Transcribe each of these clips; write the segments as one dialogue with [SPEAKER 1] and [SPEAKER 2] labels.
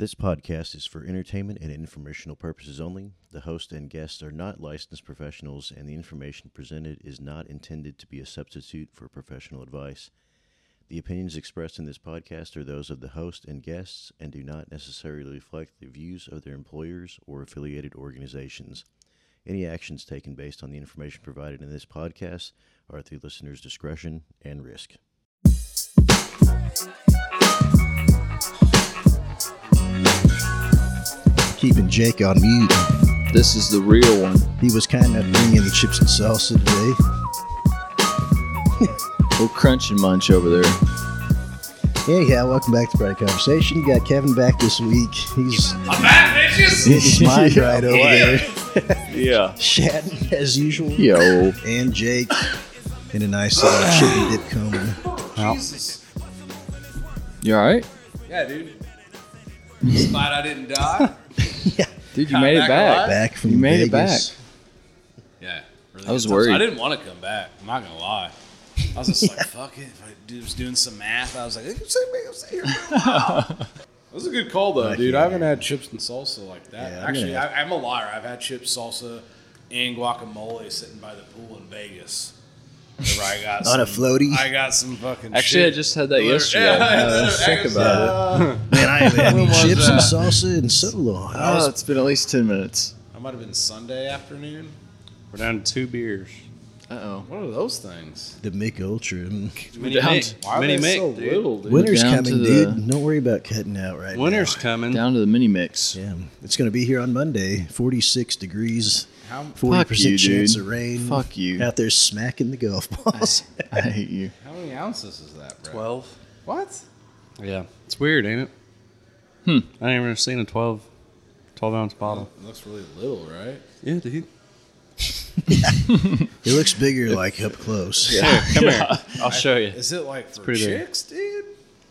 [SPEAKER 1] This podcast is for entertainment and informational purposes only. The host and guests are not licensed professionals, and the information presented is not intended to be a substitute for professional advice. The opinions expressed in this podcast are those of the host and guests and do not necessarily reflect the views of their employers or affiliated organizations. Any actions taken based on the information provided in this podcast are at the listener's discretion and risk.
[SPEAKER 2] Keeping Jake on mute.
[SPEAKER 3] This is the real one.
[SPEAKER 2] He was kind of bringing the chips and salsa today.
[SPEAKER 3] We're crunching munch over there.
[SPEAKER 2] Anyhow, welcome back to Bright Conversation. Got Kevin back this week. He's
[SPEAKER 4] I'm back, bitches.
[SPEAKER 2] his mind right over there,
[SPEAKER 3] Yeah.
[SPEAKER 2] chatting as usual.
[SPEAKER 3] Yo.
[SPEAKER 2] And Jake in a nice uh, chicken dip coma.
[SPEAKER 4] Jesus.
[SPEAKER 3] You alright?
[SPEAKER 4] Yeah, dude. Just glad I didn't die.
[SPEAKER 3] Dude, you
[SPEAKER 4] Kinda
[SPEAKER 3] made it
[SPEAKER 4] back
[SPEAKER 3] back.
[SPEAKER 4] alive.
[SPEAKER 2] Back from
[SPEAKER 3] You made it
[SPEAKER 2] Vegas.
[SPEAKER 3] back.
[SPEAKER 4] Yeah. really
[SPEAKER 3] I was
[SPEAKER 4] good times.
[SPEAKER 3] worried.
[SPEAKER 4] I didn't want to come back. I'm not gonna lie. I was just like, fuck it. If I do- was doing some math. I was like, "Hey, sit- man, sit here." It was a good call though,
[SPEAKER 2] Back
[SPEAKER 4] dude. I
[SPEAKER 2] here.
[SPEAKER 4] haven't had chips and salsa like that.
[SPEAKER 2] Yeah, I'm
[SPEAKER 4] Actually,
[SPEAKER 2] gonna-
[SPEAKER 4] I, I'm a liar. I've had chips, salsa, and guacamole sitting by the pool in Vegas. Where I got
[SPEAKER 2] On a
[SPEAKER 4] some-
[SPEAKER 2] floaty?
[SPEAKER 4] I got some fucking.
[SPEAKER 3] Actually, I
[SPEAKER 4] shit.
[SPEAKER 3] just had that
[SPEAKER 4] Yeah,
[SPEAKER 3] yesterday.
[SPEAKER 4] I
[SPEAKER 3] Now that I
[SPEAKER 4] was
[SPEAKER 3] think
[SPEAKER 4] actually-
[SPEAKER 3] about it.
[SPEAKER 2] Man, I haven't had any
[SPEAKER 4] When was
[SPEAKER 2] chips uh, and
[SPEAKER 4] that?
[SPEAKER 2] salsa in so long. I
[SPEAKER 3] Oh,
[SPEAKER 2] was-
[SPEAKER 3] it's been at least 10 minutes.
[SPEAKER 4] I might have been Sunday afternoon.
[SPEAKER 5] We're down to two beers.
[SPEAKER 3] Uh oh.
[SPEAKER 4] What are those things?
[SPEAKER 2] the Mick Ultra. Mm.
[SPEAKER 5] Mini
[SPEAKER 3] down
[SPEAKER 5] Mick.
[SPEAKER 3] to-
[SPEAKER 4] Why are
[SPEAKER 5] Mini
[SPEAKER 4] they
[SPEAKER 5] Mick,
[SPEAKER 4] so
[SPEAKER 5] dude.
[SPEAKER 4] little, dude?
[SPEAKER 2] Winter's
[SPEAKER 3] down to
[SPEAKER 2] coming,
[SPEAKER 3] the-
[SPEAKER 2] dude. Don't worry about cutting out right now.
[SPEAKER 5] Winter's coming.
[SPEAKER 3] Down to the mini mix.
[SPEAKER 2] Yeah, it's going to be here on Monday. Forty-six degrees,
[SPEAKER 4] How,
[SPEAKER 2] forty
[SPEAKER 3] you,
[SPEAKER 2] percent chance
[SPEAKER 3] dude.
[SPEAKER 2] of rain.
[SPEAKER 3] Fuck you.
[SPEAKER 2] Out there smacking the golf balls.
[SPEAKER 3] I hate you.
[SPEAKER 4] how many ounces is that, bro?
[SPEAKER 5] 12.
[SPEAKER 4] What?
[SPEAKER 5] Yeah. It's weird, ain't it? Hmm. I ain't ever seen a 12, 12 ounce bottle.
[SPEAKER 4] It looks really little, right?
[SPEAKER 5] Yeah, dude.
[SPEAKER 2] it looks bigger like up close.
[SPEAKER 5] come here. I'll show you.
[SPEAKER 4] Is it like for
[SPEAKER 5] pretty big.
[SPEAKER 4] chicks, dude?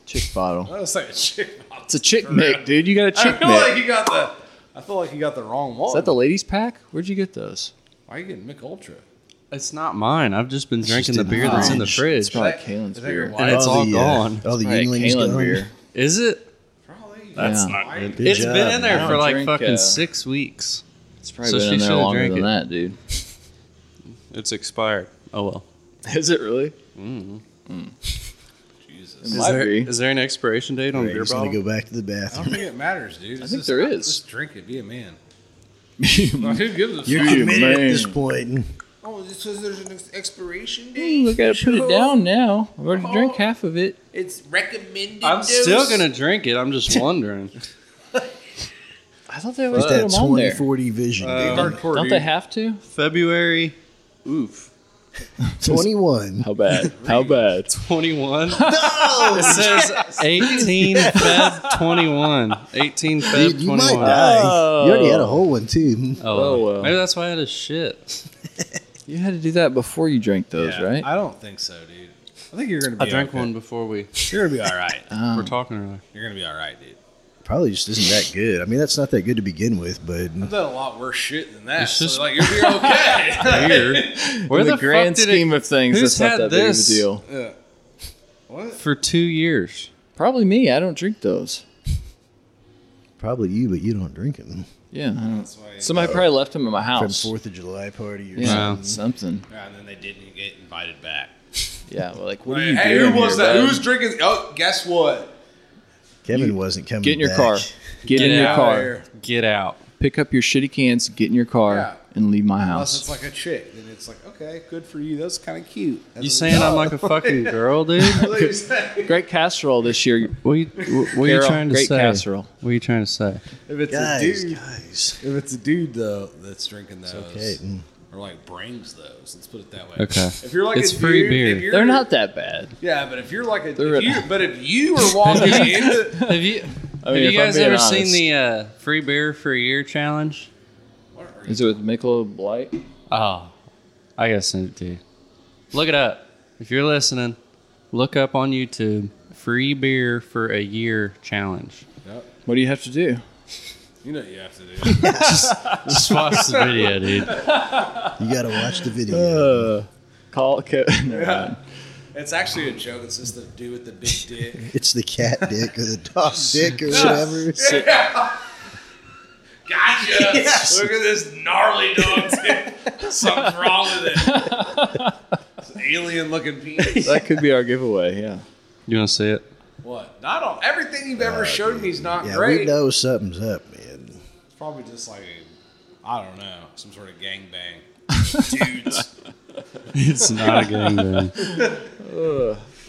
[SPEAKER 3] Chick bottle.
[SPEAKER 4] That was like a chick.
[SPEAKER 3] It's a chick mick, dude. You got a
[SPEAKER 4] I
[SPEAKER 3] chick
[SPEAKER 4] feel
[SPEAKER 3] mick.
[SPEAKER 4] like you got the. I feel like you got the wrong one.
[SPEAKER 3] Is that the ladies pack? Where'd you get those?
[SPEAKER 4] Why are you getting Mick Ultra?
[SPEAKER 5] It's not mine. I've just been drinking
[SPEAKER 2] just
[SPEAKER 5] the
[SPEAKER 2] in
[SPEAKER 5] beer
[SPEAKER 2] the
[SPEAKER 5] that's in the
[SPEAKER 2] fridge.
[SPEAKER 3] It's
[SPEAKER 5] fridge.
[SPEAKER 3] probably
[SPEAKER 4] Is that-
[SPEAKER 3] Kalen's
[SPEAKER 4] is that your
[SPEAKER 3] beer.
[SPEAKER 4] wife?
[SPEAKER 5] And it's all gone.
[SPEAKER 2] Oh, the
[SPEAKER 3] Probably
[SPEAKER 2] Yingling's
[SPEAKER 3] Kalen
[SPEAKER 2] gone.
[SPEAKER 3] beer.
[SPEAKER 5] Is it?
[SPEAKER 4] Probably.
[SPEAKER 3] That's
[SPEAKER 5] not
[SPEAKER 4] Why-
[SPEAKER 2] Good
[SPEAKER 5] It's
[SPEAKER 2] job.
[SPEAKER 5] been in
[SPEAKER 3] I
[SPEAKER 5] there for
[SPEAKER 3] don't
[SPEAKER 5] like
[SPEAKER 3] drink,
[SPEAKER 5] fucking
[SPEAKER 3] uh,
[SPEAKER 5] six weeks.
[SPEAKER 3] It's probably
[SPEAKER 5] So
[SPEAKER 3] been
[SPEAKER 5] she
[SPEAKER 3] in there
[SPEAKER 5] should've
[SPEAKER 3] longer
[SPEAKER 5] drank
[SPEAKER 3] than
[SPEAKER 5] it.
[SPEAKER 3] that, dude.
[SPEAKER 5] It's expired. Oh, well.
[SPEAKER 3] Is it really?
[SPEAKER 4] Jesus.
[SPEAKER 3] Might
[SPEAKER 5] Is there,
[SPEAKER 3] be.
[SPEAKER 5] is there an expiration date on a beer
[SPEAKER 2] Brady's
[SPEAKER 5] bottle?
[SPEAKER 2] going to go back to the
[SPEAKER 4] I don't
[SPEAKER 2] bathroom.
[SPEAKER 4] think it matters, dude. I
[SPEAKER 3] think there is.
[SPEAKER 4] Just drink it. Be a man. Like, who gives a
[SPEAKER 2] You're
[SPEAKER 4] fuck?
[SPEAKER 3] Dude,
[SPEAKER 2] committed at
[SPEAKER 3] man.
[SPEAKER 2] this point.
[SPEAKER 4] Oh, it says there's an ex- expiration
[SPEAKER 3] Ooh, I Mm, gotta put it down now. I've already drank
[SPEAKER 4] Oh.
[SPEAKER 3] half of it.
[SPEAKER 4] It's recommended.
[SPEAKER 5] I'm still
[SPEAKER 4] dose.
[SPEAKER 5] going to drink it. I'm just wondering.
[SPEAKER 3] I thought they always
[SPEAKER 2] It's
[SPEAKER 3] put
[SPEAKER 2] that
[SPEAKER 3] them on there.
[SPEAKER 2] 2040 vision,
[SPEAKER 5] Uh,
[SPEAKER 2] baby.
[SPEAKER 5] hardcore,
[SPEAKER 3] Don't
[SPEAKER 5] dude.
[SPEAKER 3] they have to?
[SPEAKER 5] February, oof,
[SPEAKER 2] 21.
[SPEAKER 3] How bad? How bad?
[SPEAKER 5] 21. It says 18 Feb 21. 18 Feb
[SPEAKER 2] Dude, you
[SPEAKER 5] 21.
[SPEAKER 2] might die. You already had a
[SPEAKER 3] Oh.
[SPEAKER 2] whole one, too.
[SPEAKER 5] Oh,
[SPEAKER 3] Oh,
[SPEAKER 5] well.
[SPEAKER 3] well.
[SPEAKER 5] Maybe that's why I had a shit.
[SPEAKER 3] You had to do that before you drank those,
[SPEAKER 4] Yeah,
[SPEAKER 3] right?
[SPEAKER 4] I don't think so, dude. I think you're gonna. Be
[SPEAKER 5] I drank
[SPEAKER 4] okay.
[SPEAKER 5] one before we
[SPEAKER 4] You're gonna be all right.
[SPEAKER 5] were talking earlier.
[SPEAKER 4] You're gonna be all right, dude.
[SPEAKER 2] Probably just isn't that good. I mean, that's not that good to begin with, but
[SPEAKER 4] I've done a lot worse shit than that.
[SPEAKER 5] It's
[SPEAKER 4] so,
[SPEAKER 5] just-
[SPEAKER 4] like you're, you're okay.
[SPEAKER 5] Weird. Where
[SPEAKER 3] In
[SPEAKER 5] the,
[SPEAKER 3] the, grand
[SPEAKER 5] fuck did
[SPEAKER 3] scheme
[SPEAKER 5] it
[SPEAKER 3] of things,
[SPEAKER 5] who's
[SPEAKER 3] that's not
[SPEAKER 5] had
[SPEAKER 3] that
[SPEAKER 5] this?
[SPEAKER 3] big of a deal.
[SPEAKER 4] Yeah. What?
[SPEAKER 5] for two years?
[SPEAKER 3] Probably me. I don't drink those.
[SPEAKER 2] probably you, but you don't drink them.
[SPEAKER 3] Yeah. I don't.
[SPEAKER 4] That's why.
[SPEAKER 3] Somebody probably left them at my
[SPEAKER 2] From
[SPEAKER 3] house.
[SPEAKER 2] 4th of July party or
[SPEAKER 3] Yeah,
[SPEAKER 5] Wow.
[SPEAKER 3] something.
[SPEAKER 4] yeah, and then they didn't get invited back.
[SPEAKER 3] Yeah, well, like what are
[SPEAKER 4] Like,
[SPEAKER 3] you
[SPEAKER 4] hey,
[SPEAKER 3] doing?
[SPEAKER 4] who was
[SPEAKER 3] here,
[SPEAKER 4] that?
[SPEAKER 3] bud?
[SPEAKER 4] Who was drinking? Oh, guess what?
[SPEAKER 2] Kevin wasn't coming
[SPEAKER 3] Get in your
[SPEAKER 2] back.
[SPEAKER 3] car. Get, in your
[SPEAKER 5] out.
[SPEAKER 3] car.
[SPEAKER 5] Get out.
[SPEAKER 3] Pick up your shitty cans. Get in your car
[SPEAKER 4] Yeah.
[SPEAKER 3] and leave my
[SPEAKER 4] Unless
[SPEAKER 3] house.
[SPEAKER 4] it's like a chick, then it's like okay, good for you. That's kind of cute. That's
[SPEAKER 5] You
[SPEAKER 4] what-
[SPEAKER 5] saying I'm like a fucking girl, dude?
[SPEAKER 4] That's what you're saying.
[SPEAKER 3] Great casserole this year.
[SPEAKER 5] What you, what what you
[SPEAKER 3] Carol,
[SPEAKER 5] trying to
[SPEAKER 3] great
[SPEAKER 5] say?
[SPEAKER 3] casserole.
[SPEAKER 5] What are you trying to say?
[SPEAKER 4] if it's
[SPEAKER 2] Guys,
[SPEAKER 4] a dude,
[SPEAKER 2] guys.
[SPEAKER 4] if it's a dude though that's drinking those,
[SPEAKER 2] Okay. mm.
[SPEAKER 4] or like brings those, let's put it that way.
[SPEAKER 5] Okay.
[SPEAKER 4] If you're like
[SPEAKER 5] It's
[SPEAKER 4] a
[SPEAKER 5] free
[SPEAKER 4] dude,
[SPEAKER 5] beer.
[SPEAKER 4] if you're-
[SPEAKER 3] They're not that bad.
[SPEAKER 4] Yeah, but if you're like a,
[SPEAKER 3] They're
[SPEAKER 4] if
[SPEAKER 3] an-
[SPEAKER 4] you, but if you were walking into,
[SPEAKER 5] Have you,
[SPEAKER 3] I mean,
[SPEAKER 5] have
[SPEAKER 3] if
[SPEAKER 5] you
[SPEAKER 3] I'm
[SPEAKER 5] guys
[SPEAKER 3] being
[SPEAKER 5] ever
[SPEAKER 3] honest.
[SPEAKER 5] seen the uh, free beer for a year challenge?
[SPEAKER 4] what are you,
[SPEAKER 3] Is it with Michelob Light?
[SPEAKER 5] Oh, I gotta send it to you. Look it up. If you're listening, look up on YouTube free beer for a year challenge.
[SPEAKER 4] Yep.
[SPEAKER 3] What do you have to do?
[SPEAKER 4] you know what you have to do.
[SPEAKER 5] Just watch the video, dude.
[SPEAKER 6] Uh,
[SPEAKER 2] You got to watch the video.
[SPEAKER 3] Uh, call Kevin.
[SPEAKER 4] Yeah. It's actually a joke. It's just the dude with the big dick.
[SPEAKER 2] It's the cat dick or the dog dick or whatever.
[SPEAKER 4] Gotcha.
[SPEAKER 2] Yes.
[SPEAKER 4] Look at this gnarly dog. dick. Something's wrong with it. It's an alien looking penis.
[SPEAKER 6] That could be our giveaway. Yeah.
[SPEAKER 5] You want to see it?
[SPEAKER 4] What? Not all. Everything you've ever showed me is not
[SPEAKER 2] Yeah,
[SPEAKER 4] great.
[SPEAKER 2] we know something's up, man.
[SPEAKER 4] It's probably just like a, I don't know, some sort of gangbang. Dudes.
[SPEAKER 5] It's not a gangbang.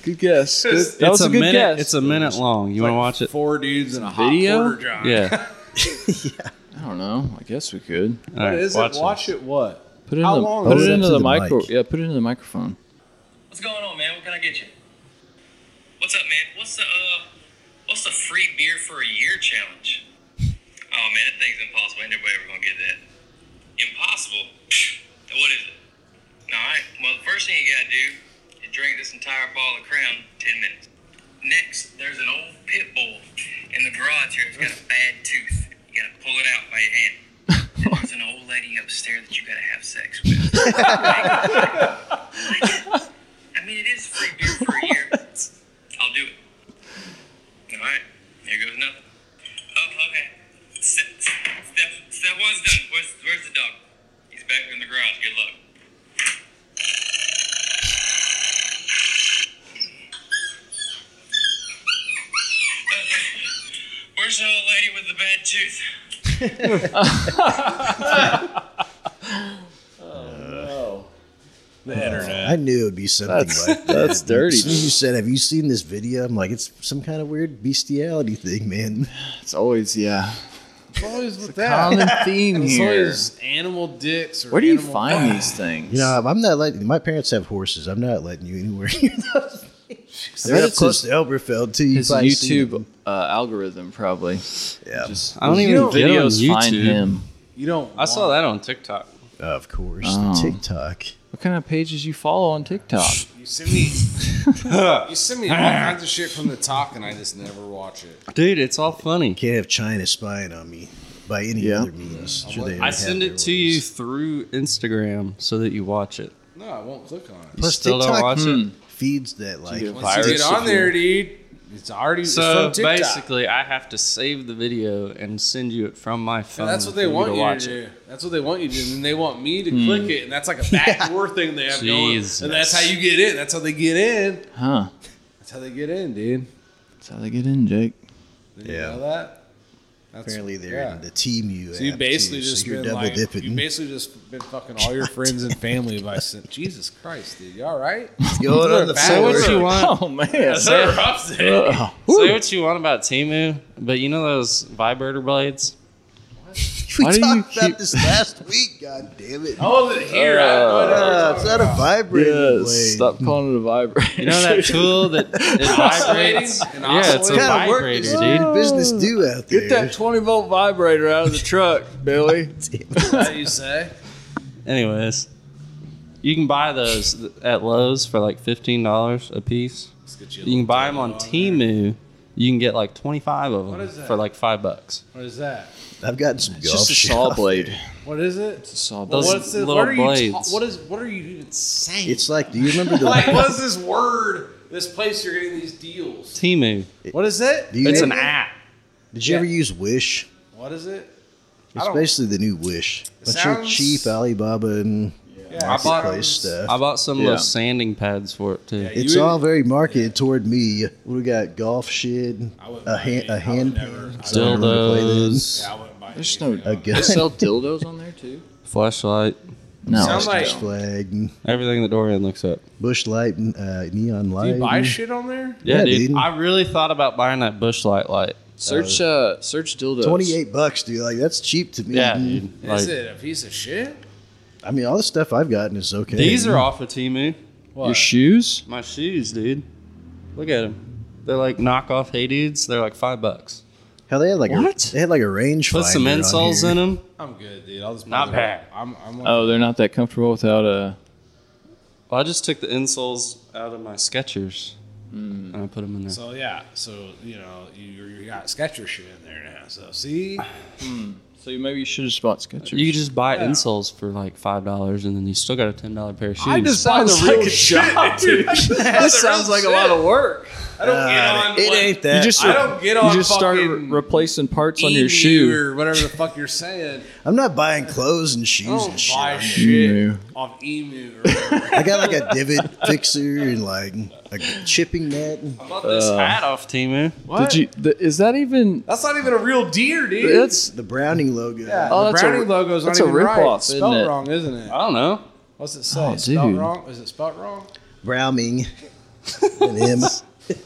[SPEAKER 6] Good guess. Good-
[SPEAKER 4] It's-
[SPEAKER 6] that
[SPEAKER 5] it's
[SPEAKER 6] was a,
[SPEAKER 5] a,
[SPEAKER 6] good
[SPEAKER 5] minute.
[SPEAKER 6] guess.
[SPEAKER 5] It's a minute long. You want to watch
[SPEAKER 4] Four dudes in a hot
[SPEAKER 6] Video?
[SPEAKER 4] porter john.
[SPEAKER 5] it? Yeah.
[SPEAKER 6] I don't know. I guess we could
[SPEAKER 5] All
[SPEAKER 4] What
[SPEAKER 5] right,
[SPEAKER 4] is
[SPEAKER 5] watch
[SPEAKER 4] it?
[SPEAKER 5] this.
[SPEAKER 4] Watch it. What?
[SPEAKER 6] put it,
[SPEAKER 4] How
[SPEAKER 6] in the,
[SPEAKER 4] long
[SPEAKER 6] put
[SPEAKER 4] is
[SPEAKER 6] it
[SPEAKER 4] it
[SPEAKER 6] into
[SPEAKER 2] to
[SPEAKER 6] the,
[SPEAKER 2] the
[SPEAKER 6] micro.
[SPEAKER 2] mic?
[SPEAKER 6] Yeah, put it into the microphone.
[SPEAKER 7] What's going on, man? What can I get you? What's up, man? What's the uh, what's the free beer for a year challenge? Oh man, that thing's impossible. Ain't nobody ever gonna get that. Impossible? Psh, what is it? All right. Well, the first thing you gotta do is drink this entire bottle of Crown in ten minutes. Next, there's an old pit bull in the garage here. It's got a bad tooth. You gotta pull it out by your hand. And there's an old lady upstairs that you gotta have sex with. I mean, it is free beer for a year. I'll do it. All right. Here goes nothing. Oh, okay. Step, step, step one's done. Where's, where's the dog? He's back in the garage. Good luck. Where's the old lady with the bad tooth?
[SPEAKER 4] The internet.
[SPEAKER 2] I knew it would be something
[SPEAKER 6] That's-
[SPEAKER 2] like that.
[SPEAKER 6] that's dirty.
[SPEAKER 2] As soon as you said, "Have you seen this video?" I'm like, "It's some kind of weird bestiality thing, man."
[SPEAKER 6] It's always yeah.
[SPEAKER 4] It's always with
[SPEAKER 6] Common theme
[SPEAKER 4] It's
[SPEAKER 6] here.
[SPEAKER 4] always animal dicks. Or
[SPEAKER 6] Where do you
[SPEAKER 4] animal-
[SPEAKER 6] find these things?
[SPEAKER 2] You know, I'm not letting. My parents have horses. I'm not letting you anywhere near those. things.
[SPEAKER 6] That's
[SPEAKER 2] They're up
[SPEAKER 6] his-
[SPEAKER 2] close to Elberfeld too. You
[SPEAKER 6] His
[SPEAKER 2] probably see
[SPEAKER 6] YouTube uh, algorithm probably.
[SPEAKER 2] them. Yeah,
[SPEAKER 6] Just
[SPEAKER 5] I don't
[SPEAKER 6] those
[SPEAKER 5] even get on
[SPEAKER 6] find
[SPEAKER 5] YouTube.
[SPEAKER 6] him.
[SPEAKER 4] You don't.
[SPEAKER 5] I saw that on TikTok.
[SPEAKER 2] of course.
[SPEAKER 6] Oh.
[SPEAKER 2] The TikTok.
[SPEAKER 6] What kind of pages you follow on TikTok?
[SPEAKER 4] You send me. you send me all kinds of shit from the talk, and I just never watch it.
[SPEAKER 5] Dude, it's all funny.
[SPEAKER 2] Can't have China spying on me by any
[SPEAKER 6] Yeah.
[SPEAKER 2] other means. Sure they
[SPEAKER 5] I
[SPEAKER 2] already
[SPEAKER 5] send
[SPEAKER 2] have
[SPEAKER 5] it
[SPEAKER 2] their
[SPEAKER 5] to you
[SPEAKER 2] ways.
[SPEAKER 5] through Instagram so that you watch it.
[SPEAKER 4] No, I won't click on it.
[SPEAKER 5] You
[SPEAKER 2] Plus,
[SPEAKER 5] still
[SPEAKER 2] TikTok hmm,
[SPEAKER 5] don't watch it.
[SPEAKER 2] Feeds that like
[SPEAKER 6] get
[SPEAKER 4] Once you
[SPEAKER 6] Pirates
[SPEAKER 4] get
[SPEAKER 6] of
[SPEAKER 4] on there, dude, it's already
[SPEAKER 5] So
[SPEAKER 4] it's from TikTok.
[SPEAKER 5] basically, I have to save the video and send you it from my phone.
[SPEAKER 4] And that's what
[SPEAKER 5] um, for
[SPEAKER 4] they want
[SPEAKER 5] to
[SPEAKER 4] you
[SPEAKER 5] watch.
[SPEAKER 4] to
[SPEAKER 5] it.
[SPEAKER 4] do. That's what they want you to do. And then they want me to click it, and that's like a backdoor thing they have
[SPEAKER 5] Jesus.
[SPEAKER 4] going. And that's how you get in. That's how they get in.
[SPEAKER 6] Huh?
[SPEAKER 4] That's how they get in, dude.
[SPEAKER 6] That's how they get in, Jake.
[SPEAKER 4] Did you
[SPEAKER 2] Yeah.
[SPEAKER 4] know that? That's,
[SPEAKER 2] apparently they're
[SPEAKER 4] yeah.
[SPEAKER 2] in the team you.
[SPEAKER 4] So you basically just
[SPEAKER 2] so you're
[SPEAKER 4] been
[SPEAKER 2] double
[SPEAKER 4] like, you
[SPEAKER 2] dipping.
[SPEAKER 4] basically just been fucking all your friends and family by sin. Jesus Christ, dude, you all right?
[SPEAKER 2] going on the
[SPEAKER 5] Say
[SPEAKER 2] floor.
[SPEAKER 5] what you want.
[SPEAKER 6] Oh man.
[SPEAKER 5] Say,
[SPEAKER 6] Ugh.
[SPEAKER 5] say what you want about Timu, but you know those vibrator blades.
[SPEAKER 2] We
[SPEAKER 6] Why do you
[SPEAKER 2] talked about
[SPEAKER 6] keep-
[SPEAKER 2] this last week. God damn it!
[SPEAKER 4] I wasn't here. I
[SPEAKER 2] Uh, it's not a vibrating blade.
[SPEAKER 6] Yes. Stop calling it a vibrator.
[SPEAKER 5] You know that tool that it vibrates.
[SPEAKER 4] An
[SPEAKER 5] Yeah, it's
[SPEAKER 4] oscillator?
[SPEAKER 5] a
[SPEAKER 2] What kind of work
[SPEAKER 5] vibrator,
[SPEAKER 2] does
[SPEAKER 5] dude.
[SPEAKER 2] your business do out there?
[SPEAKER 6] Get that 20 volt vibrator out of the truck, Billy.
[SPEAKER 4] That's what you say.
[SPEAKER 5] Anyways, you can buy those at Lowe's for like fifteen dollars a piece.
[SPEAKER 4] Let's get a
[SPEAKER 5] You can
[SPEAKER 4] little
[SPEAKER 5] buy them
[SPEAKER 4] table
[SPEAKER 5] on
[SPEAKER 4] there.
[SPEAKER 5] Timu. You can get like twenty five of
[SPEAKER 4] What is
[SPEAKER 5] them
[SPEAKER 4] that?
[SPEAKER 5] for like five bucks.
[SPEAKER 4] What is that?
[SPEAKER 2] I've gotten some
[SPEAKER 6] It's
[SPEAKER 2] golf
[SPEAKER 6] just a
[SPEAKER 2] shit
[SPEAKER 6] saw
[SPEAKER 2] off
[SPEAKER 6] blade.
[SPEAKER 4] What is it?
[SPEAKER 6] It's a saw
[SPEAKER 5] Those
[SPEAKER 6] blade.
[SPEAKER 4] What's the,
[SPEAKER 5] little
[SPEAKER 4] what are you? Ta-
[SPEAKER 5] blades.
[SPEAKER 4] what is? What are you even saying?
[SPEAKER 2] It's like, do you remember the?
[SPEAKER 4] like what is this word? This place you're getting these deals.
[SPEAKER 5] Timu.
[SPEAKER 4] What is it?
[SPEAKER 2] do you
[SPEAKER 5] It's an
[SPEAKER 2] remember-
[SPEAKER 5] app.
[SPEAKER 2] Did you ever use Wish?
[SPEAKER 4] What is it?
[SPEAKER 2] It's
[SPEAKER 4] don't-
[SPEAKER 2] basically the new Wish. Bunch of
[SPEAKER 4] sounds-
[SPEAKER 2] cheap Alibaba and
[SPEAKER 4] Yeah,
[SPEAKER 2] marketplace stuff.
[SPEAKER 5] I bought some of
[SPEAKER 6] Yeah.
[SPEAKER 5] those sanding pads for it too.
[SPEAKER 4] you
[SPEAKER 2] It's
[SPEAKER 4] would-
[SPEAKER 2] all very marketed toward me. What we got? Golf shit,
[SPEAKER 4] wouldn't
[SPEAKER 2] a
[SPEAKER 4] buy
[SPEAKER 2] hand,
[SPEAKER 4] any. I
[SPEAKER 2] a
[SPEAKER 4] would
[SPEAKER 2] hand
[SPEAKER 4] never-
[SPEAKER 2] pan.
[SPEAKER 4] I
[SPEAKER 2] I don't remember what it is.
[SPEAKER 5] Dildos,
[SPEAKER 4] Yeah, I wouldn't buy
[SPEAKER 6] There's
[SPEAKER 4] anything.
[SPEAKER 6] no.
[SPEAKER 2] A
[SPEAKER 6] They
[SPEAKER 2] gun,
[SPEAKER 6] sell dildos on there too.
[SPEAKER 5] flashlight,
[SPEAKER 6] No.
[SPEAKER 4] Sounds like-
[SPEAKER 2] Bush flag,
[SPEAKER 5] everything that Dorian looks up.
[SPEAKER 2] bush light, and, uh, neon
[SPEAKER 4] Do
[SPEAKER 2] light.
[SPEAKER 4] you buy shit on there?
[SPEAKER 5] Yeah,
[SPEAKER 2] Yeah,
[SPEAKER 5] dude.
[SPEAKER 2] dude.
[SPEAKER 5] I really thought about buying that bushlight light.
[SPEAKER 6] search uh search dildos.
[SPEAKER 2] Twenty-eight bucks, dude. Like that's cheap to me.
[SPEAKER 5] Yeah, dude.
[SPEAKER 4] Is
[SPEAKER 5] Like,
[SPEAKER 4] it a piece of shit?
[SPEAKER 2] I mean, all the stuff I've gotten is okay.
[SPEAKER 5] these are off of Timu.
[SPEAKER 6] Your shoes?
[SPEAKER 5] My shoes, dude. Look at them. They're like knockoff Hey Dudes. They're like five bucks.
[SPEAKER 2] How they had like
[SPEAKER 5] What?
[SPEAKER 2] A, they had like a range.
[SPEAKER 5] Put some insoles in them.
[SPEAKER 4] I'm good, dude. I'll just
[SPEAKER 5] Not
[SPEAKER 4] buy the-
[SPEAKER 5] bad.
[SPEAKER 4] I'm. I'm
[SPEAKER 6] Oh, they're not that comfortable without a.
[SPEAKER 5] Well, I just took the insoles out of my Skechers and I put them in there.
[SPEAKER 4] So yeah, so you know you, you got Skechers shit in there now. So see,
[SPEAKER 6] So you maybe you should have bought Skechers.
[SPEAKER 5] You could just buy insoles for like five dollars, and then you still got a ten dollar pair of shoes.
[SPEAKER 6] I just sounds like a job, dude. That sounds like a lot of work.
[SPEAKER 4] I don't get on.
[SPEAKER 2] It
[SPEAKER 4] what-
[SPEAKER 2] ain't that.
[SPEAKER 6] You just
[SPEAKER 4] I don't get on
[SPEAKER 6] You just start re-
[SPEAKER 4] fucking E
[SPEAKER 6] replacing parts on
[SPEAKER 4] Emu
[SPEAKER 6] your shoe.
[SPEAKER 4] or whatever the fuck you're saying.
[SPEAKER 2] I'm not buying clothes and shoes
[SPEAKER 4] I don't
[SPEAKER 2] and shit.
[SPEAKER 4] buy
[SPEAKER 2] I'm-
[SPEAKER 4] shit
[SPEAKER 6] Emu.
[SPEAKER 4] off Emu. Or whatever.
[SPEAKER 2] I got like a divot fixer and like a chipping net.
[SPEAKER 4] I bought this
[SPEAKER 6] Uh,
[SPEAKER 4] hat.
[SPEAKER 5] off Timu.
[SPEAKER 4] What?
[SPEAKER 6] Did you? Th- is that even?
[SPEAKER 4] That's not even a real deer, dude.
[SPEAKER 6] That's
[SPEAKER 2] The Browning logo.
[SPEAKER 4] yeah,
[SPEAKER 6] Oh,
[SPEAKER 4] the
[SPEAKER 6] that's a-
[SPEAKER 4] Browning logo's
[SPEAKER 6] that's
[SPEAKER 4] not
[SPEAKER 6] a
[SPEAKER 4] even right.
[SPEAKER 6] ripoff,
[SPEAKER 4] It's
[SPEAKER 6] isn't
[SPEAKER 4] spelled
[SPEAKER 6] it?
[SPEAKER 4] wrong, isn't it?
[SPEAKER 5] I don't know.
[SPEAKER 4] What's it say?
[SPEAKER 6] Oh,
[SPEAKER 4] spelled
[SPEAKER 6] dude.
[SPEAKER 4] wrong? Is it spelled wrong?
[SPEAKER 2] Browning. and him. Oh,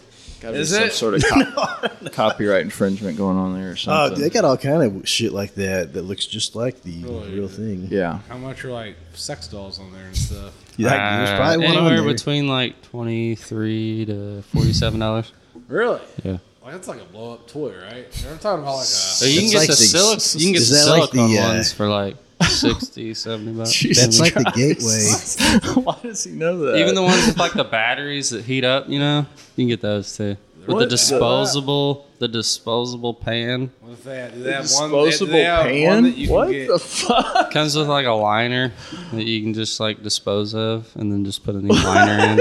[SPEAKER 6] gotta
[SPEAKER 4] Is
[SPEAKER 6] be some
[SPEAKER 4] it?
[SPEAKER 6] sort of cop- copyright infringement going on there or
[SPEAKER 2] Oh,
[SPEAKER 6] something.
[SPEAKER 2] dude, they got all kind of shit like that that looks just like the real thing.
[SPEAKER 6] yeah.
[SPEAKER 4] How much are like sex dolls on there and stuff?
[SPEAKER 2] Yeah, there's probably one on
[SPEAKER 5] anywhere
[SPEAKER 2] there.
[SPEAKER 5] between like twenty three to forty seven dollars.
[SPEAKER 4] Really?
[SPEAKER 5] Yeah.
[SPEAKER 4] Like that's like a blow up toy, right? I'm talking about like
[SPEAKER 5] So
[SPEAKER 4] a.
[SPEAKER 5] Oh, you can
[SPEAKER 2] It's
[SPEAKER 5] get
[SPEAKER 2] like
[SPEAKER 5] the
[SPEAKER 2] the-
[SPEAKER 5] silicone. You can get
[SPEAKER 2] is
[SPEAKER 5] the
[SPEAKER 2] that like the,
[SPEAKER 5] silicone
[SPEAKER 2] uh,
[SPEAKER 5] ones for like 60, 70 bucks.
[SPEAKER 2] That's
[SPEAKER 6] Jesus
[SPEAKER 2] like uh, the
[SPEAKER 6] Christ.
[SPEAKER 2] gateway.
[SPEAKER 6] Why does he know that?
[SPEAKER 5] Even the ones with like the batteries that heat up, you know, you can get those too. With
[SPEAKER 6] What
[SPEAKER 5] the
[SPEAKER 6] the-
[SPEAKER 5] disposable, the disposable pan
[SPEAKER 4] What if they had, do they have one, they- do
[SPEAKER 6] disposable
[SPEAKER 4] they have
[SPEAKER 6] pan.
[SPEAKER 4] One that you
[SPEAKER 6] what
[SPEAKER 4] can get?
[SPEAKER 6] the fuck?
[SPEAKER 5] comes with like a liner that you can just like dispose of, and then just put a new liner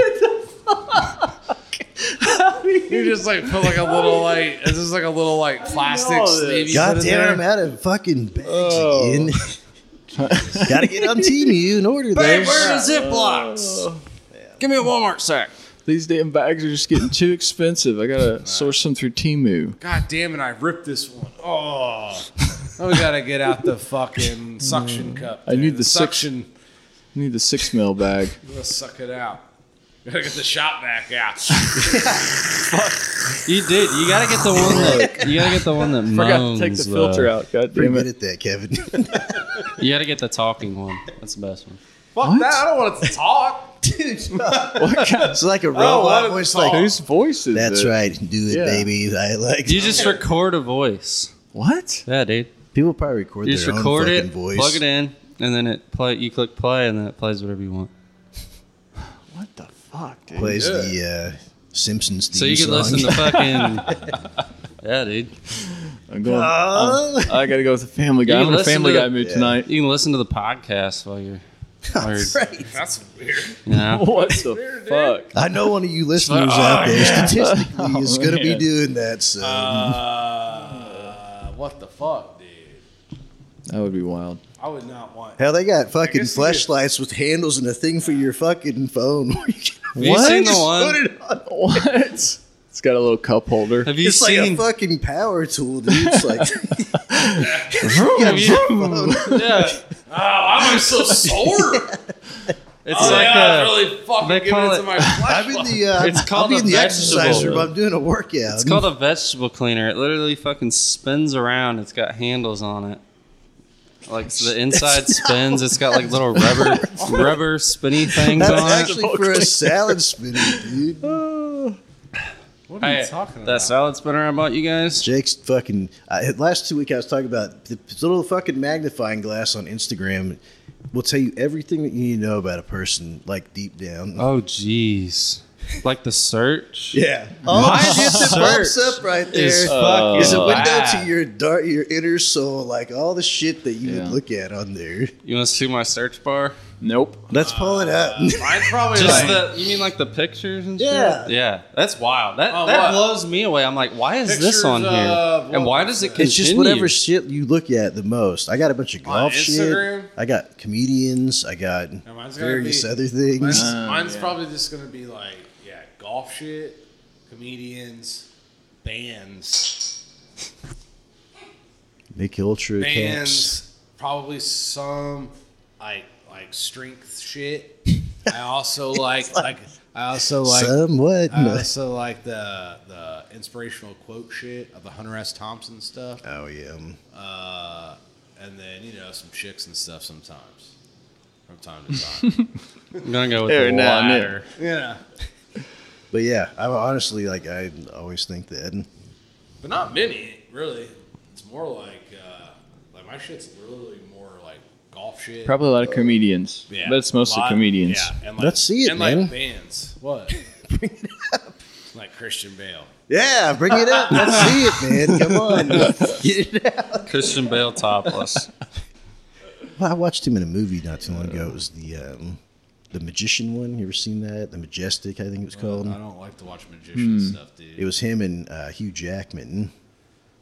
[SPEAKER 5] in.
[SPEAKER 4] You just like put like a little like this is like a little like plastic
[SPEAKER 6] this?
[SPEAKER 4] sleeve. you
[SPEAKER 2] God
[SPEAKER 4] put in
[SPEAKER 2] damn it, I'm
[SPEAKER 4] there.
[SPEAKER 2] out of fucking bags
[SPEAKER 6] Oh.
[SPEAKER 2] again. Gotta get on Teemu and order
[SPEAKER 5] Hey,
[SPEAKER 2] those.
[SPEAKER 5] where are the Ziplocs?
[SPEAKER 6] Oh,
[SPEAKER 5] Give me a Walmart sack.
[SPEAKER 6] These damn bags are just getting too expensive. I gotta source them through Timu.
[SPEAKER 4] God damn it! I ripped this one. Oh, now we gotta get out the fucking suction cup.
[SPEAKER 6] I need
[SPEAKER 4] dude.
[SPEAKER 6] the six-
[SPEAKER 4] suction.
[SPEAKER 6] I need the six mil bag.
[SPEAKER 4] Let's suck it out. Gotta get the shot back out.
[SPEAKER 5] You did. You gotta get the one that. You gotta get the one that moans.
[SPEAKER 6] Forgot to take the filter
[SPEAKER 5] though.
[SPEAKER 4] uh,
[SPEAKER 6] out. God
[SPEAKER 2] Pretty
[SPEAKER 6] damn
[SPEAKER 2] good
[SPEAKER 6] it!
[SPEAKER 2] at that, Kevin.
[SPEAKER 5] You gotta get the talking one. That's the best one.
[SPEAKER 4] Fuck
[SPEAKER 6] What?
[SPEAKER 4] that! I don't want it to talk.
[SPEAKER 2] Dude,
[SPEAKER 6] What kind
[SPEAKER 2] it's
[SPEAKER 5] Oh,
[SPEAKER 2] like a
[SPEAKER 4] what
[SPEAKER 2] robot
[SPEAKER 4] a
[SPEAKER 2] voice.
[SPEAKER 4] talk.
[SPEAKER 2] Like,
[SPEAKER 6] Whose voice is
[SPEAKER 2] that's
[SPEAKER 6] it?
[SPEAKER 2] right, do it,
[SPEAKER 6] Yeah.
[SPEAKER 2] baby. I like.
[SPEAKER 5] You just record a voice.
[SPEAKER 6] What?
[SPEAKER 5] Yeah, dude.
[SPEAKER 2] People probably record
[SPEAKER 5] You
[SPEAKER 2] their
[SPEAKER 5] just
[SPEAKER 2] own
[SPEAKER 5] record
[SPEAKER 2] fucking
[SPEAKER 5] it,
[SPEAKER 2] voice.
[SPEAKER 5] plug it in, and then it play. You click play, and then it plays whatever you want.
[SPEAKER 6] What the fuck, dude?
[SPEAKER 2] Plays the uh, Simpsons theme
[SPEAKER 5] So you can
[SPEAKER 2] song.
[SPEAKER 5] listen to fucking. yeah, dude.
[SPEAKER 6] I'm going.
[SPEAKER 2] Oh.
[SPEAKER 6] I gotta go with the Family Guy.
[SPEAKER 5] You
[SPEAKER 6] I'm in a
[SPEAKER 5] listen
[SPEAKER 6] Family
[SPEAKER 5] to-
[SPEAKER 6] Guy mood
[SPEAKER 2] Yeah.
[SPEAKER 6] tonight.
[SPEAKER 5] You can listen to the podcast while you're. Or,
[SPEAKER 2] Right.
[SPEAKER 4] That's weird.
[SPEAKER 5] you know,
[SPEAKER 6] What the fuck?
[SPEAKER 2] I know one of you listeners out
[SPEAKER 5] oh,
[SPEAKER 2] there statistically is going to be
[SPEAKER 6] man.
[SPEAKER 2] doing that. So
[SPEAKER 4] Uh, what the fuck, dude?
[SPEAKER 6] That would be wild.
[SPEAKER 4] I would not want.
[SPEAKER 2] hell, they got fucking
[SPEAKER 4] guess you could-
[SPEAKER 2] flashlights with handles and a thing for your fucking phone. where you can
[SPEAKER 5] have you seen the
[SPEAKER 2] just Put
[SPEAKER 5] one?
[SPEAKER 2] it on.
[SPEAKER 6] What? It's got a little cup holder.
[SPEAKER 5] Have you
[SPEAKER 2] It's like a
[SPEAKER 5] seen?
[SPEAKER 2] fucking power tool, dude. It's like
[SPEAKER 5] have you- yeah,
[SPEAKER 4] Oh, I'm so sore.
[SPEAKER 5] it's
[SPEAKER 4] Oh,
[SPEAKER 5] like
[SPEAKER 4] yeah,
[SPEAKER 5] a.
[SPEAKER 4] it's really fucking
[SPEAKER 5] they
[SPEAKER 4] giving
[SPEAKER 5] call
[SPEAKER 4] it
[SPEAKER 5] it-
[SPEAKER 4] to my flesh.
[SPEAKER 2] I'm in the uh,
[SPEAKER 5] It's
[SPEAKER 2] I'll
[SPEAKER 5] called
[SPEAKER 2] be in
[SPEAKER 5] a
[SPEAKER 2] the
[SPEAKER 5] vegetable.
[SPEAKER 2] exercise room. I'm doing a workout.
[SPEAKER 5] It's called a vegetable cleaner. It literally fucking spins around. It's got handles on it. Like so the inside spins. It's got like little rubber, rubber spinny things
[SPEAKER 2] That's
[SPEAKER 5] on it.
[SPEAKER 2] actually for a salad spinner, dude.
[SPEAKER 4] What are you
[SPEAKER 5] Hey,
[SPEAKER 4] talking about?
[SPEAKER 5] That salad spinner I bought you guys.
[SPEAKER 2] Jake's fucking. I, last two weeks I was talking about the little fucking magnifying glass on Instagram. Will tell you everything that you need to know about a person, like deep down.
[SPEAKER 5] Oh jeez. Like the search.
[SPEAKER 2] Yeah. Oh, shit that pops
[SPEAKER 5] Search
[SPEAKER 2] up right there
[SPEAKER 5] It's
[SPEAKER 2] is
[SPEAKER 5] fucking
[SPEAKER 2] a window
[SPEAKER 5] bad.
[SPEAKER 2] to your dark, your inner soul, like all the shit that you
[SPEAKER 6] Yeah.
[SPEAKER 2] would look at on there.
[SPEAKER 5] You want to see my search bar?
[SPEAKER 6] Nope.
[SPEAKER 2] Let's pull it up.
[SPEAKER 4] Mine's probably like,
[SPEAKER 5] Just the you mean like the pictures and
[SPEAKER 2] Yeah.
[SPEAKER 5] shit? Yeah. That's wild. That
[SPEAKER 4] Oh, what?
[SPEAKER 5] that blows me away. I'm like, why is this
[SPEAKER 4] Pictures
[SPEAKER 5] on here?
[SPEAKER 4] of
[SPEAKER 5] and
[SPEAKER 4] what
[SPEAKER 5] why
[SPEAKER 4] was
[SPEAKER 5] does it
[SPEAKER 4] that?
[SPEAKER 5] continue?
[SPEAKER 2] It's just whatever shit you look at the most. I got a bunch of golf
[SPEAKER 4] Instagram?
[SPEAKER 2] shit. I got comedians. I got
[SPEAKER 4] mine's gotta
[SPEAKER 2] various
[SPEAKER 4] be-
[SPEAKER 2] other things.
[SPEAKER 4] mine's, mine's
[SPEAKER 6] yeah.
[SPEAKER 4] probably just gonna be like, yeah, golf shit, comedians, bands,
[SPEAKER 2] Nick Ultra camps.
[SPEAKER 4] bands, probably some like like strength shit. I also like like I also like uh,
[SPEAKER 2] Somewhat.
[SPEAKER 4] I
[SPEAKER 2] no.
[SPEAKER 4] also like the the inspirational quote shit of the Hunter S. Thompson stuff.
[SPEAKER 2] Oh yeah.
[SPEAKER 4] Uh, and then you know some chicks and stuff sometimes, from time to time.
[SPEAKER 5] I'm gonna go with
[SPEAKER 6] Every
[SPEAKER 5] the
[SPEAKER 6] now and then.
[SPEAKER 5] latter.
[SPEAKER 4] yeah,
[SPEAKER 2] But yeah, I honestly like. I always think that.
[SPEAKER 4] but not many really. It's more like uh, like my shit's really more like golf shit.
[SPEAKER 6] Probably a lot of comedians.
[SPEAKER 4] Yeah,
[SPEAKER 6] but it's mostly
[SPEAKER 4] a lot-
[SPEAKER 6] comedians.
[SPEAKER 4] Yeah, and like,
[SPEAKER 2] Let's see it,
[SPEAKER 4] and
[SPEAKER 2] man.
[SPEAKER 4] like bands. What? Like Christian Bale.
[SPEAKER 2] Yeah, bring it up. Let's see it, man. Come on. Get it out.
[SPEAKER 3] Christian Bale topless.
[SPEAKER 2] Well, I watched him in a movie not too long ago. It was the um, the magician one. You ever seen that? The Majestic, I think it was called.
[SPEAKER 4] I don't like to watch
[SPEAKER 6] Hmm.
[SPEAKER 4] magician stuff, dude.
[SPEAKER 2] It was him and uh, Hugh Jackman.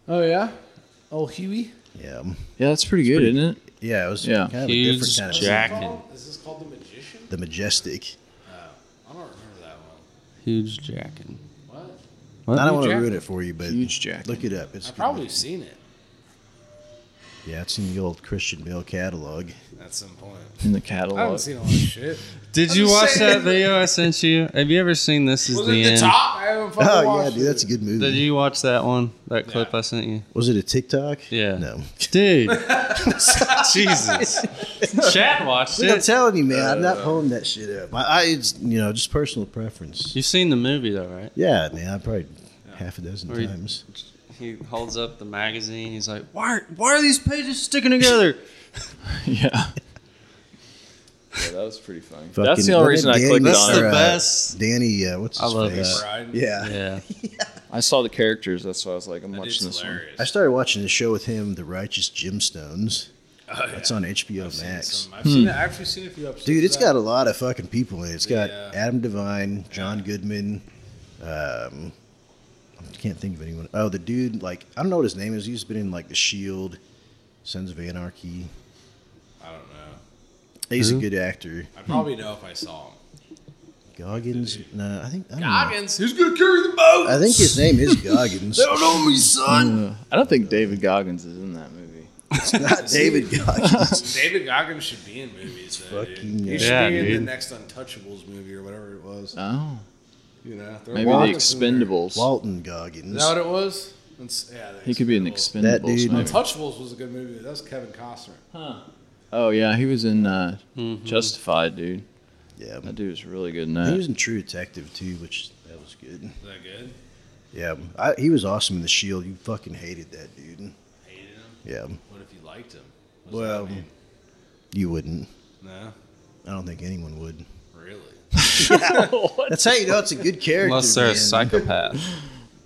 [SPEAKER 6] Oh yeah,
[SPEAKER 4] oh, Huey?
[SPEAKER 2] Yeah,
[SPEAKER 6] yeah, that's pretty good, isn't it?
[SPEAKER 2] yeah. It was
[SPEAKER 6] Yeah.
[SPEAKER 2] kind of a
[SPEAKER 3] Huge
[SPEAKER 2] different kind of
[SPEAKER 3] jacket.
[SPEAKER 4] Is this called The Magician?
[SPEAKER 2] the Majestic.
[SPEAKER 4] I don't remember that one.
[SPEAKER 5] Huge jacking.
[SPEAKER 4] What?
[SPEAKER 5] What?
[SPEAKER 2] I don't want to
[SPEAKER 5] Huge jacking?
[SPEAKER 2] ruin it for you, but
[SPEAKER 6] Huge Jackman.
[SPEAKER 2] look it up. It's
[SPEAKER 4] I've
[SPEAKER 2] good.
[SPEAKER 4] probably seen it
[SPEAKER 2] yeah, it's in the old Christian Bale catalog.
[SPEAKER 4] at some point.
[SPEAKER 6] In the
[SPEAKER 4] I haven't
[SPEAKER 6] catalog.
[SPEAKER 4] seen a lot of shit.
[SPEAKER 5] Did
[SPEAKER 4] I'm
[SPEAKER 5] you
[SPEAKER 4] just
[SPEAKER 5] watch
[SPEAKER 4] saying.
[SPEAKER 5] that video I sent you? Have you ever seen This Is
[SPEAKER 4] Was
[SPEAKER 5] the
[SPEAKER 4] it the
[SPEAKER 5] End?
[SPEAKER 4] top? I haven't fucking
[SPEAKER 2] Oh yeah,
[SPEAKER 4] watched
[SPEAKER 2] dude,
[SPEAKER 4] it.
[SPEAKER 2] that's a good movie.
[SPEAKER 5] Did you watch that one? That clip
[SPEAKER 4] Yeah.
[SPEAKER 5] I sent you?
[SPEAKER 2] was it a TikTok?
[SPEAKER 5] Yeah.
[SPEAKER 2] No.
[SPEAKER 5] Dude. Jesus. Chad watched
[SPEAKER 2] Look, I'm
[SPEAKER 5] it.
[SPEAKER 2] telling you, man, I'm not pulling that shit up. I, I it's you know just personal preference.
[SPEAKER 5] You've seen the movie though, right?
[SPEAKER 2] Yeah, man, I probably half a dozen
[SPEAKER 5] Or you-
[SPEAKER 2] times.
[SPEAKER 5] He holds up the magazine. He's like, "Why? Are, why are these pages sticking together?"
[SPEAKER 6] yeah.
[SPEAKER 3] Yeah, that was pretty funny.
[SPEAKER 2] Fucking-
[SPEAKER 3] That's the only reason I
[SPEAKER 2] Danny-
[SPEAKER 3] clicked
[SPEAKER 5] That's
[SPEAKER 3] on
[SPEAKER 5] the
[SPEAKER 3] it.
[SPEAKER 2] uh,
[SPEAKER 5] best.
[SPEAKER 2] Danny, uh, what's his
[SPEAKER 5] I love
[SPEAKER 2] face?
[SPEAKER 5] that.
[SPEAKER 4] Ride?
[SPEAKER 2] Yeah.
[SPEAKER 5] Yeah.
[SPEAKER 3] I saw the characters. That's why I was like, I'm
[SPEAKER 4] That
[SPEAKER 3] watching
[SPEAKER 4] dude's
[SPEAKER 3] this
[SPEAKER 4] hilarious.
[SPEAKER 2] I started watching the show with him, The Righteous Gemstones. That's on HBO
[SPEAKER 4] Oh, I've seen
[SPEAKER 2] Max.
[SPEAKER 4] some- I've
[SPEAKER 6] Hmm.
[SPEAKER 4] seen it. I've actually seen a few episodes.
[SPEAKER 2] Dude, it's
[SPEAKER 4] of that.
[SPEAKER 2] got a lot of fucking people in it. It's got
[SPEAKER 4] Yeah.
[SPEAKER 2] Adam Devine, John Goodman. Um, I can't think of anyone. Oh, the dude, like, I don't know what his name is. He's been in, like, The Shield, Sons of Anarchy.
[SPEAKER 4] I don't know.
[SPEAKER 2] He's a good actor.
[SPEAKER 4] I probably know if I saw him.
[SPEAKER 2] Goggins? No, I think. I don't know.
[SPEAKER 4] Goggins, who's gonna carry the boat?
[SPEAKER 2] I think his name is Goggins.
[SPEAKER 4] Don't know me, son.
[SPEAKER 6] Uh, I don't think David Goggins is in that movie.
[SPEAKER 2] it's not Mm, David Goggins.
[SPEAKER 4] David Goggins should be in movies. Though, dude.
[SPEAKER 2] Fucking-
[SPEAKER 4] He should
[SPEAKER 5] Yeah,
[SPEAKER 4] be in
[SPEAKER 5] dude.
[SPEAKER 4] the next Untouchables movie or whatever it was.
[SPEAKER 6] Oh,
[SPEAKER 4] You know, they're
[SPEAKER 6] maybe
[SPEAKER 4] walking
[SPEAKER 6] the
[SPEAKER 4] through there.
[SPEAKER 6] Expendables.
[SPEAKER 2] Walton
[SPEAKER 4] Is
[SPEAKER 2] Goggins.
[SPEAKER 4] that what it was? It's- yeah, the
[SPEAKER 6] He could be an
[SPEAKER 4] Expendables.
[SPEAKER 6] Expendables.
[SPEAKER 2] That dude-
[SPEAKER 6] maybe.
[SPEAKER 4] Untouchables was a good movie. That was Kevin Costner.
[SPEAKER 6] Oh yeah, he was in uh, Justified, dude.
[SPEAKER 2] Yeah.
[SPEAKER 6] That dude was really good in
[SPEAKER 2] He
[SPEAKER 6] that.
[SPEAKER 2] was in True Detective too, which that was good.
[SPEAKER 4] Is that good?
[SPEAKER 2] Yeah, I, he was awesome in The Shield. You fucking hated that dude.
[SPEAKER 4] Hated him.
[SPEAKER 2] Yeah,
[SPEAKER 4] What if you liked him? What does
[SPEAKER 2] well,
[SPEAKER 4] that mean?
[SPEAKER 2] you wouldn't.
[SPEAKER 4] no,
[SPEAKER 2] I don't think anyone would.
[SPEAKER 4] really.
[SPEAKER 2] That's how you know it's a good character.
[SPEAKER 5] Unless they're a
[SPEAKER 2] man.
[SPEAKER 5] psychopath.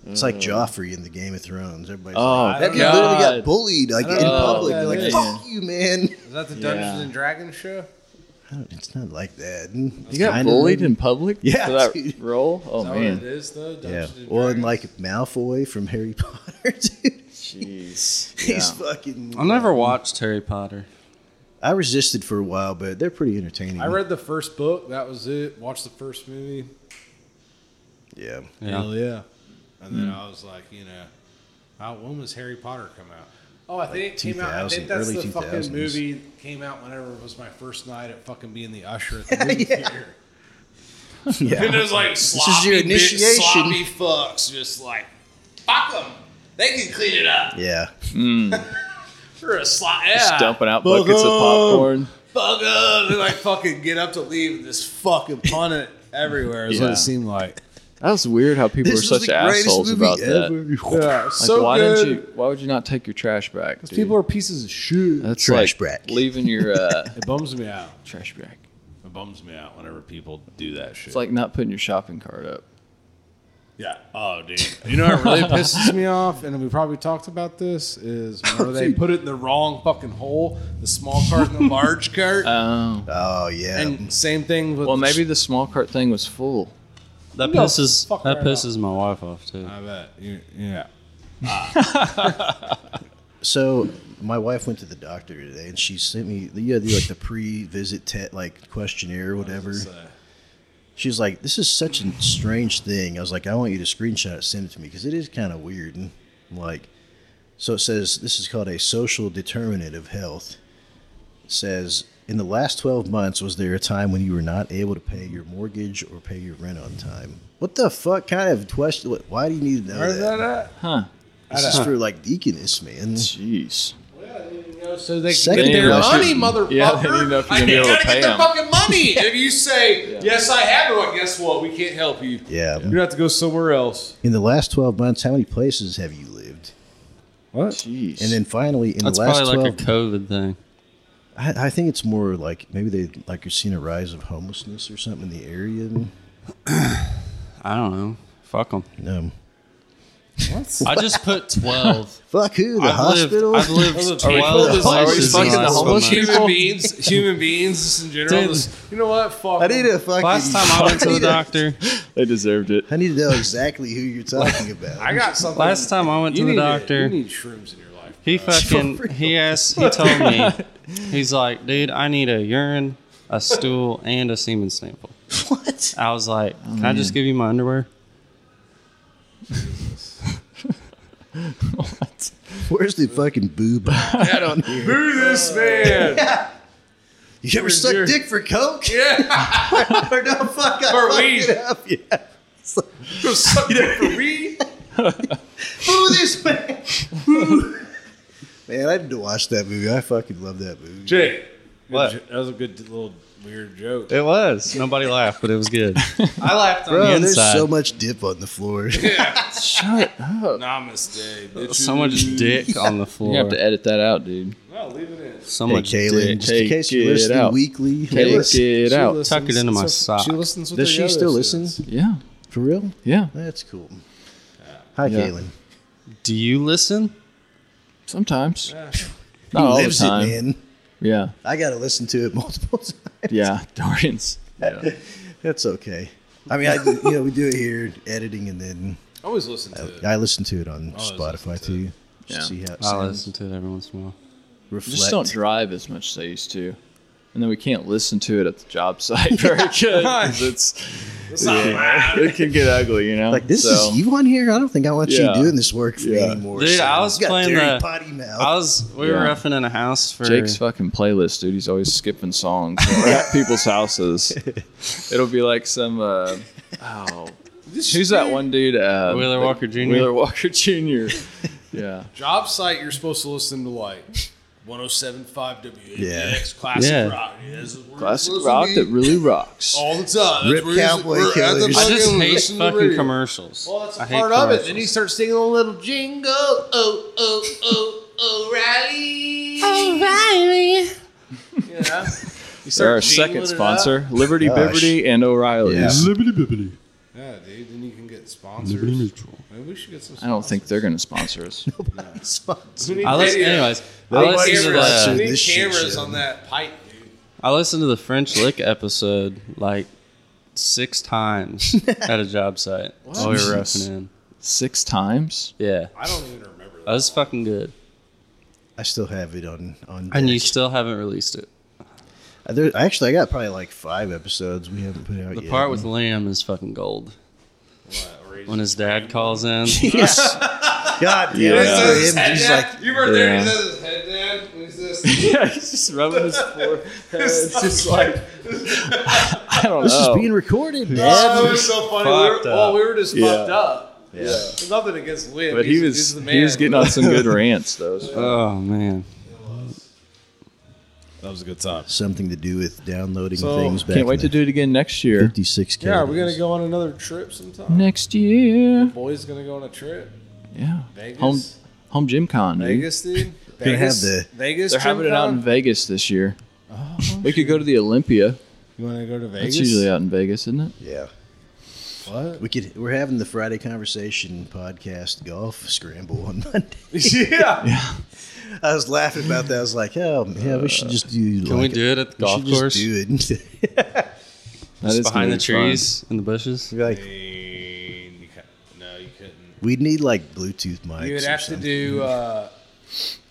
[SPEAKER 2] It's like Joffrey in the Game of Thrones. Everybody's
[SPEAKER 6] Oh,
[SPEAKER 2] like, that dude
[SPEAKER 6] God. Oh,
[SPEAKER 2] literally got bullied like in
[SPEAKER 4] know.
[SPEAKER 2] public.
[SPEAKER 4] Yeah,
[SPEAKER 2] They're like,
[SPEAKER 4] yeah.
[SPEAKER 2] fuck you, man.
[SPEAKER 4] Is that the
[SPEAKER 6] Yeah.
[SPEAKER 4] Dungeons and Dragons show?
[SPEAKER 2] I don't- It's not like that.
[SPEAKER 6] You got bullied in public
[SPEAKER 2] Yeah,
[SPEAKER 6] for that
[SPEAKER 2] dude.
[SPEAKER 6] role? Oh
[SPEAKER 4] Is that what it
[SPEAKER 6] man,
[SPEAKER 4] is though?
[SPEAKER 2] Yeah,
[SPEAKER 4] Dungeons and
[SPEAKER 2] well, and
[SPEAKER 4] Dragons?
[SPEAKER 2] like Malfoy from Harry Potter, dude.
[SPEAKER 6] jeez.
[SPEAKER 2] He's
[SPEAKER 6] Yeah.
[SPEAKER 2] fucking.
[SPEAKER 5] I never watched Harry Potter.
[SPEAKER 2] I resisted for a while, but they're pretty entertaining.
[SPEAKER 4] I read the first book. That was it. Watched the first movie.
[SPEAKER 2] Yeah.
[SPEAKER 5] Yeah.
[SPEAKER 4] yeah. And then I was like, you know, how, when was Harry Potter come out? Oh, I think it came out. I
[SPEAKER 2] 2000,
[SPEAKER 4] think that's
[SPEAKER 2] early
[SPEAKER 4] the fucking
[SPEAKER 2] 2000s.
[SPEAKER 4] movie came out whenever it was my first night at fucking being the usher at the movie theater. And it
[SPEAKER 2] Yeah.
[SPEAKER 4] was like sloppy,
[SPEAKER 2] is your
[SPEAKER 4] bit-
[SPEAKER 2] initiation.
[SPEAKER 4] sloppy fucks, just like fuck them. They can clean it up.
[SPEAKER 2] yeah.
[SPEAKER 4] You're a slop.
[SPEAKER 6] Just
[SPEAKER 4] Yeah,
[SPEAKER 6] dumping out buckets of popcorn.
[SPEAKER 4] fuck them. They like fucking get up to leave. This fucking punnet everywhere is what
[SPEAKER 6] Yeah.
[SPEAKER 4] it seemed like.
[SPEAKER 6] That was weird how people were
[SPEAKER 2] This was
[SPEAKER 6] such
[SPEAKER 2] the greatest
[SPEAKER 6] assholes
[SPEAKER 2] movie
[SPEAKER 6] about that. Like,
[SPEAKER 2] ever.
[SPEAKER 4] Yeah, so
[SPEAKER 6] why
[SPEAKER 4] good.
[SPEAKER 6] didn't you? Why would you not take your trash back? Dude?
[SPEAKER 4] People are pieces of shit.
[SPEAKER 6] That's
[SPEAKER 2] Trash
[SPEAKER 6] like
[SPEAKER 2] bag.
[SPEAKER 6] leaving your uh,
[SPEAKER 4] It bums me out.
[SPEAKER 6] trash bag.
[SPEAKER 4] It bums me out whenever people do that shit.
[SPEAKER 6] It's like not putting your shopping cart up.
[SPEAKER 4] yeah. Oh, dude. You know what really pisses me off, and we probably talked about this, is whenever they put it in the wrong fucking hole, the small cart and the large cart.
[SPEAKER 3] Uh,
[SPEAKER 6] Oh,
[SPEAKER 2] Oh yeah.
[SPEAKER 4] and same thing with.
[SPEAKER 6] well, maybe the small cart thing was full.
[SPEAKER 5] That
[SPEAKER 4] No,
[SPEAKER 5] pisses
[SPEAKER 4] fuck
[SPEAKER 5] that
[SPEAKER 4] right
[SPEAKER 5] pisses my wife off too.
[SPEAKER 4] I bet. You- Yeah.
[SPEAKER 2] So my wife went to the doctor today, and she sent me the yeah, the, like the pre-visit te- like questionnaire or whatever.
[SPEAKER 4] It's, uh,
[SPEAKER 2] She's like, "This is such a strange thing." I was like, "I want you to screenshot it, send it to me because it is kind of weird." And I'm like, so it says this is called a social determinant of health. It says in the last twelve months, was there a time when you were not able to pay your mortgage or pay your rent on time? What the fuck kind of question? what- Why do you need to know
[SPEAKER 4] Where's that
[SPEAKER 2] that?
[SPEAKER 4] at?
[SPEAKER 6] Huh?
[SPEAKER 2] This is for like deaconess, man.
[SPEAKER 6] Jeez.
[SPEAKER 4] So they
[SPEAKER 2] Second
[SPEAKER 4] can get
[SPEAKER 2] thing
[SPEAKER 4] their
[SPEAKER 2] I should-
[SPEAKER 4] money, motherfucker.
[SPEAKER 6] Yeah, they need to know if you're
[SPEAKER 4] I
[SPEAKER 6] gonna be able to
[SPEAKER 4] gotta
[SPEAKER 6] pay
[SPEAKER 4] get their
[SPEAKER 6] them.
[SPEAKER 4] fucking money. If you say yes, I have it. Well, guess what? We can't help you.
[SPEAKER 2] Yeah.
[SPEAKER 4] You have to go somewhere else.
[SPEAKER 2] In the last 12 months, how many places have you lived?
[SPEAKER 6] Jeez.
[SPEAKER 2] And then finally, in
[SPEAKER 5] That's
[SPEAKER 2] the last
[SPEAKER 5] probably
[SPEAKER 2] 12,
[SPEAKER 5] like a COVID thing.
[SPEAKER 2] I, I think it's more like maybe they like you're seeing a rise of homelessness or something in the area.
[SPEAKER 5] I don't know. Fuck them.
[SPEAKER 2] Um,
[SPEAKER 5] I just put 12.
[SPEAKER 2] fuck who? The
[SPEAKER 5] I've lived,
[SPEAKER 2] hospital?
[SPEAKER 5] I've lived
[SPEAKER 4] Are we-
[SPEAKER 5] 12
[SPEAKER 4] are we
[SPEAKER 5] places
[SPEAKER 4] fucking the
[SPEAKER 5] last
[SPEAKER 4] homeless
[SPEAKER 5] month.
[SPEAKER 4] human beings? Human beings just in general.
[SPEAKER 5] Dude.
[SPEAKER 4] just- you know what? Fuck.
[SPEAKER 2] I need
[SPEAKER 4] them.
[SPEAKER 2] a fucking.
[SPEAKER 5] Last time I went to the doctor,
[SPEAKER 3] They deserved it.
[SPEAKER 2] I need to know exactly who you're talking about.
[SPEAKER 4] I got something.
[SPEAKER 5] last time I went to
[SPEAKER 4] you
[SPEAKER 5] the
[SPEAKER 4] need-
[SPEAKER 5] doctor,
[SPEAKER 4] you need shrooms in your life.
[SPEAKER 5] He fucking he asked he told me he's like, dude, I need a urine, a stool, and a semen sample.
[SPEAKER 2] what?
[SPEAKER 5] I was like, Can I just give you my underwear?
[SPEAKER 2] Where's the fucking boob? Out on here.
[SPEAKER 4] Who this man?
[SPEAKER 2] You ever suck dick for coke?
[SPEAKER 4] yeah.
[SPEAKER 2] or no, fuck, I
[SPEAKER 4] For
[SPEAKER 2] fucked
[SPEAKER 4] weed.
[SPEAKER 2] it up. Yeah.
[SPEAKER 4] Go suck dick for me.
[SPEAKER 2] Who this man? man, I had to watch that movie. I fucking love that movie.
[SPEAKER 4] Jay.
[SPEAKER 5] What?
[SPEAKER 4] That was a good little weird joke.
[SPEAKER 5] It was. Nobody laughed, but it was good. I laughed on
[SPEAKER 2] Bro, Oh,
[SPEAKER 5] the
[SPEAKER 2] there's
[SPEAKER 5] inside.
[SPEAKER 2] so
[SPEAKER 5] So,
[SPEAKER 2] much dip on the floor.
[SPEAKER 4] Namaste. Bitches.
[SPEAKER 5] much dick on the
[SPEAKER 3] You
[SPEAKER 5] floor.
[SPEAKER 3] have to edit that out, dude.
[SPEAKER 4] No, leave it in.
[SPEAKER 5] so
[SPEAKER 2] Hey,
[SPEAKER 5] much
[SPEAKER 2] Kaylin,
[SPEAKER 5] dick.
[SPEAKER 2] just in
[SPEAKER 3] Take
[SPEAKER 2] case you're
[SPEAKER 3] it
[SPEAKER 2] listening
[SPEAKER 3] out.
[SPEAKER 2] weekly,
[SPEAKER 3] Take
[SPEAKER 2] hey, listen.
[SPEAKER 3] it
[SPEAKER 4] She
[SPEAKER 3] out.
[SPEAKER 4] listens-
[SPEAKER 5] Tuck it into my
[SPEAKER 4] so-
[SPEAKER 5] sock.
[SPEAKER 4] She listens with
[SPEAKER 2] Does
[SPEAKER 4] the
[SPEAKER 2] she
[SPEAKER 4] other
[SPEAKER 2] still
[SPEAKER 4] students.
[SPEAKER 2] listen?
[SPEAKER 3] Yeah,
[SPEAKER 2] For real?
[SPEAKER 3] yeah.
[SPEAKER 2] That's cool. Hi,
[SPEAKER 3] Yeah.
[SPEAKER 2] Kaylin.
[SPEAKER 5] Do you listen?
[SPEAKER 3] Sometimes. Not all the
[SPEAKER 2] Lives it,
[SPEAKER 3] time.
[SPEAKER 2] man.
[SPEAKER 3] Yeah,
[SPEAKER 2] I got to listen to it multiple times.
[SPEAKER 3] yeah. Dorian's.
[SPEAKER 2] uh, That's okay. I mean, I, do- you know, we do it here, editing, and then
[SPEAKER 4] I always listen to it.
[SPEAKER 2] I listen to it on
[SPEAKER 4] always
[SPEAKER 2] Spotify
[SPEAKER 4] listen to
[SPEAKER 2] too. Just
[SPEAKER 3] Yeah.
[SPEAKER 2] See how it
[SPEAKER 5] I
[SPEAKER 2] sounds.
[SPEAKER 5] listen to it every once in a while.
[SPEAKER 2] Reflect.
[SPEAKER 3] Just don't drive as much as I used to, and then we can't listen to it at the job site very good 'cause it's
[SPEAKER 4] It's not loud.
[SPEAKER 3] it can get ugly, you know.
[SPEAKER 2] like this
[SPEAKER 3] So,
[SPEAKER 2] is you on here. I don't think I want
[SPEAKER 3] Yeah.
[SPEAKER 2] you doing this work for me
[SPEAKER 3] Yeah.
[SPEAKER 2] anymore.
[SPEAKER 5] Dude, I
[SPEAKER 2] son.
[SPEAKER 5] was
[SPEAKER 2] You got
[SPEAKER 5] playing
[SPEAKER 2] dirty
[SPEAKER 5] the-
[SPEAKER 2] potty mouth.
[SPEAKER 5] I was we were
[SPEAKER 3] Yeah.
[SPEAKER 5] roughing in a house for
[SPEAKER 3] Jake's fucking playlist, dude. He's always skipping songs at people's houses. It'll be like some. Uh, oh, who's that one dude? Uh,
[SPEAKER 5] Wheeler
[SPEAKER 3] the-
[SPEAKER 5] Walker Jr.?
[SPEAKER 3] Wheeler Walker Jr. yeah,
[SPEAKER 4] Job site, you're supposed to listen to like 1075 WABX
[SPEAKER 2] Yeah.
[SPEAKER 4] classic
[SPEAKER 5] Yeah.
[SPEAKER 4] rock. Yeah, this is where
[SPEAKER 3] classic
[SPEAKER 4] it's
[SPEAKER 3] rock
[SPEAKER 4] listening
[SPEAKER 3] that really rocks.
[SPEAKER 4] all the time.
[SPEAKER 2] Rip
[SPEAKER 4] That's where he's-
[SPEAKER 2] Cowboy
[SPEAKER 4] we're at the
[SPEAKER 2] Killers.
[SPEAKER 5] I
[SPEAKER 4] fucking
[SPEAKER 5] just hate
[SPEAKER 4] listen to the
[SPEAKER 5] fucking
[SPEAKER 4] radio.
[SPEAKER 5] commercials.
[SPEAKER 4] Well, that's a
[SPEAKER 5] I hate
[SPEAKER 4] part of it. Then you
[SPEAKER 5] commercials.
[SPEAKER 4] start singing a little jingle. Oh, oh, oh, O'Reilly. O'Reilly. Yeah. You
[SPEAKER 3] They're our
[SPEAKER 4] jingling it
[SPEAKER 3] second
[SPEAKER 4] up.
[SPEAKER 3] sponsor, Liberty
[SPEAKER 2] Gosh.
[SPEAKER 3] Biberty and O'Reilly's.
[SPEAKER 4] Yeah, dude. Then you can get sponsors. Maybe we should get some. Sponsors.
[SPEAKER 3] I don't think they're going to sponsor us.
[SPEAKER 2] Sponsor.
[SPEAKER 4] We need
[SPEAKER 5] I listen,
[SPEAKER 4] video.
[SPEAKER 5] anyways. uh, I
[SPEAKER 4] We need
[SPEAKER 3] uh,
[SPEAKER 5] listened to
[SPEAKER 4] cameras.
[SPEAKER 5] the
[SPEAKER 4] We need
[SPEAKER 2] This shit
[SPEAKER 4] cameras
[SPEAKER 2] show.
[SPEAKER 4] on that pipe, dude.
[SPEAKER 5] I listened to the French Lick episode like six times at a job site while we were
[SPEAKER 3] Jesus.
[SPEAKER 5] roughing in.
[SPEAKER 3] Six times?
[SPEAKER 5] Yeah,
[SPEAKER 4] I don't even remember
[SPEAKER 5] that
[SPEAKER 4] that.
[SPEAKER 5] was fucking good.
[SPEAKER 2] I still have it on on.
[SPEAKER 5] And you
[SPEAKER 2] deck.
[SPEAKER 5] still haven't released it.
[SPEAKER 2] Uh, there- actually, I got probably like five episodes we haven't put out
[SPEAKER 5] The
[SPEAKER 2] yet.
[SPEAKER 5] part with Liam is fucking gold.
[SPEAKER 4] What, or he's-
[SPEAKER 5] When his dad calls in,
[SPEAKER 2] yes. God damn it.
[SPEAKER 3] Yeah. Is
[SPEAKER 2] for
[SPEAKER 4] Is
[SPEAKER 2] him,
[SPEAKER 4] that his
[SPEAKER 2] he's
[SPEAKER 4] head,
[SPEAKER 2] like,
[SPEAKER 4] Dad? you were there.
[SPEAKER 3] Yeah.
[SPEAKER 4] Is that his head, Dad? Is this?
[SPEAKER 3] Yeah, he's just rubbing his forehead. It's just like, I don't
[SPEAKER 2] this is
[SPEAKER 3] know.
[SPEAKER 2] being recorded,
[SPEAKER 4] Oh, it
[SPEAKER 2] Dad.
[SPEAKER 4] was so funny. We were,
[SPEAKER 5] Fucked
[SPEAKER 4] well, we were just
[SPEAKER 3] Yeah.
[SPEAKER 4] fucked up. Yeah. Nothing against Liam.
[SPEAKER 3] but he
[SPEAKER 4] He's- he's
[SPEAKER 3] was
[SPEAKER 4] the man.
[SPEAKER 3] he was getting on some good rants though. so-
[SPEAKER 5] oh man,
[SPEAKER 4] That was a good time.
[SPEAKER 2] Something to do with downloading
[SPEAKER 4] So,
[SPEAKER 2] things back.
[SPEAKER 3] Can't wait to
[SPEAKER 2] in
[SPEAKER 3] do it again next year.
[SPEAKER 2] 56
[SPEAKER 4] Yeah, are we gonna go on another trip sometime?
[SPEAKER 3] Next year.
[SPEAKER 4] Boys gonna go on a trip.
[SPEAKER 3] Yeah.
[SPEAKER 4] Vegas.
[SPEAKER 3] Home home gym con. dude.
[SPEAKER 4] Vegas, dude.
[SPEAKER 2] Gonna have
[SPEAKER 4] Vegas.
[SPEAKER 2] the-
[SPEAKER 4] Vegas.
[SPEAKER 3] They're having it out in
[SPEAKER 4] Vegas.
[SPEAKER 3] Vegas this year. we could go to the Olympia.
[SPEAKER 4] You wanna go to Oh, Vegas?
[SPEAKER 3] That's usually uh, out in Vegas, isn't it?
[SPEAKER 2] Yeah.
[SPEAKER 4] What?
[SPEAKER 2] We could, we're having the Friday Conversation podcast golf scramble on Monday.
[SPEAKER 4] yeah.
[SPEAKER 2] I was laughing about that. I was like, oh, yeah, we should just do
[SPEAKER 5] can we
[SPEAKER 2] like
[SPEAKER 5] do it at the golf
[SPEAKER 2] should just
[SPEAKER 5] course?
[SPEAKER 2] do it.
[SPEAKER 3] That is gonna
[SPEAKER 5] behind the
[SPEAKER 3] be fun.
[SPEAKER 5] trees in the bushes.
[SPEAKER 2] Be like,
[SPEAKER 4] And you cou- No, you couldn't.
[SPEAKER 2] we'd need like Bluetooth mics.
[SPEAKER 4] You would
[SPEAKER 2] or
[SPEAKER 4] have to
[SPEAKER 2] something.
[SPEAKER 4] do. Uh,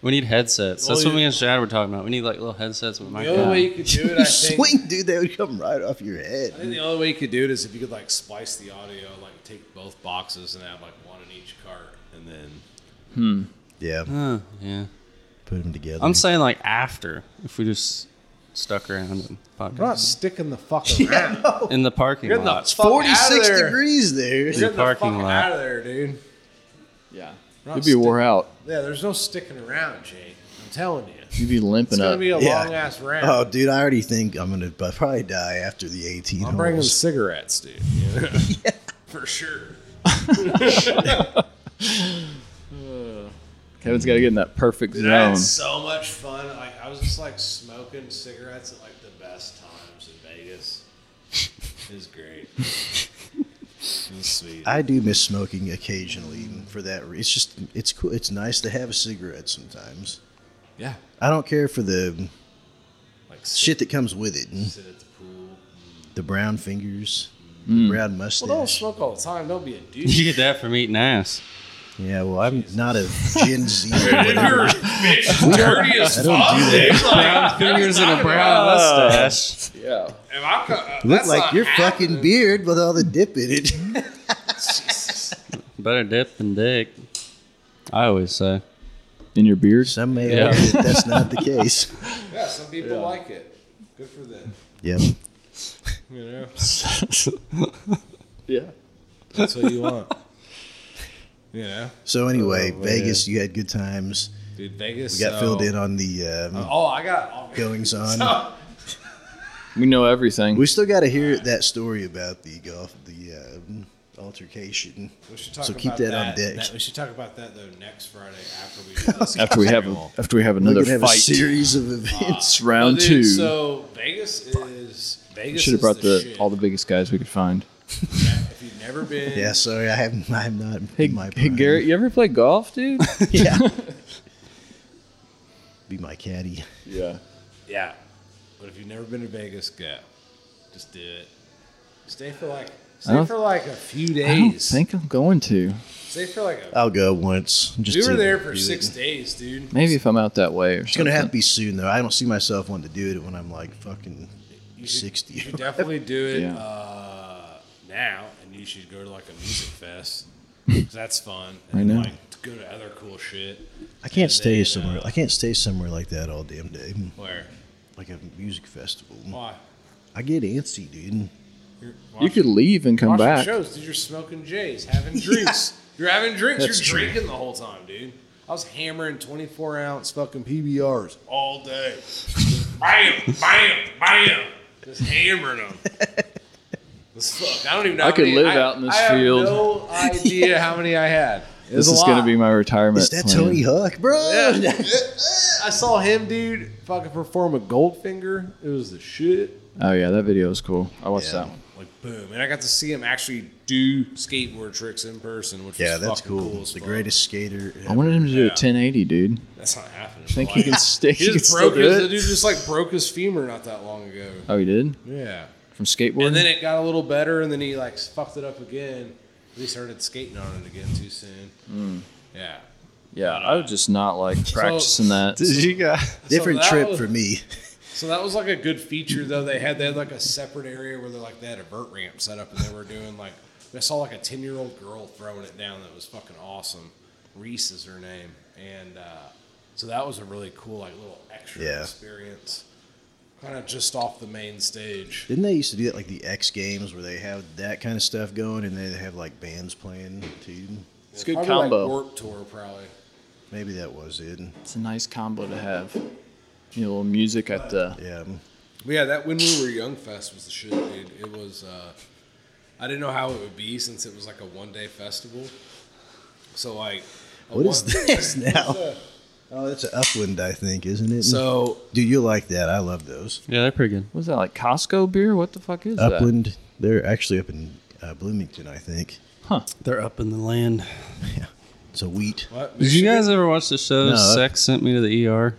[SPEAKER 5] We need headsets.
[SPEAKER 4] Well,
[SPEAKER 5] That's what
[SPEAKER 4] you-
[SPEAKER 5] me and Shad were talking about. We need like little headsets with
[SPEAKER 4] the only way
[SPEAKER 5] mic.
[SPEAKER 4] you could do it, I
[SPEAKER 2] You
[SPEAKER 4] think.
[SPEAKER 2] swing, dude, that would come right off your
[SPEAKER 4] I
[SPEAKER 2] head.
[SPEAKER 4] think the only way you could do it is if you could like splice the audio, like take both boxes and have like one in each cart, and then
[SPEAKER 2] Yeah,
[SPEAKER 5] Huh, Uh, yeah,
[SPEAKER 2] put them together.
[SPEAKER 5] I'm saying like after if we just stuck around and podcast
[SPEAKER 4] sticking the fuck around.
[SPEAKER 5] in the parking
[SPEAKER 4] You're in the
[SPEAKER 5] lot.
[SPEAKER 4] fuck out of
[SPEAKER 2] 46
[SPEAKER 4] there.
[SPEAKER 2] degrees there.
[SPEAKER 4] You're in the
[SPEAKER 5] parking
[SPEAKER 4] fuck
[SPEAKER 5] lot.
[SPEAKER 4] out of there, dude.
[SPEAKER 3] Yeah.
[SPEAKER 4] We're not
[SPEAKER 3] You'd be wore out.
[SPEAKER 4] Yeah, there's no sticking around, Jake. I'm telling you, it's
[SPEAKER 3] You'd be limping
[SPEAKER 4] gonna
[SPEAKER 3] up.
[SPEAKER 4] be a
[SPEAKER 2] Yeah.
[SPEAKER 4] long ass round.
[SPEAKER 2] Oh, dude, I already think I'm gonna bu- probably die after the 18
[SPEAKER 4] I'm bringing
[SPEAKER 2] holes.
[SPEAKER 4] cigarettes, dude. for sure.
[SPEAKER 3] Kevin's got to get in that perfect
[SPEAKER 4] Dude, I
[SPEAKER 3] zone.
[SPEAKER 4] had so much fun. Like I was just like smoking cigarettes at like the best times in Vegas. It was great. Sweet.
[SPEAKER 2] I do miss smoking occasionally even for that. re- It's just it's cool. It's nice to have a cigarette sometimes.
[SPEAKER 4] Yeah.
[SPEAKER 2] I don't care for the
[SPEAKER 4] Like
[SPEAKER 2] shit that comes with it.
[SPEAKER 4] Sit at the pool.
[SPEAKER 2] The brown fingers, the brown mustache.
[SPEAKER 4] Well, don't smoke all the time. Don't be a douche.
[SPEAKER 5] You get that from eating ass.
[SPEAKER 2] yeah, well, I'm not a Gen Z. or whatever.
[SPEAKER 7] Dirty as
[SPEAKER 2] I don't do that.
[SPEAKER 5] Brown fingers and a brown mustache.
[SPEAKER 3] Yeah.
[SPEAKER 4] Am I co- uh,
[SPEAKER 2] Look
[SPEAKER 4] that's
[SPEAKER 2] like
[SPEAKER 4] not
[SPEAKER 2] your
[SPEAKER 4] happening.
[SPEAKER 2] fucking beard with all the dip in it.
[SPEAKER 5] Better dip than dick. I always say.
[SPEAKER 3] In your beard?
[SPEAKER 2] Some may
[SPEAKER 5] Yeah.
[SPEAKER 2] argue that that's not the case.
[SPEAKER 4] Yeah, some people like it. Good for them.
[SPEAKER 2] Yep.
[SPEAKER 4] You know,
[SPEAKER 3] Yeah.
[SPEAKER 4] that's what you want. You know,
[SPEAKER 2] So anyway,
[SPEAKER 4] Oh,
[SPEAKER 2] Vegas, you had good times.
[SPEAKER 4] dude, Vegas
[SPEAKER 2] We got
[SPEAKER 4] so-
[SPEAKER 2] filled in on the um,
[SPEAKER 4] Oh, I got. Oh,
[SPEAKER 2] goings on.
[SPEAKER 3] We know everything.
[SPEAKER 2] We still got to hear that story about the golf, the um altercation.
[SPEAKER 4] we should talk
[SPEAKER 2] So
[SPEAKER 4] about
[SPEAKER 2] keep that on
[SPEAKER 4] that,
[SPEAKER 2] deck.
[SPEAKER 4] That- we should talk about that though next Friday after we do this.
[SPEAKER 3] after we have a, after we have another
[SPEAKER 2] we could have a
[SPEAKER 3] fight.
[SPEAKER 2] series of events.
[SPEAKER 3] It's round
[SPEAKER 4] Dude,
[SPEAKER 3] two.
[SPEAKER 4] So Vegas is Vegas.
[SPEAKER 3] Should have brought the,
[SPEAKER 4] shit.
[SPEAKER 3] all the biggest guys we could find.
[SPEAKER 4] If you've never been,
[SPEAKER 2] yeah, sorry, I haven't. I'm not. in my prime.
[SPEAKER 3] you ever play golf, dude?
[SPEAKER 2] Yeah. Be my caddy.
[SPEAKER 3] yeah.
[SPEAKER 4] yeah. But if you've never been to Vegas, go. Just do it. Stay for like stay
[SPEAKER 3] don't-
[SPEAKER 4] for like a few
[SPEAKER 3] I don't
[SPEAKER 4] days.
[SPEAKER 3] think Uh, I'm going to.
[SPEAKER 4] Stay for like a.
[SPEAKER 2] I'll go once. Just
[SPEAKER 4] we
[SPEAKER 2] to
[SPEAKER 4] were there for
[SPEAKER 2] do
[SPEAKER 4] six
[SPEAKER 2] It.
[SPEAKER 4] days, dude.
[SPEAKER 3] Maybe if I'm out that way or
[SPEAKER 2] It's
[SPEAKER 3] something.
[SPEAKER 2] gonna have to be soon though. I don't see myself wanting to do it when I'm like fucking
[SPEAKER 4] You should- You
[SPEAKER 2] sixty.
[SPEAKER 4] should definitely do it
[SPEAKER 3] Yeah.
[SPEAKER 4] uh, now, and you should go to like a music fest. 'cause that's fun. And
[SPEAKER 3] I know.
[SPEAKER 4] Like to go to other cool shit.
[SPEAKER 2] I can't stay
[SPEAKER 4] then,
[SPEAKER 2] somewhere.
[SPEAKER 4] uh,
[SPEAKER 2] I can't stay somewhere like that all damn day,
[SPEAKER 4] Where?
[SPEAKER 2] like a music festival.
[SPEAKER 4] Why?
[SPEAKER 2] I get antsy, dude.
[SPEAKER 4] You're
[SPEAKER 3] You could leave and come
[SPEAKER 4] watching
[SPEAKER 3] back.
[SPEAKER 4] shows, dude. You're smoking J's, having drinks. You're having drinks.
[SPEAKER 2] That's
[SPEAKER 4] you're
[SPEAKER 2] true.
[SPEAKER 4] drinking the whole time, dude. I was hammering 24 ounce fucking PBRs all day. bam, bam, bam. Just hammering them. This fuck. I don't even know.
[SPEAKER 3] I
[SPEAKER 4] how
[SPEAKER 3] could
[SPEAKER 4] many-
[SPEAKER 3] live out in this
[SPEAKER 4] I have
[SPEAKER 3] field.
[SPEAKER 4] no idea how many I had. It was
[SPEAKER 3] This
[SPEAKER 4] a
[SPEAKER 3] is going to
[SPEAKER 4] lot.
[SPEAKER 3] be my retirement.
[SPEAKER 2] Is that
[SPEAKER 3] plan.
[SPEAKER 2] Tony Hawk, bro?
[SPEAKER 4] I saw him, dude, fucking perform a Goldfinger. It was the shit.
[SPEAKER 3] Oh yeah, that video is cool. I watched that one.
[SPEAKER 4] Like boom, and I got to see him actually do skateboard tricks in person, which
[SPEAKER 2] Yeah,
[SPEAKER 4] was
[SPEAKER 2] that's
[SPEAKER 4] fucking
[SPEAKER 2] cool.
[SPEAKER 4] cool as
[SPEAKER 2] the
[SPEAKER 4] fuck.
[SPEAKER 2] greatest skater. Ever.
[SPEAKER 3] I wanted him to do a
[SPEAKER 4] Yeah.
[SPEAKER 3] 1080, dude.
[SPEAKER 4] That's not happening.
[SPEAKER 3] Think he can stay? He
[SPEAKER 4] He
[SPEAKER 3] can
[SPEAKER 4] just
[SPEAKER 3] still
[SPEAKER 4] broke
[SPEAKER 3] do
[SPEAKER 4] his. The
[SPEAKER 3] it?
[SPEAKER 4] dude just like broke his femur not that long ago.
[SPEAKER 3] Oh, he did
[SPEAKER 4] Yeah,
[SPEAKER 3] from skateboarding.
[SPEAKER 4] and then it got a little better, and then he like fucked it up again. He started skating on it again too soon. Yeah,
[SPEAKER 3] yeah, I was just not like practicing that.
[SPEAKER 5] you guys?
[SPEAKER 2] Different
[SPEAKER 4] that
[SPEAKER 2] trip
[SPEAKER 4] was-
[SPEAKER 2] for me.
[SPEAKER 4] So that was like a good feature though. They had they had like a separate area where they like they had a vert ramp set up and they were doing like I saw like a ten year old girl throwing it down that was fucking awesome. Reese is her name, and uh, so that was a really cool like little extra
[SPEAKER 2] Yeah.
[SPEAKER 4] experience, kind of just off the main stage.
[SPEAKER 2] Didn't they used to do that like the X Games where they have that kind of stuff going and they have like bands playing too?
[SPEAKER 3] It's a good
[SPEAKER 4] Probably
[SPEAKER 3] combo.
[SPEAKER 4] Like warp tour probably.
[SPEAKER 2] Maybe that was it.
[SPEAKER 3] it's a nice combo to have. You know, a little music at the.
[SPEAKER 2] Yeah.
[SPEAKER 4] But yeah, that when we were young fest was the shit, dude. It was uh I didn't know how it would be since it was like a one day festival. So like a
[SPEAKER 2] What is
[SPEAKER 4] one-
[SPEAKER 2] this now? Oh, that's an upwind, I think, isn't it?
[SPEAKER 4] So
[SPEAKER 2] dude, you like that? I love those.
[SPEAKER 5] Yeah, they're pretty good.
[SPEAKER 3] What's that like Costco beer? What the fuck is that?
[SPEAKER 2] upwind, they're actually up in uh, Bloomington, I think.
[SPEAKER 5] They're up in the land.
[SPEAKER 2] It's a wheat.
[SPEAKER 4] what?
[SPEAKER 5] Did you guys ever watch the
[SPEAKER 2] No,
[SPEAKER 5] show
[SPEAKER 2] that-
[SPEAKER 5] Sex Sent Me to the ER?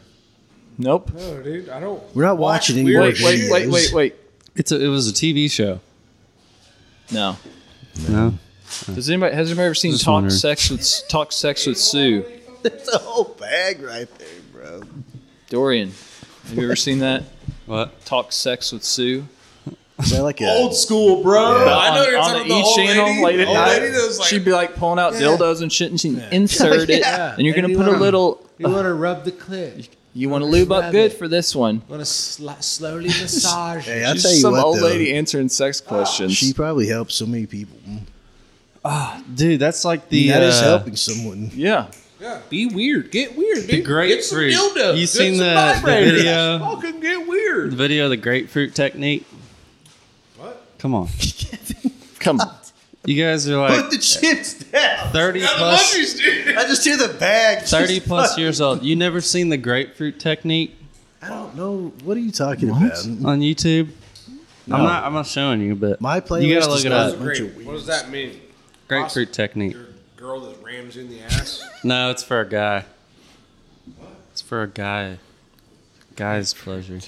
[SPEAKER 3] Nope.
[SPEAKER 4] No, dude, I don't.
[SPEAKER 2] We're not watching any
[SPEAKER 4] weird
[SPEAKER 2] more
[SPEAKER 3] Wait, wait, wait, wait, wait.
[SPEAKER 5] It's a, it was a TV show.
[SPEAKER 3] No.
[SPEAKER 5] No.
[SPEAKER 3] Does anybody has anybody ever seen
[SPEAKER 5] Just
[SPEAKER 3] Talk
[SPEAKER 5] wondering.
[SPEAKER 3] Sex with Talk Sex with Sue?
[SPEAKER 2] There's a whole bag right there, bro.
[SPEAKER 3] Dorian, have you ever seen that?
[SPEAKER 5] What?
[SPEAKER 3] Talk Sex with Sue.
[SPEAKER 2] Is that like a
[SPEAKER 4] Old school, bro. I know you're talking about the E old lady,
[SPEAKER 3] E late at
[SPEAKER 4] old
[SPEAKER 3] night,
[SPEAKER 4] lady that was like,
[SPEAKER 3] she'd be like pulling out dildos and shit, and she'd insert it, and you're gonna
[SPEAKER 4] And you
[SPEAKER 3] put a
[SPEAKER 4] wanna-
[SPEAKER 3] little.
[SPEAKER 4] "You want to rub the clit?
[SPEAKER 3] You want to lube up
[SPEAKER 4] Grab
[SPEAKER 3] good
[SPEAKER 4] it.
[SPEAKER 3] for this one.
[SPEAKER 4] Want to sl- slowly massage?"
[SPEAKER 2] Hey, I'll
[SPEAKER 3] She's
[SPEAKER 2] tell you
[SPEAKER 3] some
[SPEAKER 2] what,
[SPEAKER 3] old
[SPEAKER 2] though,
[SPEAKER 3] lady answering sex questions.
[SPEAKER 2] she probably helped so many people.
[SPEAKER 5] Dude, that's like the
[SPEAKER 2] That is
[SPEAKER 5] uh,
[SPEAKER 2] helping someone.
[SPEAKER 3] yeah,
[SPEAKER 4] yeah, be weird, get weird, dude.
[SPEAKER 5] The grapefruit.
[SPEAKER 4] Get some dildos.
[SPEAKER 5] You
[SPEAKER 4] Get
[SPEAKER 5] seen
[SPEAKER 4] some
[SPEAKER 5] the- the
[SPEAKER 4] vibrators.
[SPEAKER 5] video?
[SPEAKER 4] Fucking get
[SPEAKER 5] the
[SPEAKER 4] weird.
[SPEAKER 5] video of the grapefruit technique.
[SPEAKER 4] What?
[SPEAKER 5] Come on.
[SPEAKER 3] come on.
[SPEAKER 5] You guys are like
[SPEAKER 2] the chips down.
[SPEAKER 5] 30 plus
[SPEAKER 4] Munchies, dude.
[SPEAKER 2] I just hear the bag.
[SPEAKER 5] 30 plus years old. You never seen the grapefruit technique
[SPEAKER 2] I don't know. What are you talking about?
[SPEAKER 5] on YouTube? I'm not. I'm not showing you, but
[SPEAKER 2] My
[SPEAKER 5] You
[SPEAKER 2] playlist
[SPEAKER 5] gotta look
[SPEAKER 2] is
[SPEAKER 5] it
[SPEAKER 2] not-
[SPEAKER 4] That's
[SPEAKER 5] up.
[SPEAKER 2] bunch
[SPEAKER 4] great.
[SPEAKER 2] of weeds.
[SPEAKER 4] What does that mean?
[SPEAKER 5] Grapefruit technique.
[SPEAKER 4] Your girl that rams you in the ass.
[SPEAKER 5] No, it's for a guy. It's for a guy. Guy's pleasure.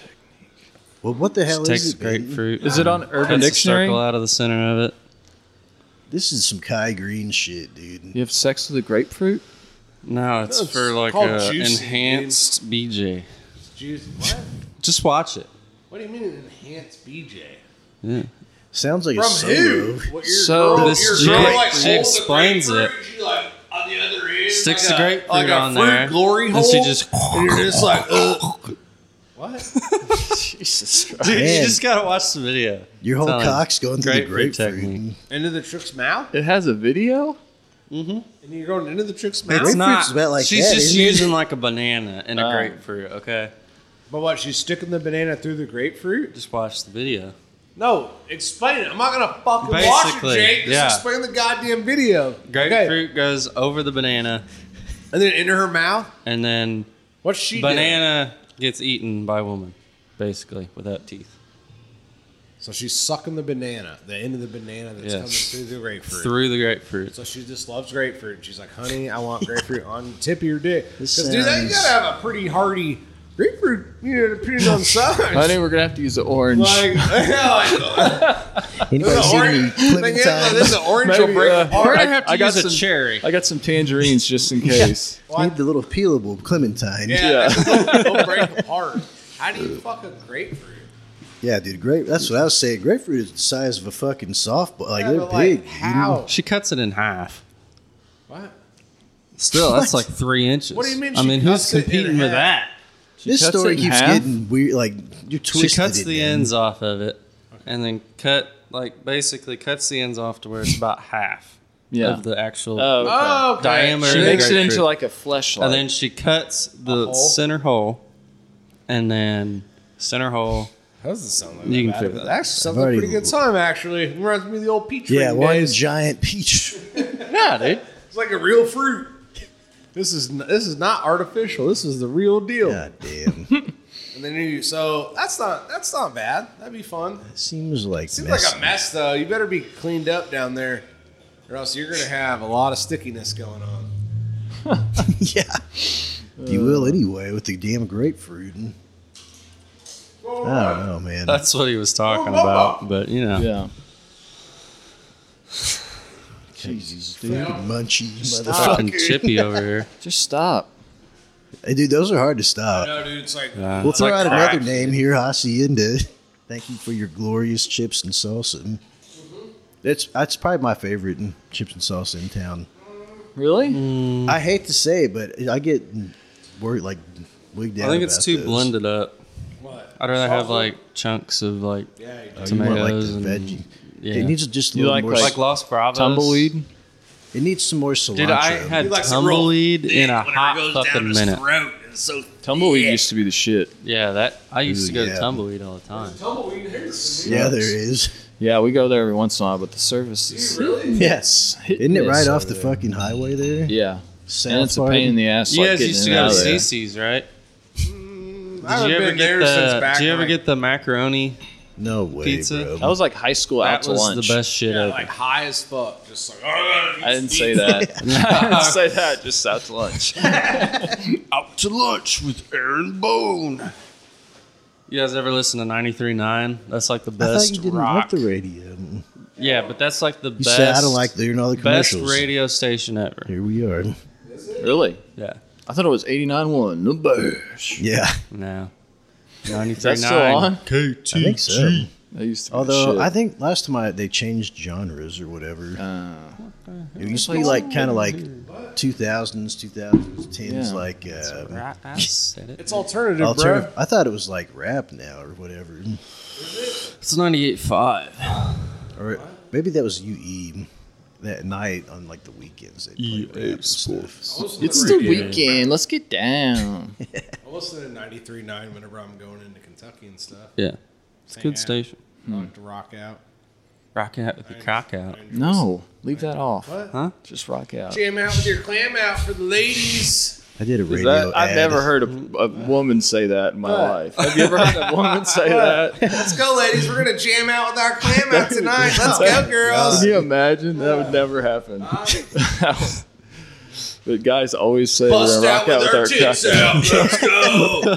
[SPEAKER 2] Well, what the hell
[SPEAKER 5] Just takes
[SPEAKER 2] is it? man?
[SPEAKER 5] grapefruit.
[SPEAKER 3] Is it on
[SPEAKER 5] and
[SPEAKER 3] Urban
[SPEAKER 5] cuts the
[SPEAKER 3] Dictionary?
[SPEAKER 5] Circle out of the center of it.
[SPEAKER 2] This is some Kai Green shit, dude.
[SPEAKER 3] You have sex with a grapefruit?
[SPEAKER 5] No, it's
[SPEAKER 4] That's
[SPEAKER 5] for like
[SPEAKER 4] called
[SPEAKER 5] a
[SPEAKER 4] juicing,
[SPEAKER 5] enhanced BJ.
[SPEAKER 4] Jeez, what?
[SPEAKER 5] Just watch it.
[SPEAKER 4] What do you mean an enhanced BJ?
[SPEAKER 2] Sounds like a
[SPEAKER 4] From
[SPEAKER 2] solo.
[SPEAKER 4] who? What, your
[SPEAKER 3] So
[SPEAKER 4] girl,
[SPEAKER 5] this
[SPEAKER 4] your
[SPEAKER 5] chick-
[SPEAKER 4] girl, like,
[SPEAKER 5] she
[SPEAKER 4] holds a
[SPEAKER 5] explains
[SPEAKER 4] grapefruit, She, like, on the other end, like
[SPEAKER 5] Sticks the
[SPEAKER 4] a-
[SPEAKER 5] grapefruit
[SPEAKER 4] like a
[SPEAKER 5] on
[SPEAKER 4] fruit
[SPEAKER 5] there,
[SPEAKER 4] Glory hole.
[SPEAKER 5] and she just.
[SPEAKER 4] And you're just like, ugh. what?
[SPEAKER 5] Jesus Dude, you
[SPEAKER 2] Man.
[SPEAKER 5] just gotta watch the video.
[SPEAKER 2] Your whole
[SPEAKER 5] Telling you.
[SPEAKER 2] cock's going through
[SPEAKER 5] Grapefruit
[SPEAKER 2] the grapefruit.
[SPEAKER 5] technique.
[SPEAKER 4] Into the trick's mouth,
[SPEAKER 3] It has a video?
[SPEAKER 4] and you're going into the trick's mouth.
[SPEAKER 5] It's not.
[SPEAKER 2] about like
[SPEAKER 5] she's
[SPEAKER 2] that,
[SPEAKER 5] just
[SPEAKER 2] isn't it?
[SPEAKER 5] using like a banana and a
[SPEAKER 4] Uh,
[SPEAKER 5] grapefruit. Okay,
[SPEAKER 4] But what? She's sticking the banana through the grapefruit?
[SPEAKER 5] just watch the video.
[SPEAKER 4] No, explain it. I'm not gonna fucking watch it,
[SPEAKER 5] Basically,
[SPEAKER 4] Jake. Just
[SPEAKER 5] yeah.
[SPEAKER 4] explain the goddamn video. Okay.
[SPEAKER 5] Grapefruit goes over the banana,
[SPEAKER 4] And then into her mouth.
[SPEAKER 5] and then
[SPEAKER 4] What's she doing?
[SPEAKER 5] banana gets eaten by woman, basically without teeth.
[SPEAKER 4] So she's sucking the banana, the end of the banana that's
[SPEAKER 5] Yeah.
[SPEAKER 4] coming through the grapefruit.
[SPEAKER 5] Through the grapefruit.
[SPEAKER 4] So she just loves grapefruit. and She's like, honey, I want grapefruit on the tip of your dick. Because, dude, that, you
[SPEAKER 2] sounds-
[SPEAKER 4] gotta have a pretty hearty grapefruit, you know, depending on size.
[SPEAKER 3] Honey, we're going to have to use the orange.
[SPEAKER 4] Like, yeah, like,
[SPEAKER 2] Anybody
[SPEAKER 4] the
[SPEAKER 2] seen any
[SPEAKER 4] orange, thing is, like,
[SPEAKER 2] Clementine?
[SPEAKER 4] this is the orange will
[SPEAKER 3] Maybe,
[SPEAKER 4] break
[SPEAKER 3] uh,
[SPEAKER 4] apart.
[SPEAKER 5] We're gonna have to
[SPEAKER 3] I got
[SPEAKER 5] use a
[SPEAKER 3] some-
[SPEAKER 5] cherry.
[SPEAKER 3] I got some tangerines just in case.
[SPEAKER 2] Need the little peelable Clementine.
[SPEAKER 4] Yeah,
[SPEAKER 3] Yeah.
[SPEAKER 4] it'll break apart. How do you fuck a grapefruit?
[SPEAKER 2] Yeah, dude, grape. That's what I was saying. Grapefruit is the size of a fucking softball. Like
[SPEAKER 4] Yeah,
[SPEAKER 2] they're
[SPEAKER 4] but,
[SPEAKER 2] big.
[SPEAKER 4] Like, how?
[SPEAKER 5] She cuts it in half.
[SPEAKER 4] What?
[SPEAKER 5] Still, that's like three inches.
[SPEAKER 4] What do you mean
[SPEAKER 5] I
[SPEAKER 4] she
[SPEAKER 5] mean,
[SPEAKER 4] cuts
[SPEAKER 5] who's
[SPEAKER 4] it in
[SPEAKER 5] competing with
[SPEAKER 4] half?
[SPEAKER 5] that?
[SPEAKER 2] this
[SPEAKER 3] cuts
[SPEAKER 2] story
[SPEAKER 3] it in
[SPEAKER 2] keeps
[SPEAKER 3] half?
[SPEAKER 2] getting weird. Like you're twisted.
[SPEAKER 5] She cuts
[SPEAKER 2] it,
[SPEAKER 5] the
[SPEAKER 2] man.
[SPEAKER 5] ends off of it, and then cut like basically cuts the ends off to where it's about half
[SPEAKER 3] Yeah.
[SPEAKER 5] of the actual
[SPEAKER 3] Oh, okay.
[SPEAKER 4] Oh, okay.
[SPEAKER 5] diameter.
[SPEAKER 3] She
[SPEAKER 5] of the
[SPEAKER 3] makes it into
[SPEAKER 5] grapefruit.
[SPEAKER 3] like a fleshlight.
[SPEAKER 5] and then she cuts the
[SPEAKER 4] hole?
[SPEAKER 5] center hole, and then center hole.
[SPEAKER 4] That doesn't sound like
[SPEAKER 5] You
[SPEAKER 4] that
[SPEAKER 5] can
[SPEAKER 4] bad,
[SPEAKER 5] fit
[SPEAKER 4] but
[SPEAKER 5] that.
[SPEAKER 4] That actually sounds like a
[SPEAKER 2] already-
[SPEAKER 4] pretty good time, actually. Reminds me of the old peach
[SPEAKER 2] Yeah,
[SPEAKER 4] ring
[SPEAKER 2] one
[SPEAKER 4] days.
[SPEAKER 2] giant peach.
[SPEAKER 5] Yeah, dude.
[SPEAKER 4] It's like a real fruit. This is n- this is not artificial. This is the real deal.
[SPEAKER 2] God damn.
[SPEAKER 4] And then you so that's not that's not bad. That'd be fun.
[SPEAKER 2] Seems like
[SPEAKER 4] Seems
[SPEAKER 2] messy.
[SPEAKER 4] like a mess though. You better be cleaned up down there, or else you're gonna have a lot of stickiness going on.
[SPEAKER 2] yeah. you will anyway with the damn grapefruit. And, I don't know, man.
[SPEAKER 5] That's what he was talking about. But you know,
[SPEAKER 3] yeah.
[SPEAKER 2] Jesus, dude. Munchy motherfucker.
[SPEAKER 5] fucking chippy over here.
[SPEAKER 3] Just stop.
[SPEAKER 2] Hey, dude, those are hard to stop.
[SPEAKER 4] No, dude, it's like
[SPEAKER 2] We'll throw
[SPEAKER 5] like
[SPEAKER 2] out
[SPEAKER 5] crap.
[SPEAKER 2] another name here, Hacienda. Thank you for your glorious chips and salsa. That's that's probably my favorite in chips and salsa in town.
[SPEAKER 3] Really?
[SPEAKER 5] Mm.
[SPEAKER 2] I hate to say, it, but I get worried like wigged
[SPEAKER 5] I
[SPEAKER 2] out.
[SPEAKER 5] think it's
[SPEAKER 2] about
[SPEAKER 5] too
[SPEAKER 2] those.
[SPEAKER 5] blended up.
[SPEAKER 4] what?
[SPEAKER 5] I'd rather have
[SPEAKER 4] Salsa?
[SPEAKER 5] like chunks of like
[SPEAKER 4] Yeah, you do.
[SPEAKER 2] Oh, you want, like
[SPEAKER 5] tomatoes
[SPEAKER 2] the
[SPEAKER 5] and
[SPEAKER 2] veggie.
[SPEAKER 5] yeah.
[SPEAKER 2] It needs just a
[SPEAKER 3] You
[SPEAKER 2] little
[SPEAKER 3] like,
[SPEAKER 2] more.
[SPEAKER 3] like,
[SPEAKER 5] like Los Bravos
[SPEAKER 3] Tumbleweed?
[SPEAKER 2] it needs some more cilantro.
[SPEAKER 5] Dude, I had
[SPEAKER 4] He likes it real
[SPEAKER 5] tumbleweed
[SPEAKER 7] Thick
[SPEAKER 5] in a
[SPEAKER 7] whenever it
[SPEAKER 5] hot
[SPEAKER 7] goes down
[SPEAKER 5] fucking
[SPEAKER 7] his
[SPEAKER 5] minute.
[SPEAKER 7] Throat. It's so
[SPEAKER 3] Tumbleweed
[SPEAKER 7] thick.
[SPEAKER 3] used to be the shit.
[SPEAKER 5] Yeah, that I used to
[SPEAKER 2] Ooh,
[SPEAKER 5] go
[SPEAKER 2] yeah.
[SPEAKER 5] to tumbleweed all the time.
[SPEAKER 4] Tumbleweed hurts.
[SPEAKER 2] yeah, there is.
[SPEAKER 3] Yeah, we go there every once in a while, but the service is.
[SPEAKER 4] Really?
[SPEAKER 2] Yes, isn't it
[SPEAKER 3] miss
[SPEAKER 2] right off
[SPEAKER 3] over
[SPEAKER 2] the fucking highway there?
[SPEAKER 3] Yeah.
[SPEAKER 2] South
[SPEAKER 3] And it's a
[SPEAKER 2] Park.
[SPEAKER 3] pain in the ass.
[SPEAKER 5] You
[SPEAKER 3] like,
[SPEAKER 5] guys
[SPEAKER 3] getting
[SPEAKER 5] used to
[SPEAKER 3] in and
[SPEAKER 5] go
[SPEAKER 3] out
[SPEAKER 5] to
[SPEAKER 3] of there.
[SPEAKER 5] CC's, right?
[SPEAKER 4] I
[SPEAKER 5] Did
[SPEAKER 4] haven't
[SPEAKER 5] you ever
[SPEAKER 4] been
[SPEAKER 5] get
[SPEAKER 4] there since
[SPEAKER 5] the?
[SPEAKER 4] back.
[SPEAKER 5] Did you ever
[SPEAKER 4] like,
[SPEAKER 5] get the macaroni?
[SPEAKER 2] No way,
[SPEAKER 5] Pizza?
[SPEAKER 2] bro.
[SPEAKER 3] That was like high school out
[SPEAKER 5] That
[SPEAKER 3] to
[SPEAKER 5] was
[SPEAKER 3] lunch.
[SPEAKER 5] the best shit
[SPEAKER 4] yeah,
[SPEAKER 5] ever.
[SPEAKER 4] like high as fuck? Just like
[SPEAKER 3] I didn't say that. I didn't say that. Just out to lunch.
[SPEAKER 5] Out to lunch with Aaron Bone. You guys ever listen to 93.9? That's like the
[SPEAKER 2] I thought
[SPEAKER 5] best
[SPEAKER 2] you didn't
[SPEAKER 5] rock.
[SPEAKER 2] want the radio. You
[SPEAKER 5] yeah, but that's like the best.
[SPEAKER 2] said I don't like the you know the
[SPEAKER 5] best
[SPEAKER 2] commercials.
[SPEAKER 5] radio station ever.
[SPEAKER 2] Here we are.
[SPEAKER 3] really?
[SPEAKER 5] Yeah.
[SPEAKER 3] I thought it was 89 1. The best.
[SPEAKER 2] Yeah,
[SPEAKER 5] No.
[SPEAKER 3] That's still
[SPEAKER 5] 93.9.
[SPEAKER 3] on?
[SPEAKER 2] I think so.
[SPEAKER 3] I used to be the
[SPEAKER 2] Although
[SPEAKER 3] shit.
[SPEAKER 2] I think last time I, they changed genres or whatever.
[SPEAKER 3] Oh.
[SPEAKER 2] it used to be like kind of like 2000s, 2010s,
[SPEAKER 3] Yeah.
[SPEAKER 2] like uh,
[SPEAKER 5] Right, I said it.
[SPEAKER 4] it's alternative,
[SPEAKER 2] alternative. I thought it was like rap now or whatever,
[SPEAKER 5] It's 98.5.
[SPEAKER 2] or maybe that was UE that night on like the weekends. They played rap and stuff.
[SPEAKER 4] bro. Listen to
[SPEAKER 3] It's the
[SPEAKER 4] radio.
[SPEAKER 3] weekend. Let's get down.
[SPEAKER 4] I listen to 93.9 whenever I'm going into Kentucky and stuff.
[SPEAKER 5] Yeah. It's a
[SPEAKER 4] Hang
[SPEAKER 5] good
[SPEAKER 4] out.
[SPEAKER 5] station.
[SPEAKER 4] I like to rock out.
[SPEAKER 5] Rock out with your cock out.
[SPEAKER 4] I enjoy
[SPEAKER 3] No, leave that off.
[SPEAKER 4] What?
[SPEAKER 5] Huh?
[SPEAKER 3] Just rock out.
[SPEAKER 4] Jam out with your clam out for the ladies.
[SPEAKER 2] I did a
[SPEAKER 3] Is
[SPEAKER 2] radio.
[SPEAKER 3] that, I've
[SPEAKER 2] ad.
[SPEAKER 3] never heard a, a woman say that in my life. Have you ever heard a woman say that?
[SPEAKER 4] Let's go, ladies. We're gonna jam out with our clam out tonight. Let's go, girls.
[SPEAKER 3] Can you imagine? That would never happen. but guys always say
[SPEAKER 4] Bust
[SPEAKER 3] we're gonna
[SPEAKER 4] out
[SPEAKER 3] rock out
[SPEAKER 4] with our tits
[SPEAKER 3] cock out.
[SPEAKER 4] out. Let's go.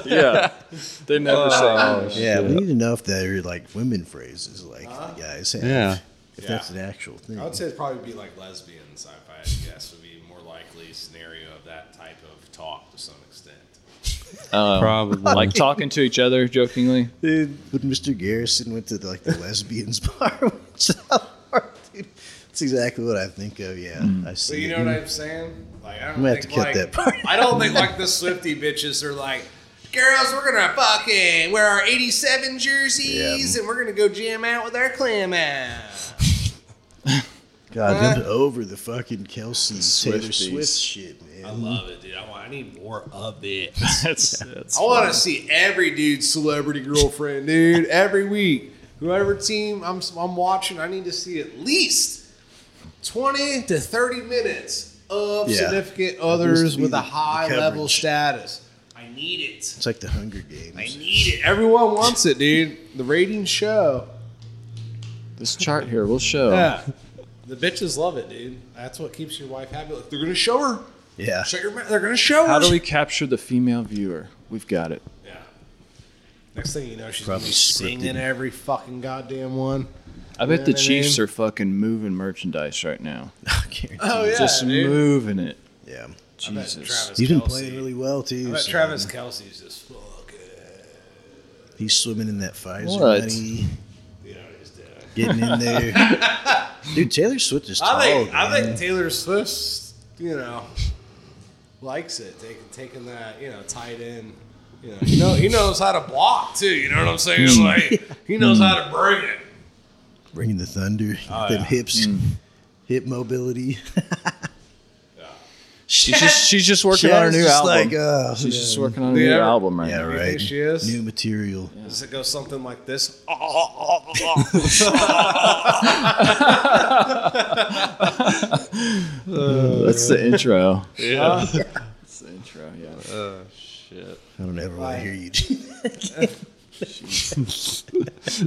[SPEAKER 3] Yeah, they never say.
[SPEAKER 2] Yeah, we need enough that are like women phrases, like the guys have.
[SPEAKER 5] Yeah.
[SPEAKER 2] If
[SPEAKER 4] Yeah.
[SPEAKER 2] that's an actual thing.
[SPEAKER 4] I would say it'd probably be like lesbians. If I had to guess, would be a more likely scenario of that type of talk to some extent.
[SPEAKER 5] Probably.
[SPEAKER 3] Like talking to each other jokingly.
[SPEAKER 2] Dude, when Mr. Garrison went to like the lesbians bar, with South Park, dude, that's exactly what I think of. Yeah, I see.
[SPEAKER 4] So you
[SPEAKER 2] it.
[SPEAKER 4] know what I'm saying? Like I don't
[SPEAKER 2] gonna have
[SPEAKER 4] think
[SPEAKER 2] to cut
[SPEAKER 4] like,
[SPEAKER 2] that part.
[SPEAKER 4] I don't think like the Swifty bitches are like, girls, we're gonna fucking wear our '87 jerseys and we're gonna go jam out with our clam out.
[SPEAKER 2] God, them over the fucking Kelsey Taylor
[SPEAKER 3] Swifties.
[SPEAKER 2] Swift shit, man.
[SPEAKER 4] I love it, dude. I want. I need more of it.
[SPEAKER 3] That's, that's
[SPEAKER 4] I want to see every dude's celebrity girlfriend, dude. Every week, whoever team I'm I'm watching, I need to see at least twenty to thirty minutes of
[SPEAKER 2] Yeah.
[SPEAKER 4] significant
[SPEAKER 2] needs
[SPEAKER 4] others
[SPEAKER 2] to be
[SPEAKER 4] with
[SPEAKER 2] the-
[SPEAKER 4] a high
[SPEAKER 2] the
[SPEAKER 4] level
[SPEAKER 2] coverage.
[SPEAKER 4] status. I need it.
[SPEAKER 2] It's like the Hunger
[SPEAKER 4] I
[SPEAKER 2] Games.
[SPEAKER 4] need it. Everyone wants it, dude. The ratings show.
[SPEAKER 3] this chart here will show.
[SPEAKER 4] Yeah. The bitches love it, dude. That's what keeps your wife happy. Like, they're gonna show her.
[SPEAKER 2] Yeah,
[SPEAKER 4] Shut your mouth. They're gonna show her.
[SPEAKER 3] How do we capture the female viewer? We've got it.
[SPEAKER 4] Yeah. Next thing you know, she's
[SPEAKER 2] Probably
[SPEAKER 4] gonna be singing
[SPEAKER 2] scripted.
[SPEAKER 4] every fucking goddamn one.
[SPEAKER 3] I bet
[SPEAKER 4] know
[SPEAKER 3] the
[SPEAKER 4] what I
[SPEAKER 3] Chiefs
[SPEAKER 4] mean?
[SPEAKER 3] are fucking moving merchandise right now.
[SPEAKER 2] I guarantee.
[SPEAKER 4] Oh yeah,
[SPEAKER 3] Just moving it.
[SPEAKER 2] Yeah,
[SPEAKER 3] Jesus.
[SPEAKER 2] he's been playing really well too. so
[SPEAKER 4] Travis Kelsey's just fucking.
[SPEAKER 2] He's swimming in that Pfizer
[SPEAKER 3] What?
[SPEAKER 2] money,
[SPEAKER 4] You know what he's doing.
[SPEAKER 2] getting in there. Dude, Taylor Swift is tall.
[SPEAKER 4] I think I
[SPEAKER 2] man.
[SPEAKER 4] think Taylor Swift, you know, likes it. Taking taking that, you know, tight end. You know, he, know, he knows how to block too. You know what I'm saying? Like he knows how to bring it.
[SPEAKER 2] bringing the thunder,
[SPEAKER 4] Oh,
[SPEAKER 2] them hips, hip mobility.
[SPEAKER 3] She's just she's just working on her
[SPEAKER 2] Shad's
[SPEAKER 3] new
[SPEAKER 2] just
[SPEAKER 3] album.
[SPEAKER 2] Like, uh,
[SPEAKER 3] she's just working on a
[SPEAKER 4] Yeah.
[SPEAKER 3] new album right
[SPEAKER 2] yeah,
[SPEAKER 3] now.
[SPEAKER 2] right.
[SPEAKER 4] she is?
[SPEAKER 2] New material.
[SPEAKER 4] Does it go something like this?
[SPEAKER 3] That's the intro. Yeah. That's the intro. Yeah.
[SPEAKER 2] I don't ever want to hear you. do that.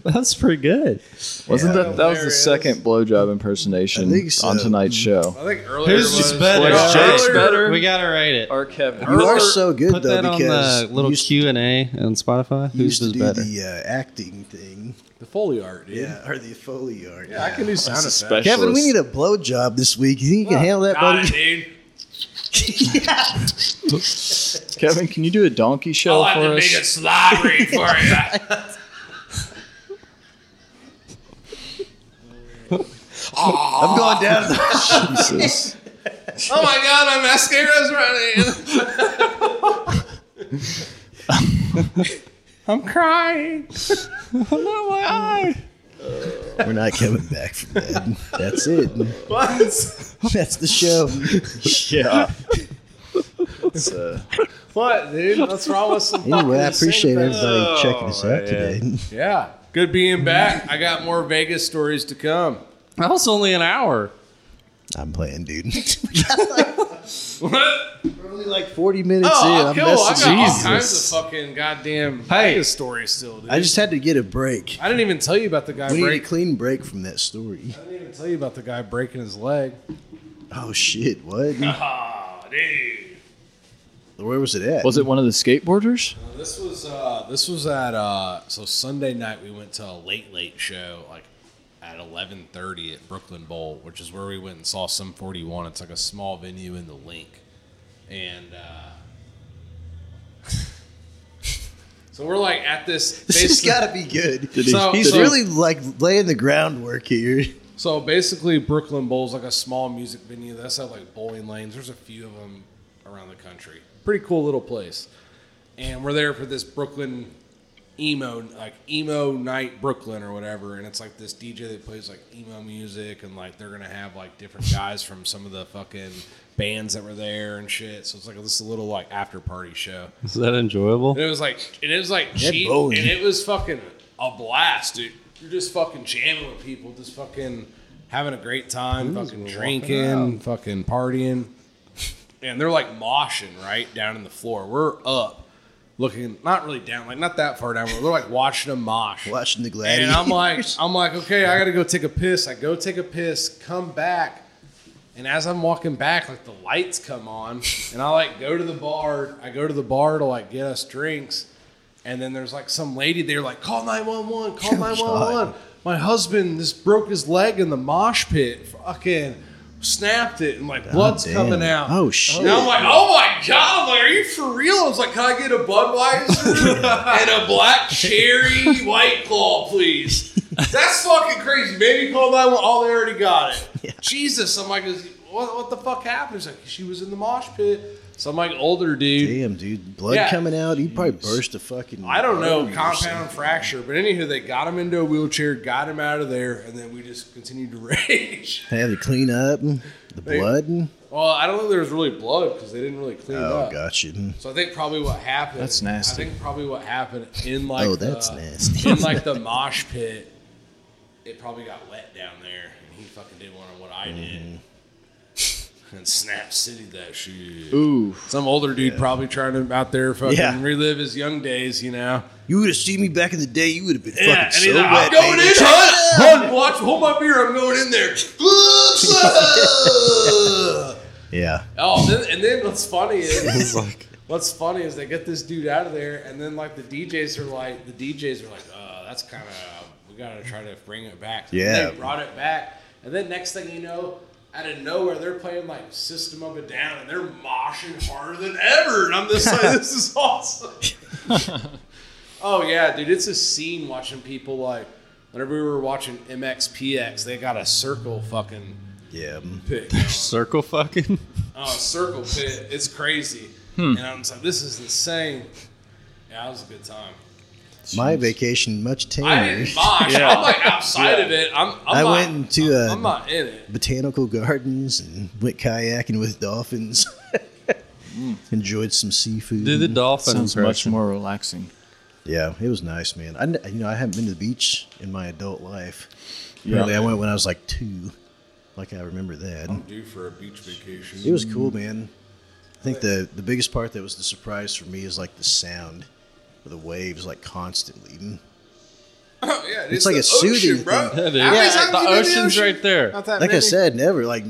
[SPEAKER 5] That's pretty good.
[SPEAKER 3] Wasn't
[SPEAKER 2] Yeah.
[SPEAKER 3] that that was the
[SPEAKER 4] Hilarious.
[SPEAKER 3] second blowjob impersonation
[SPEAKER 2] I think so.
[SPEAKER 3] on tonight's show?
[SPEAKER 4] I think earlier
[SPEAKER 5] Who's
[SPEAKER 4] was
[SPEAKER 5] better?
[SPEAKER 4] Well,
[SPEAKER 3] Jake's
[SPEAKER 4] earlier-
[SPEAKER 3] better?
[SPEAKER 5] We gotta rate it.
[SPEAKER 3] Or Kevin?
[SPEAKER 2] You are
[SPEAKER 4] Earlier-
[SPEAKER 2] so good
[SPEAKER 5] Put
[SPEAKER 2] though
[SPEAKER 5] that on
[SPEAKER 2] because
[SPEAKER 5] the little
[SPEAKER 2] you used,
[SPEAKER 5] Q and A on Spotify.
[SPEAKER 2] you
[SPEAKER 5] Who's
[SPEAKER 2] used to
[SPEAKER 5] is
[SPEAKER 2] do
[SPEAKER 5] better?
[SPEAKER 2] the uh, acting thing.
[SPEAKER 4] The Foley art, dude.
[SPEAKER 2] Yeah, or the Foley art.
[SPEAKER 4] Yeah, I can do sound effects.
[SPEAKER 3] specialist.
[SPEAKER 2] Kevin, we need a blow job this week. You think you can handle that,
[SPEAKER 4] God,
[SPEAKER 2] buddy?
[SPEAKER 4] dude.
[SPEAKER 3] Kevin, can you do a donkey show
[SPEAKER 4] I'll have
[SPEAKER 3] for us?
[SPEAKER 4] to Oh, make it slobbery for you.
[SPEAKER 2] I'm going down. The-
[SPEAKER 3] Jesus.
[SPEAKER 4] Oh my god, my mascara's running.
[SPEAKER 5] I'm crying. I'm not my eye.
[SPEAKER 2] We're not coming back from that. That's it.
[SPEAKER 4] What?
[SPEAKER 2] That's the show.
[SPEAKER 3] yeah. It's, uh,
[SPEAKER 4] What, dude? What's wrong with some?
[SPEAKER 2] Anyway, I appreciate
[SPEAKER 4] it.
[SPEAKER 2] everybody checking
[SPEAKER 4] Oh,
[SPEAKER 2] us out Mm-hmm. today.
[SPEAKER 4] Yeah, good being back. I got more Vegas stories to come.
[SPEAKER 5] That was only an hour.
[SPEAKER 2] I'm playing, dude.
[SPEAKER 4] What?
[SPEAKER 2] We're only like 40 minutes in.
[SPEAKER 4] Oh,
[SPEAKER 2] I'm
[SPEAKER 4] cool. I got
[SPEAKER 2] messing up.
[SPEAKER 4] all kinds of fucking goddamn
[SPEAKER 5] Hey.
[SPEAKER 4] Vegas stories still, dude.
[SPEAKER 2] I
[SPEAKER 4] I,
[SPEAKER 2] just had to get a break.
[SPEAKER 4] didn't even tell you about the guy
[SPEAKER 2] We need a
[SPEAKER 4] break.
[SPEAKER 2] clean break from that story.
[SPEAKER 4] I didn't even tell you about the guy breaking his leg.
[SPEAKER 2] Oh shit! What?
[SPEAKER 4] Ah, dude.
[SPEAKER 2] Where was it at?
[SPEAKER 3] was it one of the skateboarders?
[SPEAKER 4] This was uh, this was at uh, so Sunday night we went to a late late show like at eleven thirty at Brooklyn Bowl, which is where we went and saw some forty one. It's like a small venue in the link, and uh, so we're like at this.
[SPEAKER 2] This has
[SPEAKER 4] basically-
[SPEAKER 2] got to be good.
[SPEAKER 3] Did he-
[SPEAKER 4] So-
[SPEAKER 2] He's
[SPEAKER 4] so-
[SPEAKER 2] really like laying the groundwork here.
[SPEAKER 4] So basically, Brooklyn Bowl's like a small music venue. That's at like bowling lanes. There's a few of them around the country. Pretty cool little place. And we're there for this Brooklyn emo, like emo night Brooklyn or whatever. And it's like this DJ that plays like emo music, and like they're gonna have like different guys from some of the fucking bands that were there and shit. So it's like this little like after party show.
[SPEAKER 5] Is that enjoyable?
[SPEAKER 4] And it was like, and it was like cheap,
[SPEAKER 2] bowling.
[SPEAKER 4] and it was fucking a blast, dude. You're just fucking jamming with people, just fucking having a great time, fucking drinking, fucking partying. and they're like moshing right down in the floor. We're up, looking not really down, like not that far down. But we're like watching them mosh.
[SPEAKER 2] Watching the gladiators.
[SPEAKER 4] And I'm like, I'm like, okay, I gotta go take a piss. I go take a piss, come back, and as I'm walking back, like the lights come on, and I like go to the bar. I go to the bar to like get us drinks, and then there's like some lady there, like call nine one one, call nine one one. My husband just broke his leg in the mosh pit. Fucking snapped it, and like blood's
[SPEAKER 2] damn.
[SPEAKER 4] coming out.
[SPEAKER 2] Oh, shit.
[SPEAKER 4] And I'm like, oh my god! I'm like, are you for real? I was like, can I get a Budweiser and a black cherry white claw, please? That's fucking crazy. Maybe call that one. Oh, they already got it. Jesus, I'm like, is- what, what the fuck happened? He's like, she was in the mosh pit. Some like older dude.
[SPEAKER 2] Damn, dude, blood
[SPEAKER 4] Yeah.
[SPEAKER 2] coming out. He probably burst a fucking.
[SPEAKER 4] I don't know,
[SPEAKER 2] artery or
[SPEAKER 4] compound
[SPEAKER 2] something.
[SPEAKER 4] fracture. But anywho, they got him into a wheelchair, got him out of there, and then we just continued to rage.
[SPEAKER 2] Had to clean up and the
[SPEAKER 4] They-
[SPEAKER 2] blood. And,
[SPEAKER 4] Well, I don't know if there was really blood because they didn't really clean it
[SPEAKER 2] oh,
[SPEAKER 4] up.
[SPEAKER 2] gotcha.
[SPEAKER 4] So I think probably what happened.
[SPEAKER 3] That's nasty.
[SPEAKER 4] I think probably what happened in like
[SPEAKER 2] oh, that's
[SPEAKER 4] the,
[SPEAKER 2] nasty.
[SPEAKER 4] in like the mosh pit, it probably got wet down there, and he fucking did one of what I did.
[SPEAKER 2] Mm-hmm.
[SPEAKER 4] And Snap City that shit.
[SPEAKER 3] Ooh.
[SPEAKER 4] Some older dude probably trying to out there fucking
[SPEAKER 2] Yeah.
[SPEAKER 4] relive his young days, you know.
[SPEAKER 2] you would have seen me back in the day. You would have been
[SPEAKER 4] Yeah,
[SPEAKER 2] fucking
[SPEAKER 4] and
[SPEAKER 2] so
[SPEAKER 4] he's like,
[SPEAKER 2] wet.
[SPEAKER 4] I'm going
[SPEAKER 2] baby.
[SPEAKER 4] in, hun, hun, watch, hold my beer, I'm going in there. uh.
[SPEAKER 2] Yeah,
[SPEAKER 4] Oh, then, and then what's funny is what's funny is they get this dude out of there, and then like the DJs are like the DJs are like, uh, that's kind of we gotta try to bring it back. And
[SPEAKER 2] Yeah.
[SPEAKER 4] they brought it back, and then next thing you know, out of nowhere they're playing like System of a Down, and they're moshing harder than ever, and I'm just like, this is awesome. oh yeah, dude, it's a scene watching people like. Whenever we were watching MXPX, they got a circle fucking
[SPEAKER 2] yeah.
[SPEAKER 4] pick.
[SPEAKER 5] Circle fucking.
[SPEAKER 4] Oh, circle pit. It's crazy. And I'm just like, this is insane. Yeah, it was a good time.
[SPEAKER 2] My vacation much
[SPEAKER 4] I
[SPEAKER 2] tamer.
[SPEAKER 4] didn't mosh. I'm like outside of it. I'm, I'm
[SPEAKER 2] I
[SPEAKER 4] not,
[SPEAKER 2] went into
[SPEAKER 4] I'm,
[SPEAKER 2] a-
[SPEAKER 4] I'm not in it.
[SPEAKER 2] Botanical gardens and went kayaking with dolphins. Enjoyed some seafood.
[SPEAKER 5] Do the dolphin
[SPEAKER 3] Sounds much
[SPEAKER 5] impression.
[SPEAKER 3] more relaxing.
[SPEAKER 2] Yeah, it was nice, man. I n- you know I haven't been to the beach in my adult life. Apparently, I went when I was like two. Like I remember that.
[SPEAKER 4] Due for a beach vacation.
[SPEAKER 2] It was cool, man. I think the the biggest part that was the surprise for me is like the sound, of the waves like constantly. Mm.
[SPEAKER 4] Oh, yeah, it's,
[SPEAKER 2] like
[SPEAKER 4] the
[SPEAKER 2] a soothing
[SPEAKER 4] ocean, bro.
[SPEAKER 2] thing.
[SPEAKER 5] Yeah, dude.
[SPEAKER 4] How many times you
[SPEAKER 5] the
[SPEAKER 4] been to
[SPEAKER 5] ocean's
[SPEAKER 4] ocean?
[SPEAKER 5] right there.
[SPEAKER 4] Not that
[SPEAKER 2] Like I
[SPEAKER 4] many.
[SPEAKER 2] said, never like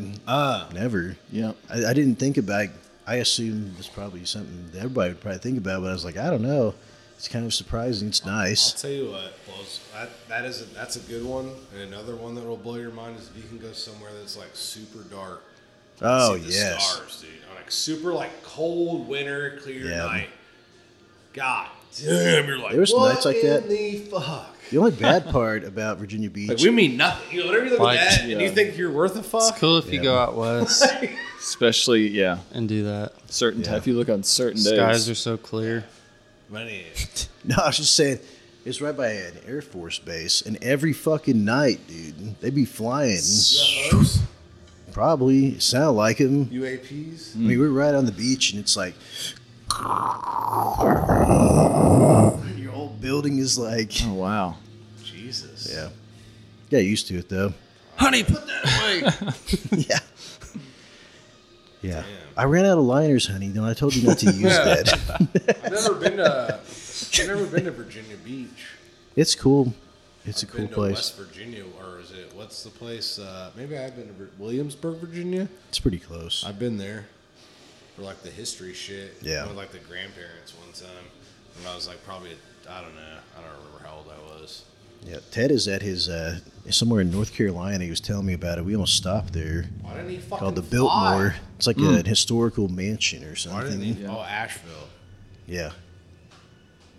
[SPEAKER 2] never.
[SPEAKER 3] Yeah.
[SPEAKER 2] I, I didn't think about. I assumed it's probably something that everybody would probably think about, but I was like, I don't know. It's kind of surprising. It's
[SPEAKER 4] I'll
[SPEAKER 2] nice.
[SPEAKER 4] tell you what, blows, that, that is a, that's a good one. And another one that will blow your mind is if you can go somewhere that's like super dark.
[SPEAKER 2] Oh
[SPEAKER 4] see the
[SPEAKER 2] yes,
[SPEAKER 4] stars, dude. On like super like cold winter, clear
[SPEAKER 2] Yeah.
[SPEAKER 4] night. God damn, you're like
[SPEAKER 2] There was some
[SPEAKER 4] what
[SPEAKER 2] nights like
[SPEAKER 4] in
[SPEAKER 2] that."
[SPEAKER 4] The fuck.
[SPEAKER 2] the only bad part about Virginia Beach.
[SPEAKER 4] Like we mean nothing. You know, whenever you look
[SPEAKER 5] Like,
[SPEAKER 4] at that, and you
[SPEAKER 3] yeah.
[SPEAKER 4] think you're worth a
[SPEAKER 5] It's
[SPEAKER 4] fuck.
[SPEAKER 5] cool if you go out west
[SPEAKER 3] Especially, yeah,
[SPEAKER 5] and do that.
[SPEAKER 3] certain time. If you look on certain
[SPEAKER 5] Skies
[SPEAKER 3] days.
[SPEAKER 5] are so clear.
[SPEAKER 4] Money.
[SPEAKER 2] No, I was just saying, it's right by an Air Force base, and every fucking night, dude, they be flying.
[SPEAKER 4] UFOs,
[SPEAKER 2] Probably sound like them.
[SPEAKER 4] UAPs.
[SPEAKER 2] I mean, we're right on the beach, and it's like your whole building is like,
[SPEAKER 3] oh, wow.
[SPEAKER 4] Jesus.
[SPEAKER 2] yeah, got used to it though.
[SPEAKER 5] Honey, put that.
[SPEAKER 2] yeah, yeah. I ran out of liners, honey. No, I told you not to use that.
[SPEAKER 4] I've never been to. I've never been to Virginia Beach.
[SPEAKER 2] It's cool. It's a
[SPEAKER 4] I've
[SPEAKER 2] cool
[SPEAKER 4] been to
[SPEAKER 2] place.
[SPEAKER 4] West Virginia, or is it what's the place? Uh, maybe I've been to Vir- Williamsburg, Virginia.
[SPEAKER 2] It's pretty close.
[SPEAKER 4] I've been there for like the history shit.
[SPEAKER 2] Yeah.
[SPEAKER 4] I went, like the grandparents one time when I was like probably I don't know I don't remember how old I was.
[SPEAKER 2] Yeah, Ted is at his uh, somewhere in North Carolina. He was telling me about it. We almost stopped there.
[SPEAKER 4] Why didn't he fucking
[SPEAKER 2] called the
[SPEAKER 4] fly?
[SPEAKER 2] Biltmore. It's like an historical mansion or
[SPEAKER 4] Why didn't
[SPEAKER 2] something.
[SPEAKER 4] he? Oh, Asheville.
[SPEAKER 2] yeah.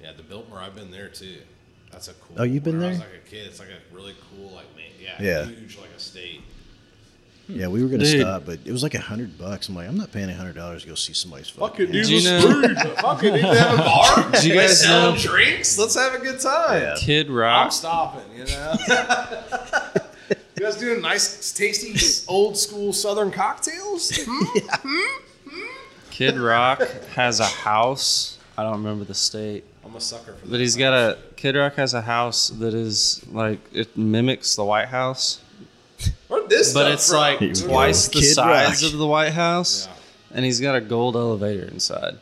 [SPEAKER 4] Yeah, the Biltmore. I've been there too. That's a cool.
[SPEAKER 2] Oh, you've been
[SPEAKER 4] when I was
[SPEAKER 2] there?
[SPEAKER 4] like a kid. It's like a really cool like man. Yeah.
[SPEAKER 2] Yeah.
[SPEAKER 4] Huge like a state.
[SPEAKER 2] Yeah, we were gonna
[SPEAKER 5] Dude.
[SPEAKER 2] stop, but it was like a hundred bucks. I'm like, I'm not paying a hundred dollars to go see somebody's fucking.
[SPEAKER 4] Fucking dude,
[SPEAKER 5] Do you
[SPEAKER 4] let's
[SPEAKER 5] know-
[SPEAKER 4] cruise. Fucking need to have a bar.
[SPEAKER 5] Do you
[SPEAKER 4] They
[SPEAKER 5] guys
[SPEAKER 4] sell
[SPEAKER 5] know-
[SPEAKER 4] drinks? Let's have a good time.
[SPEAKER 5] Kid
[SPEAKER 4] I'm
[SPEAKER 5] Rock.
[SPEAKER 4] stopping, you know. you guys doing nice, tasty, old school Southern cocktails? Hmm?
[SPEAKER 5] Kid Rock has a house. I don't remember the state,
[SPEAKER 4] I'm a sucker for that.
[SPEAKER 5] but he's got a Kid Rock has a house that is like it mimics the White House,
[SPEAKER 4] Where'd this
[SPEAKER 5] but
[SPEAKER 4] stuff
[SPEAKER 5] it's
[SPEAKER 4] from?
[SPEAKER 5] like
[SPEAKER 2] we
[SPEAKER 5] twice
[SPEAKER 2] go.
[SPEAKER 5] the
[SPEAKER 2] Kid
[SPEAKER 5] size
[SPEAKER 2] Rock.
[SPEAKER 5] of the White House. and he's got a gold elevator inside.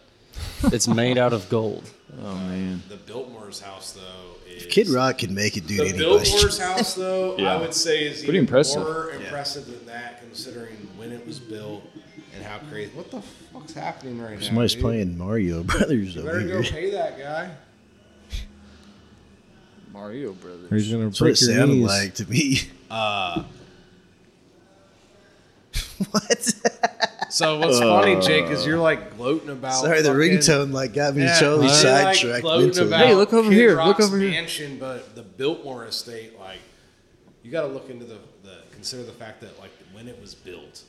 [SPEAKER 5] It's made out of gold.
[SPEAKER 3] Oh man.
[SPEAKER 4] The Biltmore's house though is
[SPEAKER 2] Kid Rock can make it, dude.
[SPEAKER 4] the
[SPEAKER 2] anybody.
[SPEAKER 4] Biltmore's house though.
[SPEAKER 3] Yeah.
[SPEAKER 4] I would say is
[SPEAKER 3] Pretty
[SPEAKER 4] even
[SPEAKER 3] impressive.
[SPEAKER 4] More impressive than that, considering when it was built and how crazy. What the fuck's happening right now?
[SPEAKER 2] Somebody's
[SPEAKER 4] dude?
[SPEAKER 2] playing Mario Brothers over
[SPEAKER 4] Better
[SPEAKER 2] here.
[SPEAKER 4] go pay that guy.
[SPEAKER 3] Mario Brothers.
[SPEAKER 6] He's gonna
[SPEAKER 2] That's what it
[SPEAKER 6] break your
[SPEAKER 2] sounded
[SPEAKER 6] knees.
[SPEAKER 2] like to me. Uh. what?
[SPEAKER 4] So what's funny, Jake, is you're like gloating about.
[SPEAKER 2] Sorry, the
[SPEAKER 4] fucking-
[SPEAKER 2] ringtone like got me
[SPEAKER 4] Yeah,
[SPEAKER 2] totally
[SPEAKER 4] you're, like,
[SPEAKER 2] sidetracked.
[SPEAKER 4] gloating
[SPEAKER 2] mentally.
[SPEAKER 4] about
[SPEAKER 3] Hey, look over
[SPEAKER 4] Kid
[SPEAKER 3] here,
[SPEAKER 4] Rock's
[SPEAKER 3] look over here.
[SPEAKER 4] Mansion, but the Biltmore estate, like, you got to look into the, the consider the fact that like when it was built,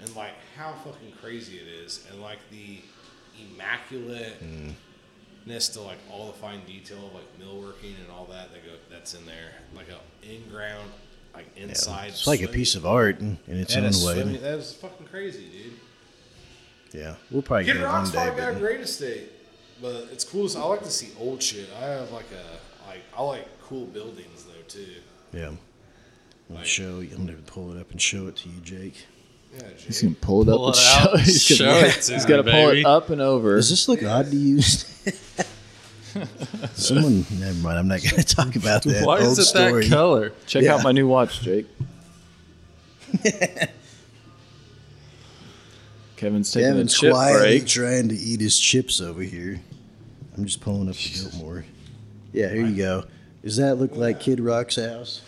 [SPEAKER 4] and like how fucking crazy it is, and like the immaculateness to like all the fine detail of like millworking and all that that go that's in there, like a in ground, like inside.
[SPEAKER 2] It's like a piece of art in, in its own way.
[SPEAKER 4] That was fucking crazy, dude.
[SPEAKER 2] Yeah, we'll probably
[SPEAKER 4] Kid
[SPEAKER 2] get it one
[SPEAKER 4] Rock's
[SPEAKER 2] day.
[SPEAKER 4] probably got a
[SPEAKER 2] But
[SPEAKER 4] great estate, but it's cool. So I like to see old shit. I have like a like I like cool buildings though too.
[SPEAKER 2] yeah, I'm gonna show. you- I'm gonna pull it up and show it to you, Jake.
[SPEAKER 4] Yeah,
[SPEAKER 3] He's
[SPEAKER 4] Jake.
[SPEAKER 3] gonna pull it up
[SPEAKER 5] Pull
[SPEAKER 3] and
[SPEAKER 5] it
[SPEAKER 3] show.
[SPEAKER 5] out,
[SPEAKER 3] He's
[SPEAKER 5] show
[SPEAKER 3] gonna,
[SPEAKER 5] it to
[SPEAKER 3] he's
[SPEAKER 5] me,
[SPEAKER 3] gotta pull
[SPEAKER 5] baby.
[SPEAKER 3] it up and over.
[SPEAKER 2] Does this look odd to you? Someone, never mind. I'm not gonna talk about that.
[SPEAKER 5] Why
[SPEAKER 2] old
[SPEAKER 5] is it
[SPEAKER 2] story.
[SPEAKER 5] that color?
[SPEAKER 3] Check
[SPEAKER 2] Yeah.
[SPEAKER 3] out my new watch, Jake. Kevin's taking
[SPEAKER 2] Kevin's
[SPEAKER 3] a chip
[SPEAKER 2] quietly
[SPEAKER 3] break.
[SPEAKER 2] trying to eat his chips over here. I'm just pulling up the Biltmore. Yeah, here you go. Does that look like Kid Rock's house?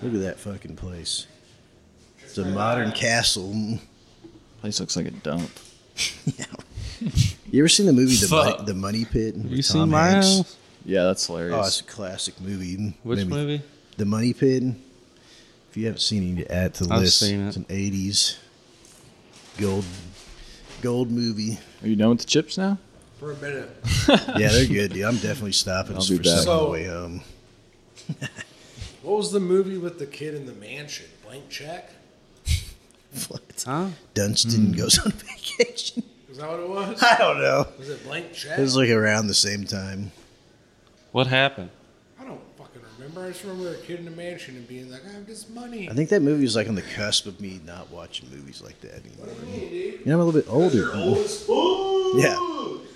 [SPEAKER 2] Look at that fucking place. It's a modern castle.
[SPEAKER 3] Place looks like a dump.
[SPEAKER 2] You ever seen the movie The, Mon-
[SPEAKER 5] Fuck.
[SPEAKER 2] the Money Pit? with
[SPEAKER 5] You
[SPEAKER 2] Tom
[SPEAKER 5] seen my
[SPEAKER 2] Hanks?
[SPEAKER 5] house?
[SPEAKER 3] Yeah, that's
[SPEAKER 2] Oh, it's
[SPEAKER 3] hilarious.
[SPEAKER 2] a classic movie.
[SPEAKER 5] Which
[SPEAKER 2] Maybe-
[SPEAKER 5] movie?
[SPEAKER 2] The Money Pit. If you haven't seen it, you need to add to the
[SPEAKER 5] I've
[SPEAKER 2] list.
[SPEAKER 5] seen it.
[SPEAKER 2] It's an '80s gold gold movie.
[SPEAKER 3] Are you done with the chips now?
[SPEAKER 4] For a minute.
[SPEAKER 2] Yeah, they're good, dude. I'm definitely stopping
[SPEAKER 3] I'll
[SPEAKER 2] for
[SPEAKER 3] be
[SPEAKER 2] some
[SPEAKER 3] back.
[SPEAKER 2] on
[SPEAKER 4] So-
[SPEAKER 2] the way home.
[SPEAKER 4] What was the movie with the kid in the mansion? Blank check.
[SPEAKER 2] What?
[SPEAKER 5] Huh?
[SPEAKER 2] Dunstan goes on vacation.
[SPEAKER 4] Is that what it was?
[SPEAKER 2] I don't know.
[SPEAKER 4] Was it blank check?
[SPEAKER 2] It was like around the same time.
[SPEAKER 5] What happened?
[SPEAKER 4] I don't fucking remember. I just remember a kid in the mansion and being like, "I have this money."
[SPEAKER 2] I think that movie was like on the cusp of me not watching movies like that anymore.
[SPEAKER 4] What do you mean, dude?
[SPEAKER 2] You know, I'm a little bit older.
[SPEAKER 4] You're old
[SPEAKER 2] Though.
[SPEAKER 4] as fuck.
[SPEAKER 2] Yeah.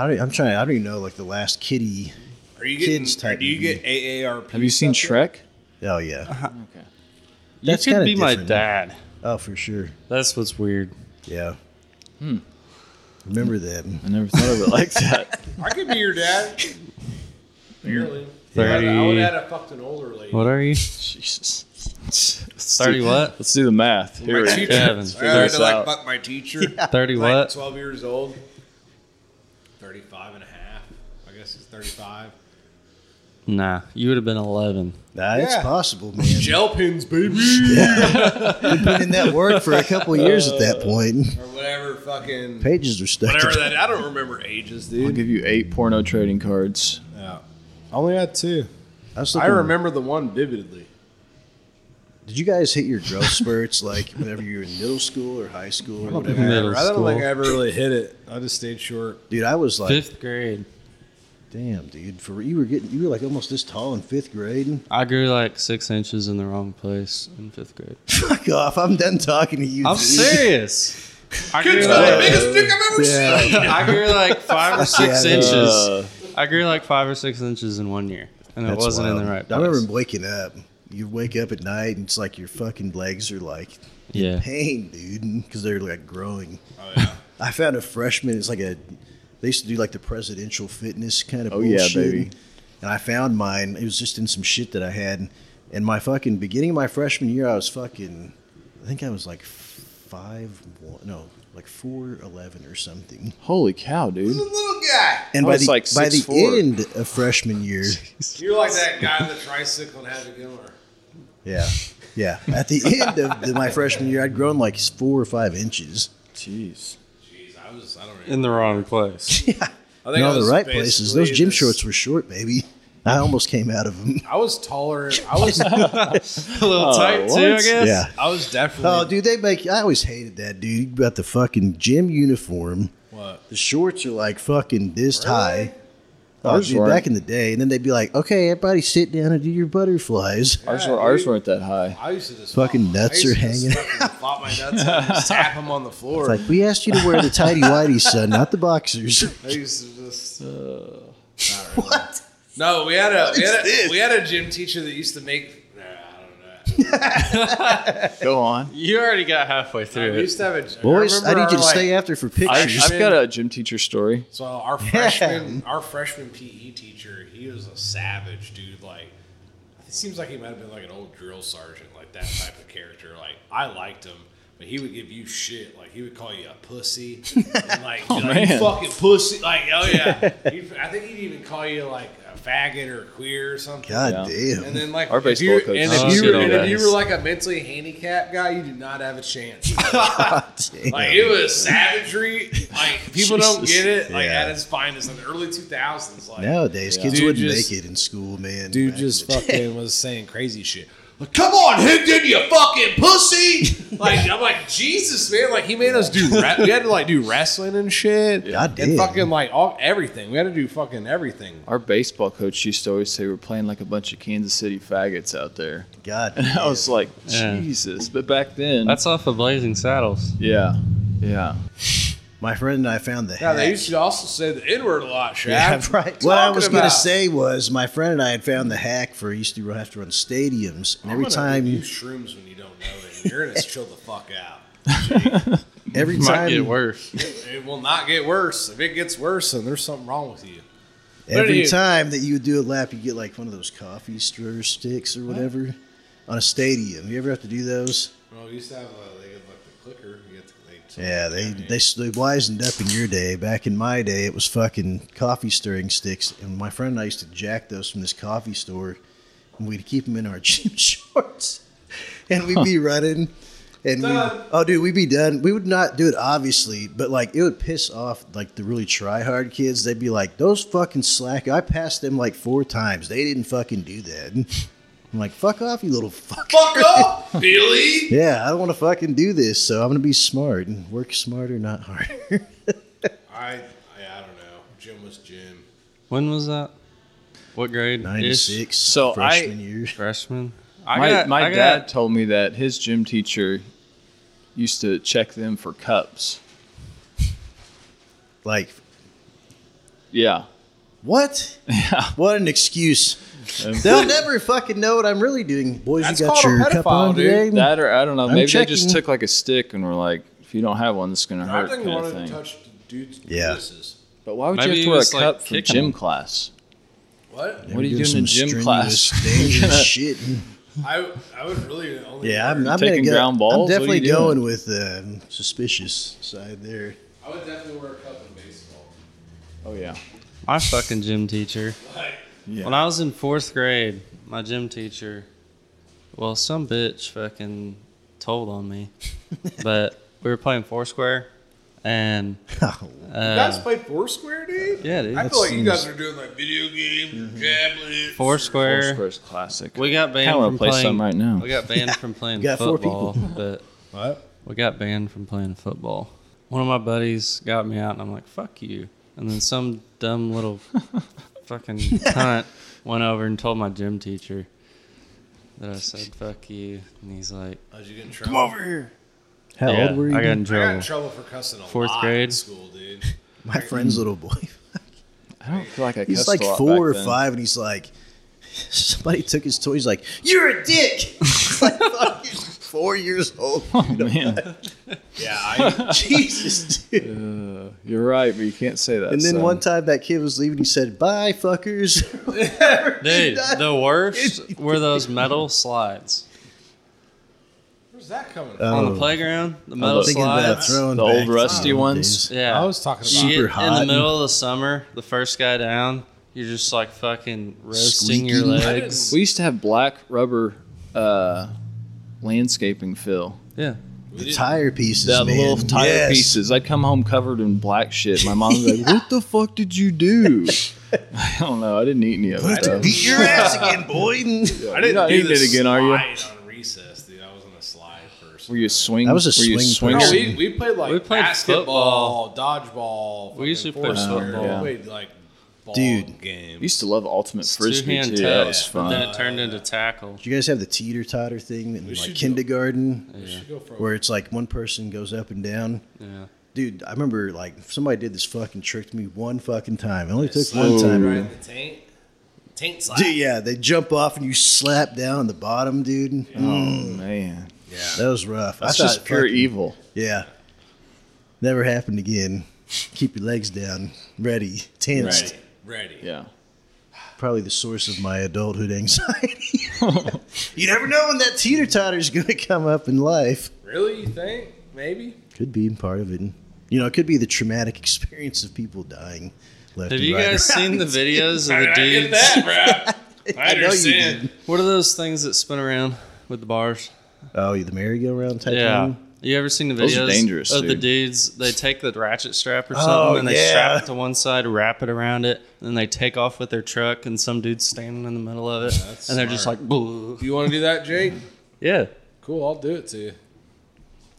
[SPEAKER 2] I don't, I'm trying. I don't even know like the last kitty.
[SPEAKER 4] Are you getting?
[SPEAKER 2] Kids type
[SPEAKER 4] do you
[SPEAKER 2] movie.
[SPEAKER 4] get AARP?
[SPEAKER 3] Have you seen
[SPEAKER 4] stuff yet?
[SPEAKER 3] Shrek?
[SPEAKER 2] Oh yeah.
[SPEAKER 3] Okay.
[SPEAKER 2] That's
[SPEAKER 5] Uh-huh. you could
[SPEAKER 2] kinda
[SPEAKER 5] be my
[SPEAKER 2] different.
[SPEAKER 5] dad.
[SPEAKER 2] Oh for sure.
[SPEAKER 5] That's what's weird.
[SPEAKER 2] Yeah. Hmm. Remember that?
[SPEAKER 3] I never thought of it like that.
[SPEAKER 4] I could be your dad. Barely.
[SPEAKER 5] Thirty.
[SPEAKER 4] I would add a fucking older lady.
[SPEAKER 5] What are you?
[SPEAKER 3] Jesus. Let's do-
[SPEAKER 5] Thirty what?
[SPEAKER 3] Let's do the math. Here
[SPEAKER 4] My
[SPEAKER 3] we
[SPEAKER 4] teacher.
[SPEAKER 3] go.
[SPEAKER 5] Kevin,
[SPEAKER 4] I had
[SPEAKER 3] figure
[SPEAKER 4] to
[SPEAKER 3] it
[SPEAKER 4] like
[SPEAKER 3] out.
[SPEAKER 4] fuck my teacher.
[SPEAKER 5] Thirty
[SPEAKER 4] Like,
[SPEAKER 5] what?
[SPEAKER 4] 12 years old. 35 and a half. I guess it's 35.
[SPEAKER 5] Nah, you would have been eleven.
[SPEAKER 2] Nah, it's
[SPEAKER 4] Yeah.
[SPEAKER 2] possible, man.
[SPEAKER 4] Gel pins, baby!
[SPEAKER 2] Been in that work for a couple of years at
[SPEAKER 5] Uh,
[SPEAKER 2] that point.
[SPEAKER 4] or whatever fucking...
[SPEAKER 2] Pages were stuck.
[SPEAKER 4] Whatever
[SPEAKER 2] to-
[SPEAKER 4] that... I don't remember ages,
[SPEAKER 3] I'll
[SPEAKER 4] dude.
[SPEAKER 3] give you eight porno trading cards.
[SPEAKER 4] Yeah. I only had two.
[SPEAKER 2] I, was
[SPEAKER 4] I
[SPEAKER 2] looking-
[SPEAKER 4] remember the one vividly.
[SPEAKER 2] Did you guys hit your growth spurts like whenever you were in middle school or high school or whatever?
[SPEAKER 5] Middle
[SPEAKER 4] I don't
[SPEAKER 5] school.
[SPEAKER 4] think I ever really hit it. I just stayed short.
[SPEAKER 2] Dude, I was like,
[SPEAKER 5] Fifth grade,
[SPEAKER 2] damn, dude, for you were getting, you were like almost this tall in fifth grade.
[SPEAKER 5] I grew like six inches in the wrong place in fifth grade.
[SPEAKER 2] Fuck off! I'm done talking to you.
[SPEAKER 5] I'm
[SPEAKER 2] dude.
[SPEAKER 5] serious. I grew,
[SPEAKER 4] the
[SPEAKER 5] like,
[SPEAKER 4] biggest dick I've ever seen!
[SPEAKER 5] I grew like five or six
[SPEAKER 2] Yeah,
[SPEAKER 5] inches.
[SPEAKER 3] Uh,
[SPEAKER 5] I grew like five or six inches in one year, and it
[SPEAKER 2] That's
[SPEAKER 5] wasn't in
[SPEAKER 2] wild.
[SPEAKER 5] the right
[SPEAKER 2] I
[SPEAKER 5] place.
[SPEAKER 2] remember waking up. You wake up at night and it's like your fucking legs are like
[SPEAKER 5] yeah,
[SPEAKER 2] pain, dude, because they're like growing.
[SPEAKER 4] Oh, yeah.
[SPEAKER 2] I found a freshman. It's like a they used to do like the presidential fitness kind of
[SPEAKER 3] Oh, yeah,
[SPEAKER 2] bullshit.
[SPEAKER 3] baby.
[SPEAKER 2] And I found mine. It was just in some shit that I had. And my fucking beginning of my freshman year, I was fucking. I think I was like five one, no, like four eleven or something.
[SPEAKER 3] holy cow, dude.
[SPEAKER 4] Little guy!
[SPEAKER 2] And
[SPEAKER 3] I
[SPEAKER 2] by
[SPEAKER 3] was
[SPEAKER 2] the
[SPEAKER 3] like
[SPEAKER 2] by the
[SPEAKER 3] 6'4".
[SPEAKER 2] end of freshman year,
[SPEAKER 4] You're like that guy on the tricycle and had a killer.
[SPEAKER 2] yeah, yeah. At the end of the, my freshman year, I'd grown like four or five inches.
[SPEAKER 3] Jeez.
[SPEAKER 4] Jeez, I was... I don't know.
[SPEAKER 5] in the wrong place.
[SPEAKER 4] I think
[SPEAKER 2] In
[SPEAKER 4] I
[SPEAKER 2] all the
[SPEAKER 4] was
[SPEAKER 2] right places. Those
[SPEAKER 4] basically
[SPEAKER 2] gym
[SPEAKER 4] this-
[SPEAKER 2] shorts were short, baby. I almost came out of them.
[SPEAKER 4] I was taller. I was...
[SPEAKER 5] a little tight
[SPEAKER 3] what?
[SPEAKER 5] too, I guess.
[SPEAKER 2] Yeah.
[SPEAKER 4] I was definitely...
[SPEAKER 2] Oh, dude, they make. I always hated that, dude. About the fucking gym uniform.
[SPEAKER 4] What?
[SPEAKER 2] The shorts are like fucking this high. Ours
[SPEAKER 3] Ours
[SPEAKER 2] dude,
[SPEAKER 3] weren't.
[SPEAKER 2] back in the day, and then they'd be like, "Okay, everybody, sit down and do your butterflies."
[SPEAKER 3] ours,
[SPEAKER 4] Yeah,
[SPEAKER 3] were, ours
[SPEAKER 4] dude.
[SPEAKER 3] weren't that high.
[SPEAKER 4] I used to just
[SPEAKER 2] Fucking
[SPEAKER 4] flop-
[SPEAKER 2] nuts
[SPEAKER 4] I used
[SPEAKER 2] are
[SPEAKER 4] to just
[SPEAKER 2] hanging
[SPEAKER 4] fucking Flop my nuts out and just tap them on the floor.
[SPEAKER 2] It's like we asked you to wear the tidy whities, son, not the boxers.
[SPEAKER 4] I used to just. what? Uh, No, we had a we had a, we had a gym teacher that used to make. Nah, I don't know.
[SPEAKER 3] Go on.
[SPEAKER 5] You already got halfway
[SPEAKER 4] We
[SPEAKER 5] through
[SPEAKER 4] used to have a.
[SPEAKER 2] Boys, I need
[SPEAKER 4] remember
[SPEAKER 2] you
[SPEAKER 4] our,
[SPEAKER 2] to
[SPEAKER 4] like-
[SPEAKER 2] stay after for
[SPEAKER 3] I,
[SPEAKER 2] pictures.
[SPEAKER 3] I've got a gym teacher story.
[SPEAKER 4] So our freshman, our freshman PE teacher, he was a savage dude. Like, it seems like he might have been like an old drill sergeant, like that type of character. Like, I liked him, but he would give you shit. Like, he would call you a pussy, and like, oh, like you
[SPEAKER 3] man.
[SPEAKER 4] fucking pussy. Like, oh yeah, He'd- I think he'd even call you like a faggot or queer or something.
[SPEAKER 2] God
[SPEAKER 4] And
[SPEAKER 2] damn.
[SPEAKER 4] then like
[SPEAKER 3] Our
[SPEAKER 4] if you,
[SPEAKER 3] baseball coach
[SPEAKER 4] and
[SPEAKER 5] used
[SPEAKER 4] if,
[SPEAKER 5] to
[SPEAKER 4] you
[SPEAKER 5] do
[SPEAKER 4] were, and
[SPEAKER 5] that.
[SPEAKER 4] if you were like a mentally handicapped guy, you did not have a chance.
[SPEAKER 2] Damn.
[SPEAKER 4] Like it was savagery. Like people don't
[SPEAKER 3] Jesus.
[SPEAKER 4] get it. Like
[SPEAKER 2] Yeah.
[SPEAKER 4] at its finest in the early two thousands. Like
[SPEAKER 2] Nowadays, kids
[SPEAKER 4] Dude
[SPEAKER 2] wouldn't
[SPEAKER 4] just-
[SPEAKER 2] make it in school, man.
[SPEAKER 4] dude
[SPEAKER 2] back in
[SPEAKER 4] just
[SPEAKER 2] the day.
[SPEAKER 4] fucking was saying crazy shit. Like, come on, Higdon, you fucking pussy! Like, I'm like, Jesus, man! Like, he made us do. Re- we had to like do wrestling and shit,
[SPEAKER 2] God damn.
[SPEAKER 4] and fucking like all everything. We had to do fucking everything.
[SPEAKER 3] Our baseball coach used to always say we're playing like a bunch of Kansas City faggots out there.
[SPEAKER 2] God.
[SPEAKER 3] And I
[SPEAKER 2] damn.
[SPEAKER 3] was like,
[SPEAKER 5] Yeah.
[SPEAKER 3] Jesus. But back then,
[SPEAKER 5] That's off of Blazing Saddles.
[SPEAKER 3] yeah, yeah.
[SPEAKER 2] My friend and I found the
[SPEAKER 4] Now
[SPEAKER 2] hack.
[SPEAKER 4] they used to also say the N word a lot, Shaq.
[SPEAKER 2] Yeah, right. What I
[SPEAKER 4] Talking
[SPEAKER 2] was going to
[SPEAKER 4] about-
[SPEAKER 2] say was my friend and I had found the hack for used to have to run stadiums, and
[SPEAKER 4] I'm
[SPEAKER 2] every
[SPEAKER 4] gonna
[SPEAKER 2] time,
[SPEAKER 4] give you shrooms when you don't know it, you're gonna chill the fuck out.
[SPEAKER 2] every
[SPEAKER 5] Might
[SPEAKER 2] time,
[SPEAKER 5] get worse.
[SPEAKER 4] It will not get worse. If it gets worse, then there's something wrong with you.
[SPEAKER 2] every
[SPEAKER 4] you-
[SPEAKER 2] time that you would do a lap, you get like one of those coffee stir sticks or whatever on a stadium. You ever have to do those?
[SPEAKER 4] Well, we used to have uh, they had like the clicker. You had to, they
[SPEAKER 2] Yeah, they they they wisened up in your day. Back in my day, it was fucking coffee stirring sticks, and my friend and I used to jack those from this coffee store, and we'd keep them in our gym shorts, and we'd be running, and we
[SPEAKER 4] Done.
[SPEAKER 2] oh dude, we'd be done. We would not do it obviously, but like it would piss off like the really try hard kids. They'd be like, those fucking slack. I passed them like four times. They didn't fucking do that. I'm like, fuck off, you little fuck.
[SPEAKER 4] Fuck off, Billy.
[SPEAKER 2] Yeah, I don't want to fucking do this, so I'm gonna be smart and work smarter, not harder.
[SPEAKER 4] I, I I don't know. Jim was Jim.
[SPEAKER 5] When was that? What grade?
[SPEAKER 2] Ninety six.
[SPEAKER 3] So I-
[SPEAKER 2] freshman year.
[SPEAKER 5] Ish? Freshman. I
[SPEAKER 3] My,
[SPEAKER 5] got-
[SPEAKER 3] my
[SPEAKER 5] I
[SPEAKER 3] dad
[SPEAKER 5] got-
[SPEAKER 3] told me that his gym teacher used to check them for cups.
[SPEAKER 2] Like
[SPEAKER 3] Yeah.
[SPEAKER 2] what?
[SPEAKER 3] Yeah.
[SPEAKER 2] What an excuse! They'll never fucking know what I'm really doing. Boys,
[SPEAKER 4] That's
[SPEAKER 2] you got
[SPEAKER 4] called a
[SPEAKER 2] your cup
[SPEAKER 4] pedophile,
[SPEAKER 2] on
[SPEAKER 4] dude.
[SPEAKER 2] today.
[SPEAKER 3] That or I don't know.
[SPEAKER 2] Hmm. I'm
[SPEAKER 3] Maybe they just
[SPEAKER 2] checking.
[SPEAKER 3] took like a stick and were like, if you don't have one, this is gonna
[SPEAKER 4] I
[SPEAKER 3] hurt.
[SPEAKER 4] think
[SPEAKER 3] Kind
[SPEAKER 4] he
[SPEAKER 3] of
[SPEAKER 4] wanted
[SPEAKER 3] thing.
[SPEAKER 4] to touch dudes'
[SPEAKER 2] Yeah.
[SPEAKER 4] penises.
[SPEAKER 3] But why would
[SPEAKER 5] Maybe
[SPEAKER 3] you have
[SPEAKER 5] he
[SPEAKER 3] to wear a
[SPEAKER 5] was, like,
[SPEAKER 3] cup for
[SPEAKER 5] kicking
[SPEAKER 3] gym
[SPEAKER 5] them.
[SPEAKER 3] class?
[SPEAKER 4] What?
[SPEAKER 3] What are you doing in gym class?
[SPEAKER 2] Dangerous shit.
[SPEAKER 4] I I would really only.
[SPEAKER 2] Yeah, I'm, I'm
[SPEAKER 3] Taking
[SPEAKER 2] gonna go,
[SPEAKER 3] ground balls?
[SPEAKER 2] I'm
[SPEAKER 3] What are
[SPEAKER 2] definitely
[SPEAKER 3] you doing?
[SPEAKER 2] going with um, suspicious side there.
[SPEAKER 4] I would definitely wear a cup in baseball.
[SPEAKER 3] Oh yeah.
[SPEAKER 5] my fucking gym teacher.
[SPEAKER 4] Like,
[SPEAKER 3] Yeah.
[SPEAKER 5] When I was in fourth grade, my gym teacher, well, some bitch fucking told on me. but we were playing Foursquare, and
[SPEAKER 4] you guys
[SPEAKER 5] uh,
[SPEAKER 4] play Foursquare, dude.
[SPEAKER 5] yeah, dude,
[SPEAKER 4] I feel like you guys are doing like video games,
[SPEAKER 2] Mm-hmm.
[SPEAKER 4] or tablets.
[SPEAKER 5] Foursquare.
[SPEAKER 3] Foursquare's classic.
[SPEAKER 5] We got
[SPEAKER 3] I
[SPEAKER 5] banned
[SPEAKER 3] want
[SPEAKER 5] from
[SPEAKER 3] to play
[SPEAKER 5] playing.
[SPEAKER 3] some right now.
[SPEAKER 5] We got banned from playing
[SPEAKER 2] got four
[SPEAKER 5] football, but
[SPEAKER 4] What?
[SPEAKER 5] we got banned from playing football. One of my buddies got me out, and I'm like, "Fuck you!" And then some dumb little fucking cunt went over and told my gym teacher that I said "fuck you," and he's like,
[SPEAKER 4] How'd you get in trouble? Come over here.
[SPEAKER 2] How
[SPEAKER 5] yeah,
[SPEAKER 2] old were you?
[SPEAKER 5] I got in
[SPEAKER 4] I got in
[SPEAKER 5] trouble.
[SPEAKER 4] trouble for cussing a
[SPEAKER 5] Fourth
[SPEAKER 4] lot
[SPEAKER 5] grade.
[SPEAKER 4] in school, dude.
[SPEAKER 2] My friend's little boy.
[SPEAKER 3] I don't feel like I
[SPEAKER 2] He's
[SPEAKER 3] cussed
[SPEAKER 2] like
[SPEAKER 3] a lot
[SPEAKER 2] four
[SPEAKER 3] back
[SPEAKER 2] or
[SPEAKER 3] then.
[SPEAKER 2] five, and he's like, somebody took his toy. He's like, "You're a dick." like, fuck, he's four years old.
[SPEAKER 3] Oh man,
[SPEAKER 4] Yeah, I,
[SPEAKER 2] Jesus, dude.
[SPEAKER 3] you're right, but you can't say that.
[SPEAKER 2] and then
[SPEAKER 3] son.
[SPEAKER 2] one time that kid was leaving, he said, "Bye, fuckers."
[SPEAKER 5] Dude, the worst were those metal slides
[SPEAKER 4] where's that coming from?
[SPEAKER 5] on
[SPEAKER 2] Oh.
[SPEAKER 5] the playground. The
[SPEAKER 2] I
[SPEAKER 5] metal
[SPEAKER 2] was thinking about
[SPEAKER 5] slides.
[SPEAKER 2] throwing
[SPEAKER 3] The old
[SPEAKER 2] back to
[SPEAKER 3] rusty
[SPEAKER 2] old
[SPEAKER 3] ones?
[SPEAKER 2] days.
[SPEAKER 5] Yeah,
[SPEAKER 4] I was talking
[SPEAKER 5] You
[SPEAKER 4] about.
[SPEAKER 5] get
[SPEAKER 2] super
[SPEAKER 5] in
[SPEAKER 2] hot
[SPEAKER 5] the
[SPEAKER 2] and-
[SPEAKER 5] middle of the summer, the first guy down, you're just like fucking roasting your
[SPEAKER 2] Squeaky.
[SPEAKER 4] I
[SPEAKER 5] legs.
[SPEAKER 4] didn't-
[SPEAKER 3] we used to have black rubber uh, landscaping fill.
[SPEAKER 5] Yeah.
[SPEAKER 2] The tire pieces,
[SPEAKER 3] The
[SPEAKER 2] man.
[SPEAKER 3] little tire
[SPEAKER 2] Yes.
[SPEAKER 3] pieces. I'd come home covered in black shit. My mom was like, "What the fuck did you do?" I don't know. I didn't eat any of it. though.
[SPEAKER 2] Beat your ass again, boy.
[SPEAKER 4] I didn't
[SPEAKER 3] You're not
[SPEAKER 4] do
[SPEAKER 3] eating
[SPEAKER 4] the
[SPEAKER 3] it again, are you?
[SPEAKER 4] slide On recess, dude. I was on a slide first.
[SPEAKER 3] Were you a swing?
[SPEAKER 2] That was a
[SPEAKER 3] were you
[SPEAKER 2] swing
[SPEAKER 3] swinger?
[SPEAKER 4] No,
[SPEAKER 2] person.
[SPEAKER 4] we, we played like
[SPEAKER 5] We played
[SPEAKER 4] basketball, dodgeball.
[SPEAKER 5] We usually
[SPEAKER 4] fucking
[SPEAKER 5] played
[SPEAKER 4] foursquare.
[SPEAKER 5] football.
[SPEAKER 3] Yeah.
[SPEAKER 4] We played like ball
[SPEAKER 2] Dude.
[SPEAKER 4] game.
[SPEAKER 3] used to love Ultimate Frisbee
[SPEAKER 5] two-hand
[SPEAKER 3] too.
[SPEAKER 5] touch,
[SPEAKER 3] That was
[SPEAKER 5] but then
[SPEAKER 3] fun.
[SPEAKER 5] it turned into tackle.
[SPEAKER 2] Do you guys have the teeter totter thing in like
[SPEAKER 4] should go-
[SPEAKER 2] kindergarten,
[SPEAKER 4] Should go for a-
[SPEAKER 2] where it's like one person goes up and down?
[SPEAKER 5] Yeah.
[SPEAKER 2] Dude, I remember like somebody did this fucking tricked me one fucking time. It only took one
[SPEAKER 4] Slap
[SPEAKER 2] time.
[SPEAKER 4] right in the taint. Taint slap.
[SPEAKER 2] Dude, yeah, they jump off and you slap down the bottom, dude. Mm,
[SPEAKER 3] Man,
[SPEAKER 2] that was rough.
[SPEAKER 3] that's
[SPEAKER 2] I thought
[SPEAKER 3] just pure
[SPEAKER 2] fucking-
[SPEAKER 3] evil.
[SPEAKER 2] Yeah. Never happened again. Keep your legs down, ready, tensed.
[SPEAKER 4] Ready. Ready.
[SPEAKER 3] Yeah.
[SPEAKER 2] Probably the source of my adulthood anxiety. you never know when that teeter totter is going to come up in life.
[SPEAKER 4] Really? You think? Maybe.
[SPEAKER 2] Could be part of it. You know, it could be the traumatic experience of people dying. Left
[SPEAKER 5] Have
[SPEAKER 2] and
[SPEAKER 5] you
[SPEAKER 2] right
[SPEAKER 5] guys
[SPEAKER 2] around.
[SPEAKER 5] seen the videos
[SPEAKER 4] I,
[SPEAKER 5] of the
[SPEAKER 4] I get
[SPEAKER 5] dudes?
[SPEAKER 4] that, bro. I,
[SPEAKER 2] I know you
[SPEAKER 4] understand.
[SPEAKER 2] did.
[SPEAKER 5] What are those things that spin around with the bars? um,
[SPEAKER 2] Oh, the merry-go-round type thing?
[SPEAKER 5] You ever seen the
[SPEAKER 3] Those are
[SPEAKER 5] videos
[SPEAKER 3] dangerous,
[SPEAKER 5] of the
[SPEAKER 3] dude.
[SPEAKER 5] dudes? They take the ratchet strap or something
[SPEAKER 2] Oh,
[SPEAKER 5] and they
[SPEAKER 2] yeah.
[SPEAKER 5] strap it to one side, wrap it around it, and then they take off with their truck, and some dude's standing in the middle of it, and they're just like, "Boo."
[SPEAKER 4] You want to do that, Jake?
[SPEAKER 5] yeah,
[SPEAKER 4] Cool. I'll do it to you.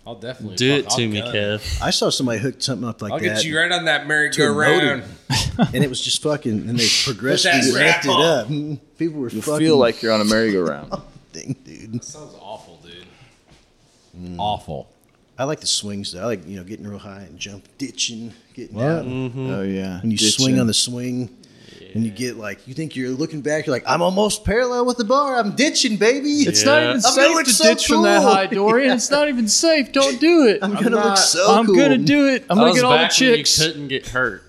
[SPEAKER 4] I'll definitely
[SPEAKER 5] do it
[SPEAKER 4] fuck,
[SPEAKER 5] to
[SPEAKER 4] I'll
[SPEAKER 5] me,
[SPEAKER 4] gun it.
[SPEAKER 5] Kev.
[SPEAKER 2] I saw somebody hooked something up like
[SPEAKER 4] I'll
[SPEAKER 2] that,
[SPEAKER 4] get you right on that
[SPEAKER 2] a
[SPEAKER 4] merry-go-round.
[SPEAKER 2] motor. and it was just fucking. And they
[SPEAKER 4] that
[SPEAKER 2] progressively
[SPEAKER 4] strap
[SPEAKER 2] wrapped it up. Mm, People were
[SPEAKER 3] You
[SPEAKER 2] fucking.
[SPEAKER 3] feel like you're on a merry-go-round.
[SPEAKER 2] thing, dude.
[SPEAKER 4] Sounds awful, dude.
[SPEAKER 2] Mm.
[SPEAKER 4] Awful.
[SPEAKER 2] I like the swings. Though. I like you know getting real high and jump ditching, getting
[SPEAKER 4] What?
[SPEAKER 2] out.
[SPEAKER 3] Oh yeah.
[SPEAKER 2] And Mm-hmm. you swing on the swing, and you get like you think you're looking back. You're like I'm almost parallel with the bar. I'm ditching, baby.
[SPEAKER 3] It's not
[SPEAKER 5] Yeah.
[SPEAKER 3] even
[SPEAKER 2] I'm gonna
[SPEAKER 3] safe
[SPEAKER 2] look
[SPEAKER 3] to
[SPEAKER 2] so
[SPEAKER 3] ditch from that
[SPEAKER 2] cool.
[SPEAKER 3] high, Dorian. It's not even safe. Don't do it.
[SPEAKER 2] I'm gonna look
[SPEAKER 4] not-
[SPEAKER 2] so
[SPEAKER 3] I'm
[SPEAKER 2] cool.
[SPEAKER 3] gonna do it. I'm
[SPEAKER 5] That
[SPEAKER 3] gonna
[SPEAKER 5] was
[SPEAKER 3] get all the
[SPEAKER 5] back when you
[SPEAKER 3] chicks.
[SPEAKER 5] couldn't get hurt.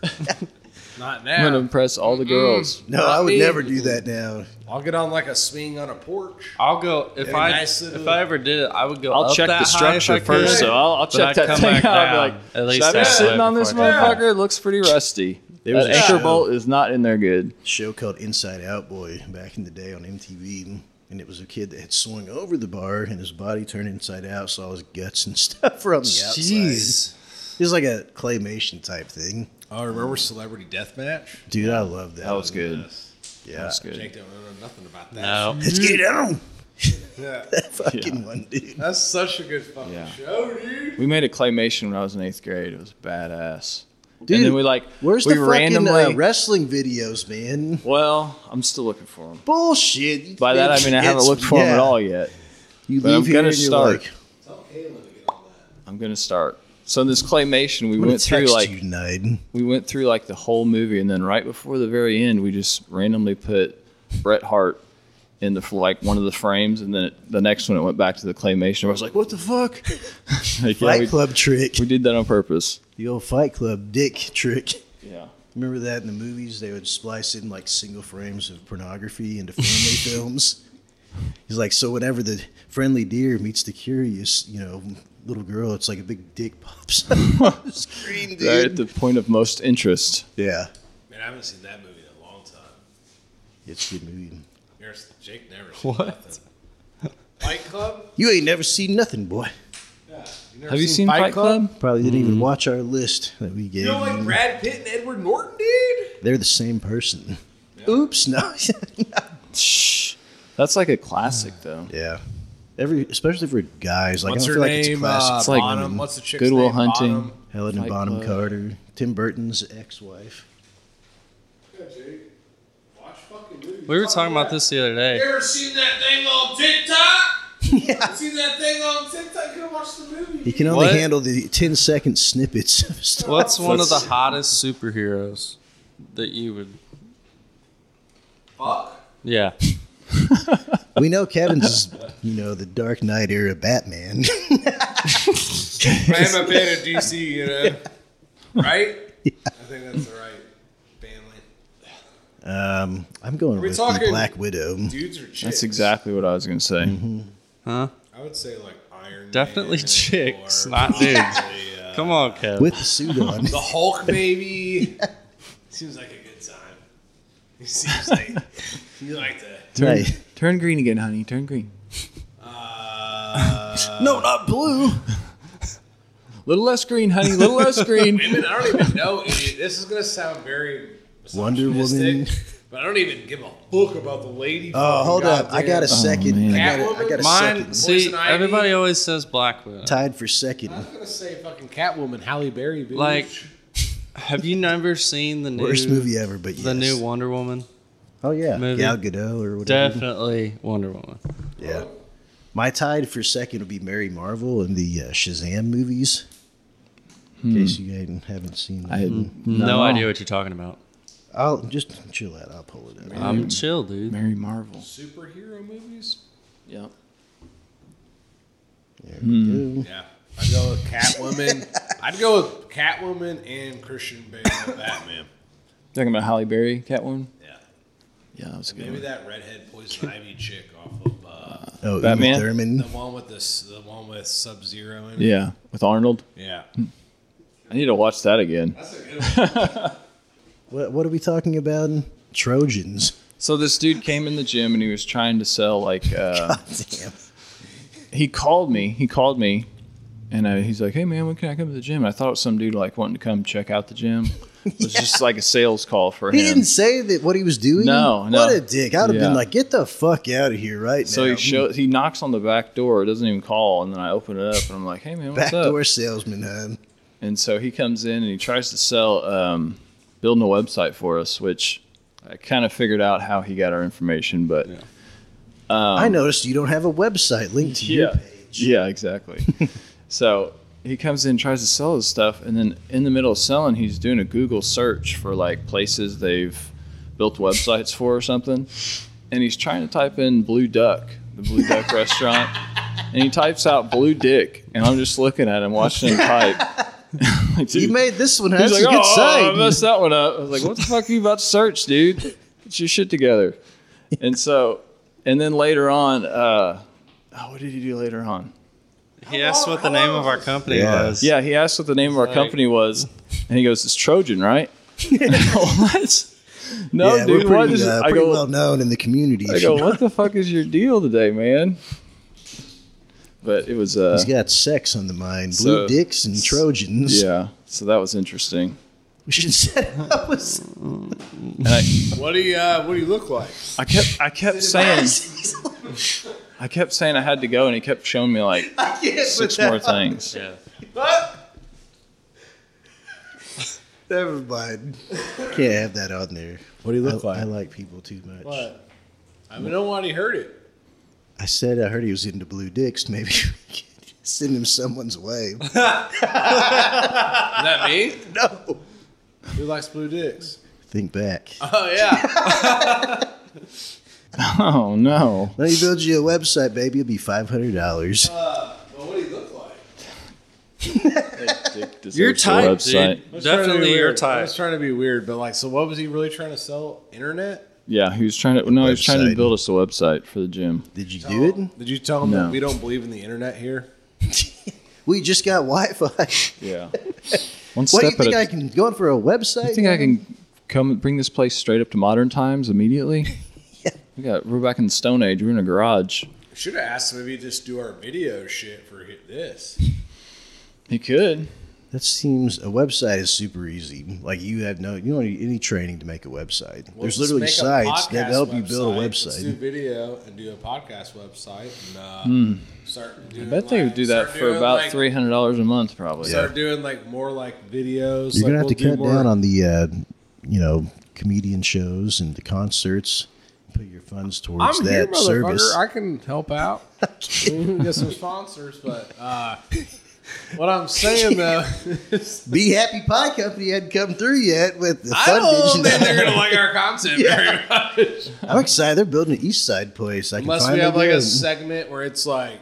[SPEAKER 4] Not
[SPEAKER 3] I'm
[SPEAKER 4] now.
[SPEAKER 3] gonna impress all the girls.
[SPEAKER 2] No, I would
[SPEAKER 4] Me.
[SPEAKER 2] never do that now.
[SPEAKER 4] I'll get on like a swing on a porch.
[SPEAKER 5] I'll go if I
[SPEAKER 4] nice little-
[SPEAKER 5] if I ever did it, I would go.
[SPEAKER 3] I'll
[SPEAKER 5] up
[SPEAKER 3] check
[SPEAKER 5] that
[SPEAKER 3] the
[SPEAKER 5] high if
[SPEAKER 3] structure
[SPEAKER 5] I could,
[SPEAKER 3] first, so I'll, I'll
[SPEAKER 5] but
[SPEAKER 3] check
[SPEAKER 5] I'd
[SPEAKER 3] that
[SPEAKER 5] come
[SPEAKER 3] thing
[SPEAKER 5] back
[SPEAKER 3] out. I'll
[SPEAKER 5] Down.
[SPEAKER 3] be like,
[SPEAKER 5] At
[SPEAKER 3] should
[SPEAKER 5] least
[SPEAKER 3] I be
[SPEAKER 5] that
[SPEAKER 3] sitting
[SPEAKER 5] way
[SPEAKER 3] on this
[SPEAKER 5] before I did it.
[SPEAKER 3] motherfucker? It looks pretty rusty.
[SPEAKER 2] There
[SPEAKER 3] That
[SPEAKER 2] was a
[SPEAKER 3] anchor
[SPEAKER 2] show-
[SPEAKER 3] bolt is not in there good.
[SPEAKER 2] show called Inside Out Boy back in the day on MTV. And it was a kid that had swung over the bar and his body turned inside out, so all his guts and stuff were on the outside.
[SPEAKER 5] Jeez.
[SPEAKER 2] It was like a claymation type thing.
[SPEAKER 4] Oh, remember Celebrity Deathmatch?
[SPEAKER 2] Dude, I love that.
[SPEAKER 3] That was good.
[SPEAKER 2] Yeah.
[SPEAKER 3] That was good.
[SPEAKER 4] Jake don't know nothing about that.
[SPEAKER 5] No.
[SPEAKER 2] Let's get it on.
[SPEAKER 4] Yeah.
[SPEAKER 2] That fucking one, dude.
[SPEAKER 4] That's such a good fucking
[SPEAKER 3] Yeah.
[SPEAKER 4] show, dude.
[SPEAKER 3] We made a claymation when I was in eighth grade. It was badass.
[SPEAKER 2] Dude,
[SPEAKER 3] and then we like
[SPEAKER 2] Where's
[SPEAKER 3] we
[SPEAKER 2] the fucking
[SPEAKER 3] randomly.
[SPEAKER 2] uh, wrestling videos, man?
[SPEAKER 3] well, I'm still looking for them.
[SPEAKER 2] Bullshit. You
[SPEAKER 3] By that I
[SPEAKER 2] think
[SPEAKER 3] mean I haven't
[SPEAKER 2] it's-
[SPEAKER 3] looked for them
[SPEAKER 2] yeah.
[SPEAKER 3] at all yet.
[SPEAKER 2] You
[SPEAKER 3] but
[SPEAKER 2] leave
[SPEAKER 3] I'm
[SPEAKER 2] here
[SPEAKER 3] gonna
[SPEAKER 2] and you're
[SPEAKER 3] start.
[SPEAKER 2] like,
[SPEAKER 3] I'm gonna start. So in this claymation, we
[SPEAKER 2] I'm gonna
[SPEAKER 3] went through
[SPEAKER 2] text
[SPEAKER 3] like
[SPEAKER 2] you tonight.
[SPEAKER 3] we went through like the whole movie, and then right before the very end, we just randomly put Bret Hart in the like one of the frames, and then it, the next one it went back to the claymation. I was like, "What the fuck?" like, yeah,
[SPEAKER 2] Fight
[SPEAKER 3] we,
[SPEAKER 2] Club trick.
[SPEAKER 3] we did that on purpose.
[SPEAKER 2] The old Fight Club dick trick.
[SPEAKER 3] Yeah,
[SPEAKER 2] Remember that in the movies, they would splice in like single frames of pornography into family films. He's like, so whenever the friendly deer meets the curious, you know, little girl, it's like a big dick pops on the screen, dude.
[SPEAKER 3] right at the point of most interest.
[SPEAKER 2] Yeah,
[SPEAKER 4] Man, I haven't seen that movie in a long time.
[SPEAKER 2] it's a good movie.
[SPEAKER 4] There's- Jake never seen what? nothing. Fight Club?
[SPEAKER 2] You ain't never seen nothing, boy.
[SPEAKER 4] Yeah. never
[SPEAKER 3] Have you seen Fight Club?
[SPEAKER 2] Probably didn't even watch our list that we gave.
[SPEAKER 4] Mm-hmm. You don't like
[SPEAKER 2] you.
[SPEAKER 4] Brad Pitt and Edward Norton, dude?
[SPEAKER 2] They're the same person. Oops, no.
[SPEAKER 3] Shh. That's like a classic though.
[SPEAKER 2] yeah, every especially for guys, like
[SPEAKER 4] What's
[SPEAKER 2] I
[SPEAKER 4] her
[SPEAKER 2] don't feel like it's a
[SPEAKER 4] name?
[SPEAKER 2] classic.
[SPEAKER 4] uh,
[SPEAKER 3] It's like
[SPEAKER 4] Bonham. What's the chick's
[SPEAKER 3] Good Will
[SPEAKER 4] name?
[SPEAKER 3] Hunting.
[SPEAKER 4] Bonham.
[SPEAKER 2] Helen
[SPEAKER 3] Fight
[SPEAKER 2] Bonham
[SPEAKER 3] Club.
[SPEAKER 2] Carter, Tim Burton's ex-wife.
[SPEAKER 4] Yeah, Jake. Watch fucking movies.
[SPEAKER 5] We were talking about this the other
[SPEAKER 4] You
[SPEAKER 5] day.
[SPEAKER 4] ever seen that thing on TikTok? yeah. Seen that thing on TikTok? You gotta watch the movie.
[SPEAKER 2] He can only
[SPEAKER 5] What?
[SPEAKER 2] handle the 10 second snippets of stuff.
[SPEAKER 5] What's one of the hottest superheroes that you would?
[SPEAKER 4] Fuck.
[SPEAKER 5] Yeah.
[SPEAKER 2] We know Kevin's, you know, the Dark Knight era Batman.
[SPEAKER 4] I'm a fan of DC, you know. Right? I think that's the right family.
[SPEAKER 2] Um, I'm going
[SPEAKER 4] we
[SPEAKER 2] with the
[SPEAKER 4] talking-
[SPEAKER 2] Black Widow.
[SPEAKER 4] Dudes are chicks.
[SPEAKER 3] That's exactly what I was gonna say.
[SPEAKER 2] Mm-hmm.
[SPEAKER 5] Huh?
[SPEAKER 4] I would say like Iron.
[SPEAKER 5] Definitely
[SPEAKER 4] Man
[SPEAKER 5] chicks,
[SPEAKER 4] or
[SPEAKER 5] not dudes.
[SPEAKER 4] probably, uh,
[SPEAKER 5] Come on, Kev.
[SPEAKER 2] With the suit on.
[SPEAKER 4] the Hulk, maybe. Seems like a good time. He seems like you like to.
[SPEAKER 2] right.
[SPEAKER 3] Turn green again, honey. Turn green.
[SPEAKER 4] Uh,
[SPEAKER 2] No, not blue.
[SPEAKER 3] Little less green, honey. Little less green.
[SPEAKER 4] women, I don't even know. any- This is gonna sound very
[SPEAKER 2] Wonder
[SPEAKER 4] misogynistic,
[SPEAKER 2] Woman.
[SPEAKER 4] but I don't even give a fuck about the lady.
[SPEAKER 2] Oh, hold up. I got a
[SPEAKER 4] to.
[SPEAKER 2] second. I
[SPEAKER 4] man.
[SPEAKER 2] got a, I got a
[SPEAKER 5] Mine.
[SPEAKER 2] second.
[SPEAKER 5] See,
[SPEAKER 4] Poison Ivy.
[SPEAKER 5] everybody always says Black Widow.
[SPEAKER 2] Tied for second.
[SPEAKER 4] I was gonna say fucking Catwoman, Halle Berry. Bitch.
[SPEAKER 5] Like, Have you never seen the new
[SPEAKER 2] Worst movie ever, but yes.
[SPEAKER 5] The new Wonder Woman.
[SPEAKER 2] Oh yeah,
[SPEAKER 5] movie?
[SPEAKER 2] Gal Gadot or whatever.
[SPEAKER 5] Definitely Wonder Woman.
[SPEAKER 2] Yeah. My tied for second would be Mary Marvel in the uh, Shazam movies. In
[SPEAKER 5] Hmm.
[SPEAKER 2] case you hadn't, haven't seen that.
[SPEAKER 3] I had
[SPEAKER 5] No, idea what you're talking about.
[SPEAKER 2] I'll just chill out. I'll pull it up.
[SPEAKER 5] I'm chill, dude.
[SPEAKER 3] Mary Marvel.
[SPEAKER 4] Superhero movies?
[SPEAKER 3] Yeah.
[SPEAKER 2] There
[SPEAKER 5] Hmm.
[SPEAKER 2] we go.
[SPEAKER 4] Yeah. I'd go with Catwoman. I'd go with Catwoman and Christian Bale and Batman.
[SPEAKER 3] Talking about Halle Berry, Catwoman.
[SPEAKER 4] Yeah.
[SPEAKER 3] Yeah, that was a good.
[SPEAKER 4] Maybe
[SPEAKER 3] one.
[SPEAKER 4] that redhead poison ivy chick off of uh,
[SPEAKER 2] Oh, Batman.
[SPEAKER 3] Batman?
[SPEAKER 2] Uma Thurman.
[SPEAKER 4] the one with this the one with Sub Zero in it.
[SPEAKER 3] Yeah, with Arnold.
[SPEAKER 4] Yeah.
[SPEAKER 3] I need to watch that again.
[SPEAKER 4] That's a good one.
[SPEAKER 2] What, what are we talking about? Trojans.
[SPEAKER 3] So this dude came in the gym and he was trying to sell like. Uh,
[SPEAKER 2] Damn.
[SPEAKER 3] he called me. He called me, and uh, he's like, "Hey man, when can I come to the gym?" And I thought it was some dude like wanting to come check out the gym. It was just like a sales call for
[SPEAKER 2] He
[SPEAKER 3] him.
[SPEAKER 2] didn't say that what he was doing.
[SPEAKER 3] No, no.
[SPEAKER 2] What a dick. I'd have
[SPEAKER 3] Yeah.
[SPEAKER 2] been like, get the fuck out of here right
[SPEAKER 3] so
[SPEAKER 2] now.
[SPEAKER 3] he show, he knocks on the back door. It doesn't even call, and then I open it up and I'm like, "Hey man, what's up?"
[SPEAKER 2] Backdoor salesman, huh?
[SPEAKER 3] And so he comes in and he tries to sell um, building a website for us, which I kind of figured out how he got our information, but yeah,
[SPEAKER 2] I noticed you don't have a website linked to your
[SPEAKER 3] Um, yeah,
[SPEAKER 2] page.
[SPEAKER 3] exactly. so he comes in, tries to sell his stuff, and then in the middle of selling, he's doing a Google search for like places they've built websites for or something, and he's trying to type in Blue Duck, the Blue Duck restaurant, and he types out Blue Dick, and I'm just looking at him, watching him type. Like,
[SPEAKER 2] You
[SPEAKER 3] dude,
[SPEAKER 2] made this one. That's
[SPEAKER 3] He's
[SPEAKER 2] a
[SPEAKER 3] like,
[SPEAKER 2] good
[SPEAKER 3] oh,
[SPEAKER 2] site.
[SPEAKER 3] I messed that one up. I was like, what the fuck are you about to search, dude? Get your shit together. And so, and then later on, uh, oh, what did he do later on?
[SPEAKER 5] He asked what the name of our company
[SPEAKER 2] Yeah.
[SPEAKER 5] was.
[SPEAKER 3] Yeah, he asked what the name of our company was, and he goes, it's Trojan, right? what? No,
[SPEAKER 2] yeah,
[SPEAKER 3] dude,
[SPEAKER 2] we're
[SPEAKER 3] what
[SPEAKER 2] pretty,
[SPEAKER 3] is
[SPEAKER 2] uh,
[SPEAKER 3] I
[SPEAKER 2] pretty
[SPEAKER 3] go,
[SPEAKER 2] well known in the community.
[SPEAKER 3] I go, what the fuck is your deal today, man? But it was, uh,
[SPEAKER 2] He's got sex on the mind. Blue
[SPEAKER 3] So-
[SPEAKER 2] dicks and Trojans.
[SPEAKER 3] yeah, so that was interesting.
[SPEAKER 2] We should set it up with
[SPEAKER 3] And I,
[SPEAKER 4] What do you uh, what do you look like?
[SPEAKER 3] I kept, I kept saying, I kept saying I had to go, and he kept showing me like six more things.
[SPEAKER 2] Never mind. Can't have that on there. What do you
[SPEAKER 4] look
[SPEAKER 2] I,
[SPEAKER 4] like?
[SPEAKER 2] I like people too much.
[SPEAKER 4] What? I mean, nobody heard it.
[SPEAKER 2] I said I heard he was into blue dicks. Maybe we could send him someone's way.
[SPEAKER 4] Is that me?
[SPEAKER 2] no.
[SPEAKER 4] Who likes blue dicks?
[SPEAKER 2] Think back.
[SPEAKER 4] Oh yeah.
[SPEAKER 3] Oh no!
[SPEAKER 2] Let me build you a website, baby. It'll be five hundred dollars.
[SPEAKER 4] well, what do you look like?
[SPEAKER 3] Your
[SPEAKER 5] type, dude.
[SPEAKER 4] I was trying to be
[SPEAKER 5] Definitely your
[SPEAKER 4] weird. I
[SPEAKER 5] type.
[SPEAKER 4] was trying to be weird, but like, so what was he really trying to sell? Internet?
[SPEAKER 3] Yeah, he was trying to. No, he was trying
[SPEAKER 2] Website.
[SPEAKER 3] to build us a website for the gym.
[SPEAKER 2] Did you do it?
[SPEAKER 4] Did you tell him
[SPEAKER 3] No.
[SPEAKER 4] that we don't believe in the internet here? Oh.
[SPEAKER 2] We just got Wi-Fi.
[SPEAKER 3] Yeah. One
[SPEAKER 2] What do
[SPEAKER 3] step
[SPEAKER 2] you think I
[SPEAKER 3] at a.
[SPEAKER 2] can go in for a website?
[SPEAKER 3] You think I can come bring this place straight up to modern times immediately? We got. We're back in the Stone Age. We're in a garage.
[SPEAKER 4] Should have asked him if he just do our video shit for hit this.
[SPEAKER 3] He could.
[SPEAKER 2] That seems a website is super easy. Like you have no, you don't need any training to make a website.
[SPEAKER 4] Well,
[SPEAKER 2] There's
[SPEAKER 4] let's
[SPEAKER 2] literally
[SPEAKER 4] make a
[SPEAKER 2] sites that
[SPEAKER 4] podcast
[SPEAKER 2] help you build a
[SPEAKER 4] Let's do
[SPEAKER 2] website.
[SPEAKER 4] video and do a podcast website. And, uh,
[SPEAKER 2] Hmm.
[SPEAKER 4] start doing
[SPEAKER 3] I bet they would
[SPEAKER 4] like-
[SPEAKER 3] do that
[SPEAKER 4] start
[SPEAKER 3] for
[SPEAKER 4] doing,
[SPEAKER 3] about
[SPEAKER 4] like-
[SPEAKER 3] three hundred dollars a month, probably.
[SPEAKER 4] Start doing like more like videos.
[SPEAKER 2] You're gonna have
[SPEAKER 4] like,
[SPEAKER 2] to
[SPEAKER 4] we'll
[SPEAKER 2] cut
[SPEAKER 4] do more-
[SPEAKER 2] down on the, uh, you know, comedian shows and the concerts. Put your funds towards
[SPEAKER 4] I'm here,
[SPEAKER 2] that
[SPEAKER 4] motherfucker.
[SPEAKER 2] service.
[SPEAKER 4] I can help out. get some sponsors, but uh, what I'm saying though, is
[SPEAKER 2] Be Happy Pie Company hadn't come through yet with the
[SPEAKER 4] I don't
[SPEAKER 2] fund
[SPEAKER 4] think
[SPEAKER 2] vision.
[SPEAKER 4] they're gonna like our content very much.
[SPEAKER 2] I'm excited. They're building an East Side place. I
[SPEAKER 4] Unless
[SPEAKER 2] can
[SPEAKER 4] we
[SPEAKER 2] finally
[SPEAKER 4] have like
[SPEAKER 2] go.
[SPEAKER 4] a segment where it's like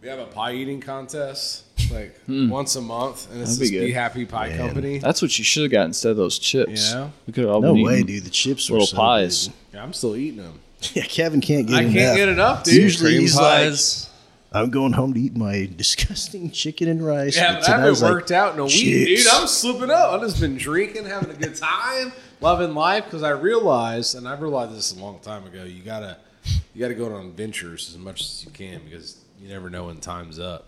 [SPEAKER 4] we have a pie eating contest like
[SPEAKER 2] Hmm.
[SPEAKER 4] once a month, and it's
[SPEAKER 3] That'd be
[SPEAKER 4] this be,
[SPEAKER 3] good.
[SPEAKER 4] Happy Pie
[SPEAKER 2] Man.
[SPEAKER 4] Company.
[SPEAKER 3] That's what you should have got instead of those chips.
[SPEAKER 4] Yeah.
[SPEAKER 3] We could have all
[SPEAKER 2] no
[SPEAKER 3] been
[SPEAKER 2] way,
[SPEAKER 3] eating
[SPEAKER 2] dude. The chips were
[SPEAKER 3] Little
[SPEAKER 2] so
[SPEAKER 3] pies.
[SPEAKER 4] Yeah, I'm still eating them.
[SPEAKER 2] good. Yeah, Kevin can't get
[SPEAKER 4] I
[SPEAKER 2] enough.
[SPEAKER 4] can't get enough, dude.
[SPEAKER 2] Usually
[SPEAKER 5] Cream
[SPEAKER 2] he's like,
[SPEAKER 5] pies.
[SPEAKER 2] I'm going home to eat my disgusting chicken and rice.
[SPEAKER 4] Yeah,
[SPEAKER 2] but
[SPEAKER 4] but I
[SPEAKER 2] tonight was
[SPEAKER 4] haven't
[SPEAKER 2] like,
[SPEAKER 4] worked out in a week,
[SPEAKER 2] "Chicks."
[SPEAKER 4] dude. I'm slipping up. I've just been drinking, having a good time, loving life because I realized, and I've realized this a long time ago, you gotta you gotta go on adventures as much as you can because you never know when time's up.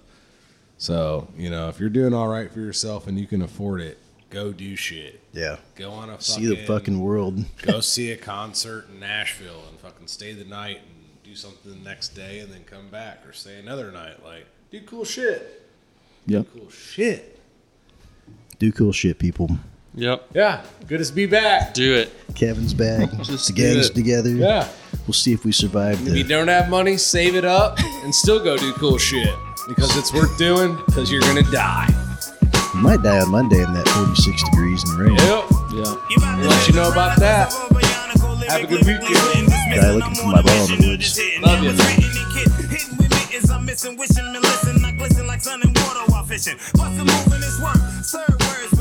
[SPEAKER 4] So you know, if you're doing all right for yourself and you can afford it, go do shit.
[SPEAKER 2] Yeah.
[SPEAKER 4] Go on a fucking,
[SPEAKER 2] See the fucking world.
[SPEAKER 4] go see a concert in Nashville and fucking stay the night and do something the next day and then come back or stay another night. Like do cool shit.
[SPEAKER 3] Yep.
[SPEAKER 4] Do cool shit.
[SPEAKER 2] Do cool shit, people.
[SPEAKER 5] Yep.
[SPEAKER 4] Yeah, good as be back.
[SPEAKER 5] Do it.
[SPEAKER 2] Kevin's back. the
[SPEAKER 4] do
[SPEAKER 2] gang's
[SPEAKER 4] it.
[SPEAKER 2] together.
[SPEAKER 4] Yeah.
[SPEAKER 2] We'll see if we survive
[SPEAKER 4] If you
[SPEAKER 2] the
[SPEAKER 4] don't have money, save it up and still go do cool shit because it's worth doing because you're going to die.
[SPEAKER 2] We might die on Monday in that 46 degrees and rain.
[SPEAKER 4] Yep.
[SPEAKER 3] Yeah.
[SPEAKER 8] We'll let you know about that. Have a good weekend.
[SPEAKER 2] Guy looking for my ball in the woods.
[SPEAKER 8] Love you. I'm missing, wishing, and listen. I glisten like sun and water while fishing. Bustin' moving is work. Serve words,